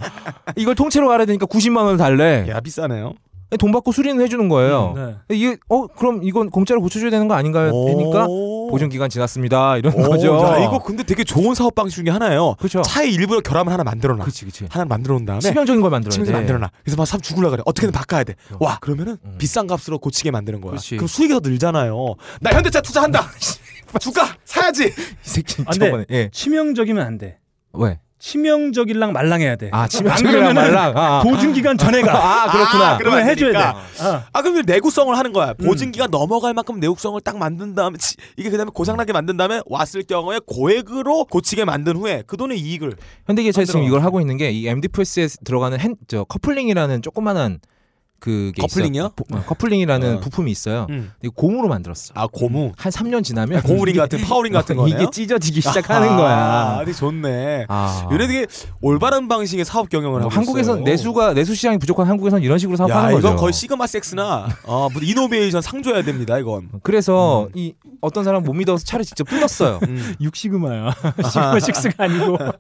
C: 이걸 통째로 알아야 되니까 90만 원을 달래.
D: 야 비싸네요.
C: 돈 받고 수리는 해주는 거예요.
D: 음,
C: 이게 어 그럼 이건 공짜로 고쳐줘야 되는 거 아닌가요? 하니까 어, 그러니까 보증 기간 지났습니다 이런
D: 오,
C: 거죠.
D: 야, 이거 근데 되게 좋은 사업 방식 중에 하나예요. 차에 일부러 결함을 하나 만들어 놔. 하나 만들어 놓은 다음에
C: 치명적인 걸 만들어야
D: 아, 네. 치명적인
C: 돼. 음. 그렇죠.
D: 만들어 놔. 그래서 막 사람 죽으려 그래. 어떻게든 바꿔야 돼. 와, 그러면은 비싼 값으로 고치게 만드는 거야.
C: 그렇지.
D: 그럼 수익이 더 늘잖아요. 나 현대차 투자한다. 주가 사야지.
C: 이 새끼
D: 아,
C: 예.
E: 안돼. 치명적이면 안 돼.
C: 왜?
E: 치명적일랑 말랑해야 돼.
C: 아,
D: 치명적일랑
E: 안 그러면은
D: 말랑. 아.
E: 보증기간 전에 가.
D: 아, 그렇구나.
E: 그러면
D: 안
E: 해줘야 돼.
D: 되니까.
E: 어.
D: 아 그럼 이제 내구성을 하는 거야.
C: 음.
D: 보증기가 넘어갈 만큼 내구성을 딱 만든 다음에 치- 이게 그다음에 고장나게 만든 다음에 왔을 경우에 고액으로 고치게 만든 후에 그 돈의 이익을
C: 현대기아차에 지금
D: 만들어.
C: 이걸 하고 있는 게 이 MD 프레스에 들어가는 핸, 저 커플링이라는 조그만한 그게
D: 커플링이요?
C: 있어요. 보- 어, 커플링이라는
D: 어.
C: 부품이 있어요.
D: 음.
C: 근데 고무로 만들었어.
D: 아 고무.
C: 한 3년 지나면
D: 고무링 같은
C: 이게-
D: 파워링 같은
C: 어,
D: 거네요.
C: 이게 찢어지기 시작하는
D: 아하,
C: 거야.
D: 되게 좋네.
C: 아.
D: 이래 되게 올바른 방식의 사업 경영을
C: 뭐
D: 하고
C: 한국에선
D: 있어요.
C: 내수가 내수 시장이 부족한 한국에선 이런 식으로
D: 야,
C: 사업하는
D: 이건
C: 거죠.
D: 거의 시그마 섹스나 어, 뭐 이노베이션 상줘야 됩니다. 이건. 음.
C: 그래서 이 어떤 사람 못 믿어서 차를 직접 뜯었어요.
E: 육시그마야. 시그마 식스가 아니고.
D: 아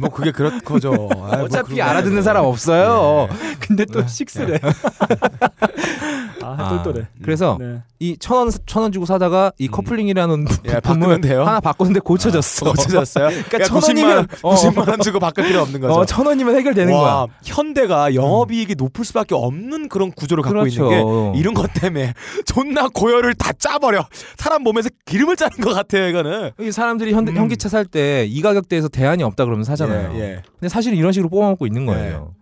D: 뭐 그게 그렇거죠. 아이, 뭐
C: 어차피
D: 그런 네. 거
C: 알아듣는 네.
D: 아니고.
C: 사람 없어요.
E: 근데 또 식스래. 네. 아, 똘똘해.
C: 그래서
D: 음.
E: 네.
C: 이 천 원 천 원 주고 사다가 이 커플링이라는 부품을
D: 바꾸면 돼요?
C: 하나 바꿨는데 고쳐졌어.
D: 아, 고쳐졌어요?
C: 그러니까
D: 그러니까
C: 천
D: 90만 원,
C: 원이면
D: 90만 원 주고 바꿀 필요 없는 거죠.
C: 어, 천 원이면 해결되는
D: 와,
C: 거야.
D: 현대가 영업이익이 높을 수밖에 없는 그런 구조를 갖고 있는
C: 음. 그렇죠.
D: 게 이런 것 때문에 존나 고열을 다 짜버려. 사람 몸에서 기름을 짜는 것 같아요. 이거는.
C: 이 사람들이 현, 현기차 살 때 이 가격대에서 대안이 없다 그러면 사잖아요.
D: 음. 예, 예.
C: 근데 사실 이런 식으로 뽑아먹고 있는 거예요.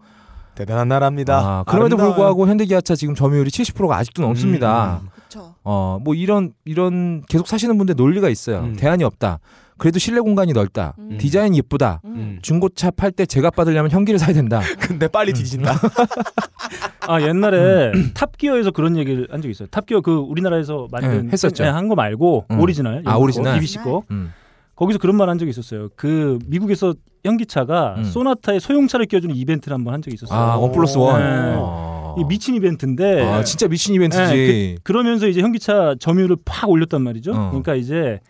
D: 대단한 나라입니다.
C: 아, 그럼에도
D: 아름다워요.
C: 불구하고 현대기아차 지금 점유율이 70%가 아직도
D: 음,
C: 넘습니다.
B: 그렇죠.
C: 어, 뭐 이런 이런 계속 사시는 분들 논리가 있어요.
D: 음.
C: 대안이 없다. 그래도 실내 공간이 넓다. 디자인이 예쁘다. 중고차 팔 때 제값 받으려면 현기를 사야 된다.
D: 음. 근데 빨리 뒤진다.
C: 음.
E: 아 옛날에 탑기어에서 그런 얘기를 한 적이 있어요. 탑기어 그 우리나라에서 만든
C: 네, 했었죠.
E: 한거 말고
C: 음.
E: 오리지널
C: 아,
E: 영국
C: 오리지널.
E: 거, EBC 거
C: 음.
E: 거기서 그런 말 한 적이 있었어요. 그 미국에서 현기차가 소나타에 소형차를 끼워주는 이벤트를 한번 한 적이 있었어요.
C: 음. 아, 원 플러스 원.
D: 네.
C: 어.
E: 이 미친 이벤트인데.
C: 아, 진짜 미친 이벤트지.
E: 그, 러면서 이제 현기차 점유율을 팍 올렸단 말이죠.
C: 어.
E: 그러니까 이제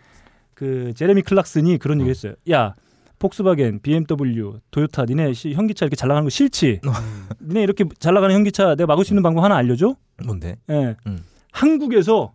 E: 그 제레미 클락슨이 그런 얘기 했어요. 야, 폭스바겐, BMW, 도요타 니네 시- 현기차 이렇게 잘 나가는 거 싫지?
C: 어.
E: 니네 이렇게 잘 나가는 현기차 내가 막을
C: 음.
E: 수 있는 방법 하나 알려줘?
C: 뭔데?
E: 예.
C: 음.
E: 한국에서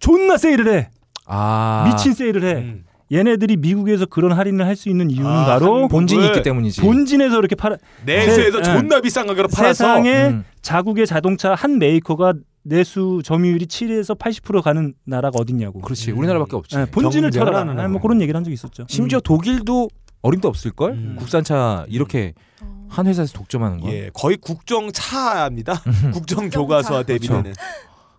E: 존나 세일을 해.
C: 아.
E: 미친 세일을 해. 얘네들이 미국에서 그런 할인을 할 수 있는 이유는
D: 아,
E: 바로
D: 한국을 본진이 있기 때문이지.
E: 본진에서 이렇게 팔아
D: 내수에서
E: 세-
D: 존나
C: 음.
E: 예.
D: 비싼 가격으로 팔아서.
E: 세상에
D: 음.
E: 자국의 자동차 한 메이커가 내수 점유율이 7에서 80% 가는 나라가 어딨냐고.
C: 그렇지. 우리나라밖에 없지.
E: 예, 본진을
C: 경쟁을
E: 털어라.
C: 하는
E: 아니, 뭐 그런 얘기를 한 적이 있었죠.
C: 심지어
E: 음.
C: 독일도 어림도 없을 걸. 국산차 이렇게
D: 어.
C: 한 회사에서 독점하는 거.
D: 예, 거의 국정차입니다.
C: 음.
D: 국정교과서와 대비되는.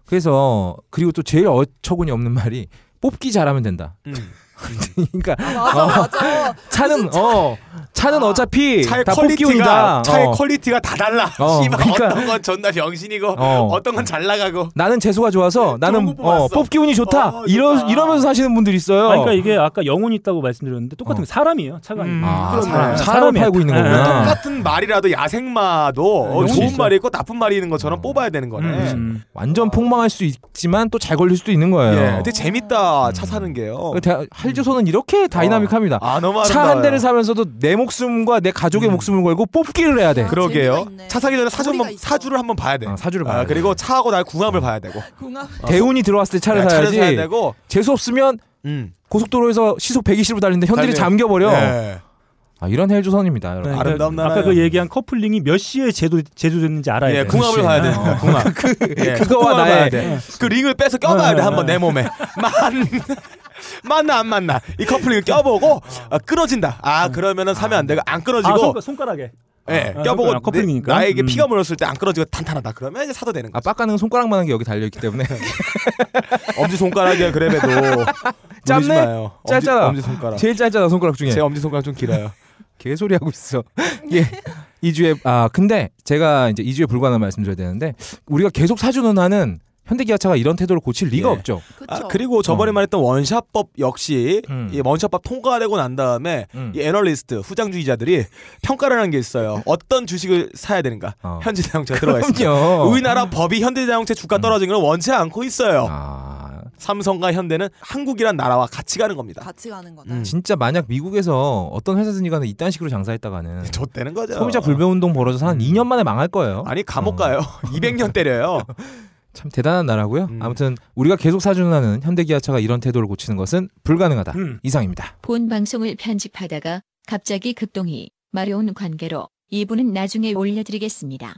C: 그래서 그리고 또 제일 어처구니 없는 말이 뽑기 잘하면 된다.
D: 음.
C: 그러니까
D: 맞아, 맞아.
C: 차는 어 차는
D: 아.
C: 어차피
D: 차의
C: 예, 다 뽑기운이다.
D: 퀄리티가 차의
C: 어.
D: 퀄리티가 다 달라.
C: 어,
D: 씨발,
C: 그러니까-
D: 어떤 건 존나 병신이고
C: 어.
D: 어. 떤 건 잘 나가고.
C: 나는 재수가 좋아서 나는 어,
D: 뽑았어.
C: 뽑기운이 좋다. 이러 이러면서 사시는 분들이 있어요.
E: 아니, 그러니까 이게 아까 영혼이 있다고 말씀드렸는데 똑같은 게 사람이에요. 차가 아니고.
C: 어. 아,
E: 음, 그런
C: 사람,
E: 거예요.
C: 사람
E: 사람이야. 네.
C: 팔고 있는 거구나.
D: 똑같은 말이라도 야생마도 어,
C: 영혼이
D: 좋은
C: 있어요.
D: 말이 있고 나쁜 말이 있는 것처럼 뽑아야 되는 거네.
E: 음,
C: 완전 폭망할 수 있지만 또 잘 걸릴 수도 있는 거예요.
D: 예, 되게 재밌다 차 사는 게요.
C: 네. 그 대- 할주소는 이렇게 다이나믹합니다.
D: 너무
C: 차 한
D: 어. 아름다워요.
C: 대를 사면서도 내 목숨과 내 가족의 목숨을 걸고 뽑기를 해야 돼.
D: 그러게요. 차 사기 전에 사주 한번 사주를 한번 봐야 돼.
C: 사주를
D: 아, 그리고 차하고 날 궁합을 봐야 되고.
B: 궁합.
C: 대운이 들어왔을 때 차를
D: 네, 차를
C: 사야지.
D: 사야 되고. 음.
C: 재수 없으면 고속도로에서 시속 120으로 달리는데 현들이
E: 달려요.
C: 잠겨버려.
D: 예.
E: 네.
C: 아, 이런 헬조선입니다. 여러분.
E: 그러니까 아까 그 얘기한 커플링이 몇 시에 제조 제조됐는지 알아야
C: 예,
E: 돼.
C: 궁합을
E: 그렇지.
C: 봐야 돼.
E: 어.
C: 궁합.
E: 그,
D: 예,
E: 그거와
D: 그거만 봐야
E: 나의
D: 돼. 그 링을 빼서 껴봐야 돼 한번 내 몸에. 만 만나 안 만나 이 커플링을 껴보고 아, 끊어진다. 아 그러면은 사면 안 되고 안
E: 아,
D: 끊어지고.
E: 손가- 손가락에.
D: 예,
E: 아,
D: 껴보고
E: 손가락,
D: 내-
E: 커플링이니까.
D: 나에게
E: 음.
D: 피가 물었을 때 안 끊어지고 탄탄하다. 그러면 이제 사도 되는 거.
C: 아, 빡가는 손가락만한 게 여기 달려있기 때문에.
D: 엄지 손가락이야 그래봬도
C: 짧네?
D: 마요. 엄지-
C: 짧잖아.
D: 엄지 손가락.
C: 제일 짧잖아 손가락 중에.
D: 제 엄지 손가락 좀 길어요.
C: 개소리 하고 있어. 예. 2주에 아 근데 제가 이제 2주에 불과한 말씀드려야 되는데 우리가 계속 사주는 한은 현대기아차가 이런 태도를 고칠 리가
D: 예.
C: 없죠.
D: 아, 그리고 저번에 말했던 원샷법 역시
C: 음.
D: 이 원샷법 통과되고 난 다음에
C: 음.
D: 이 애널리스트 후장주의자들이 평가를 하는 게 있어요. 어떤 주식을 사야 되는가? 현대자동차 들어가 있습니다.
C: 그럼요.
D: 우리나라 법이 현대자동차 주가 떨어진 걸 원치 않고
C: 아.
D: 있어요. 삼성과 현대는 한국이란 나라와 같이 가는 겁니다.
B: 같이 가는 거다.
C: 진짜 만약 미국에서 어떤 회사든지 간에 이딴 식으로 장사했다가는
D: 좆되는 거죠.
C: 소비자 불매 운동 벌어져서 한 2년 만에 망할 거예요.
D: 예, 아니 감옥 가요. 200년 때려요.
C: 참 대단한 나라고요.
D: 음.
C: 아무튼 우리가 계속 사주는 한은 현대기아차가 이런 태도를 고치는 것은 불가능하다.
D: 음.
E: 음.
C: 이상입니다.
A: 본 방송을 편집하다가 갑자기 급동이 마려운 관계로 이분은 나중에 올려드리겠습니다.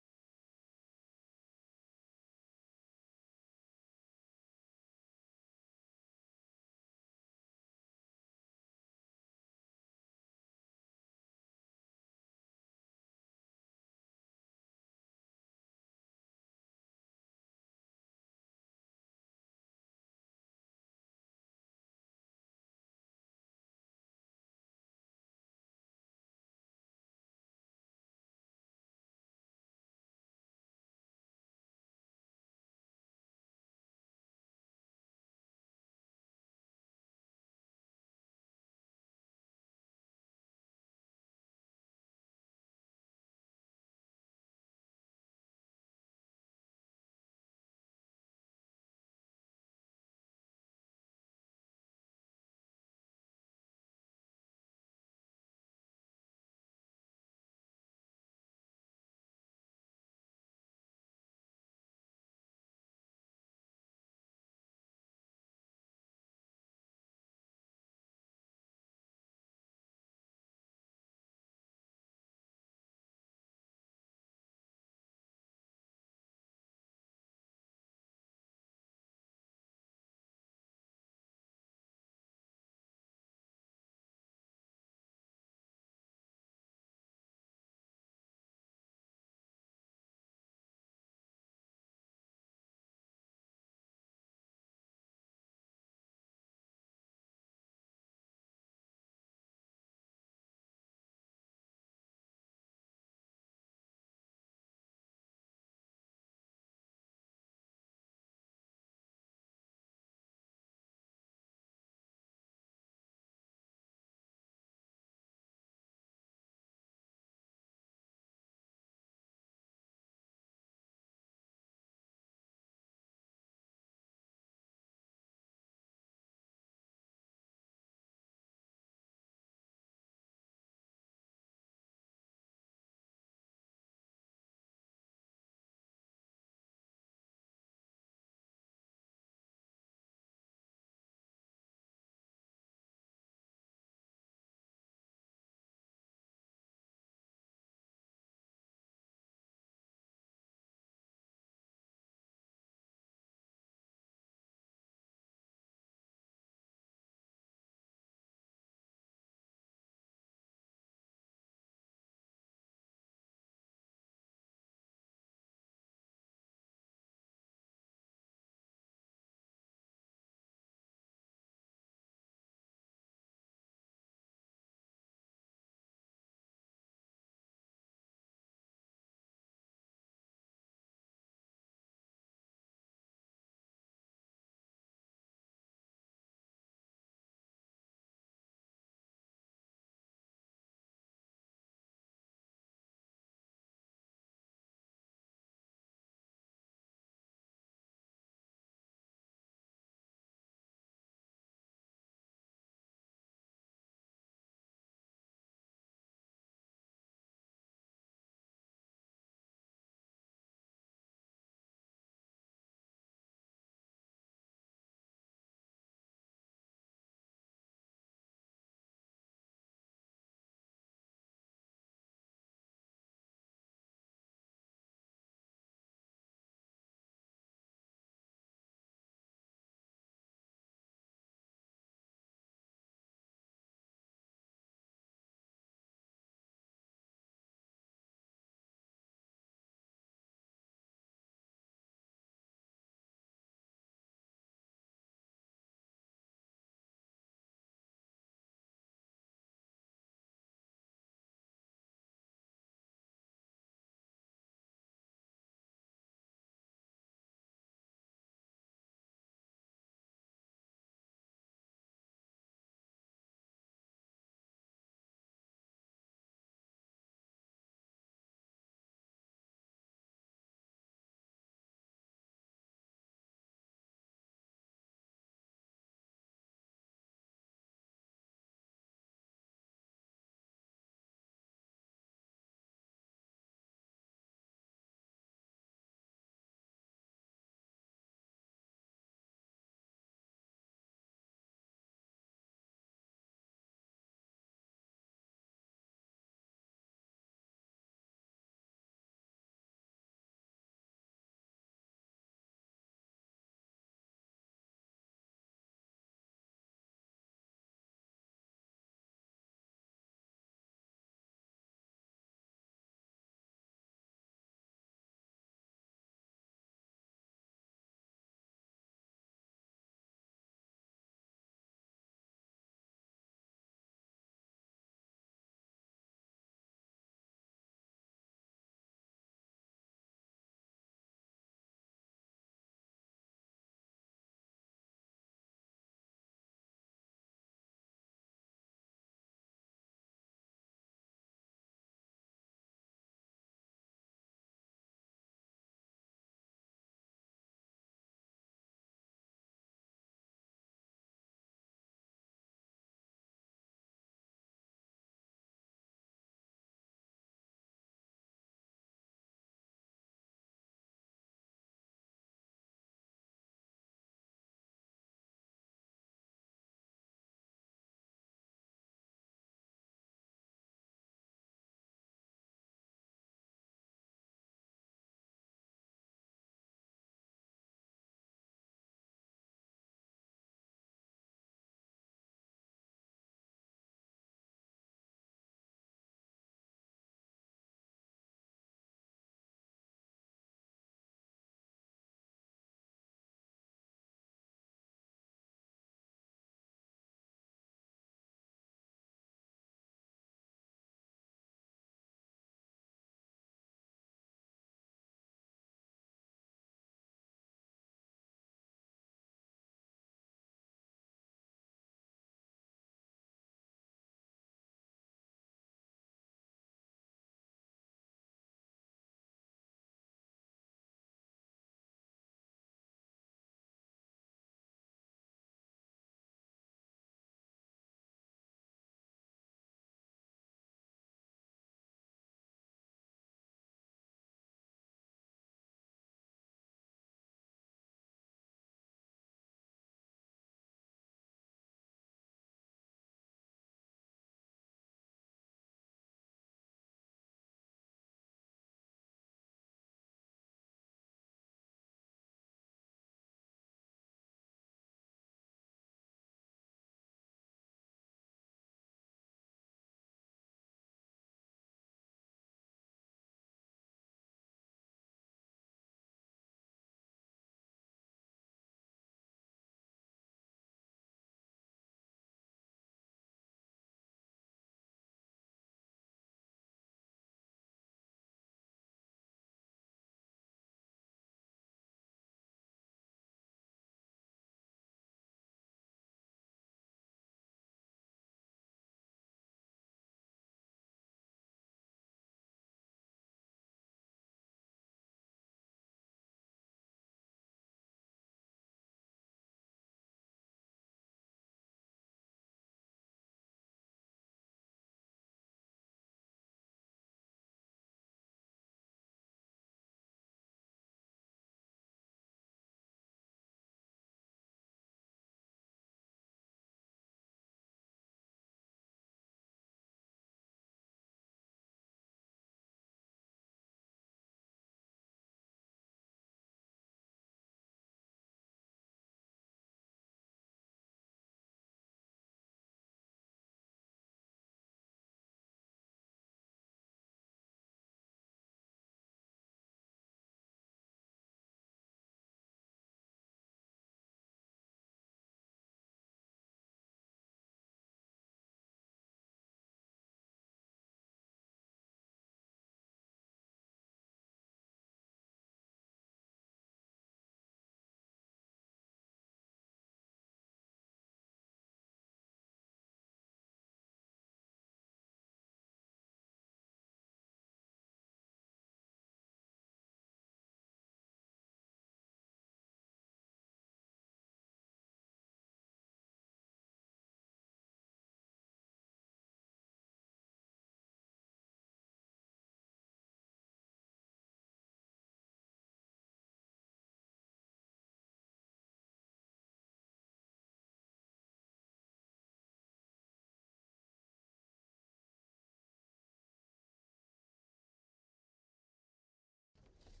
B: 시간이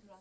B: 별로 안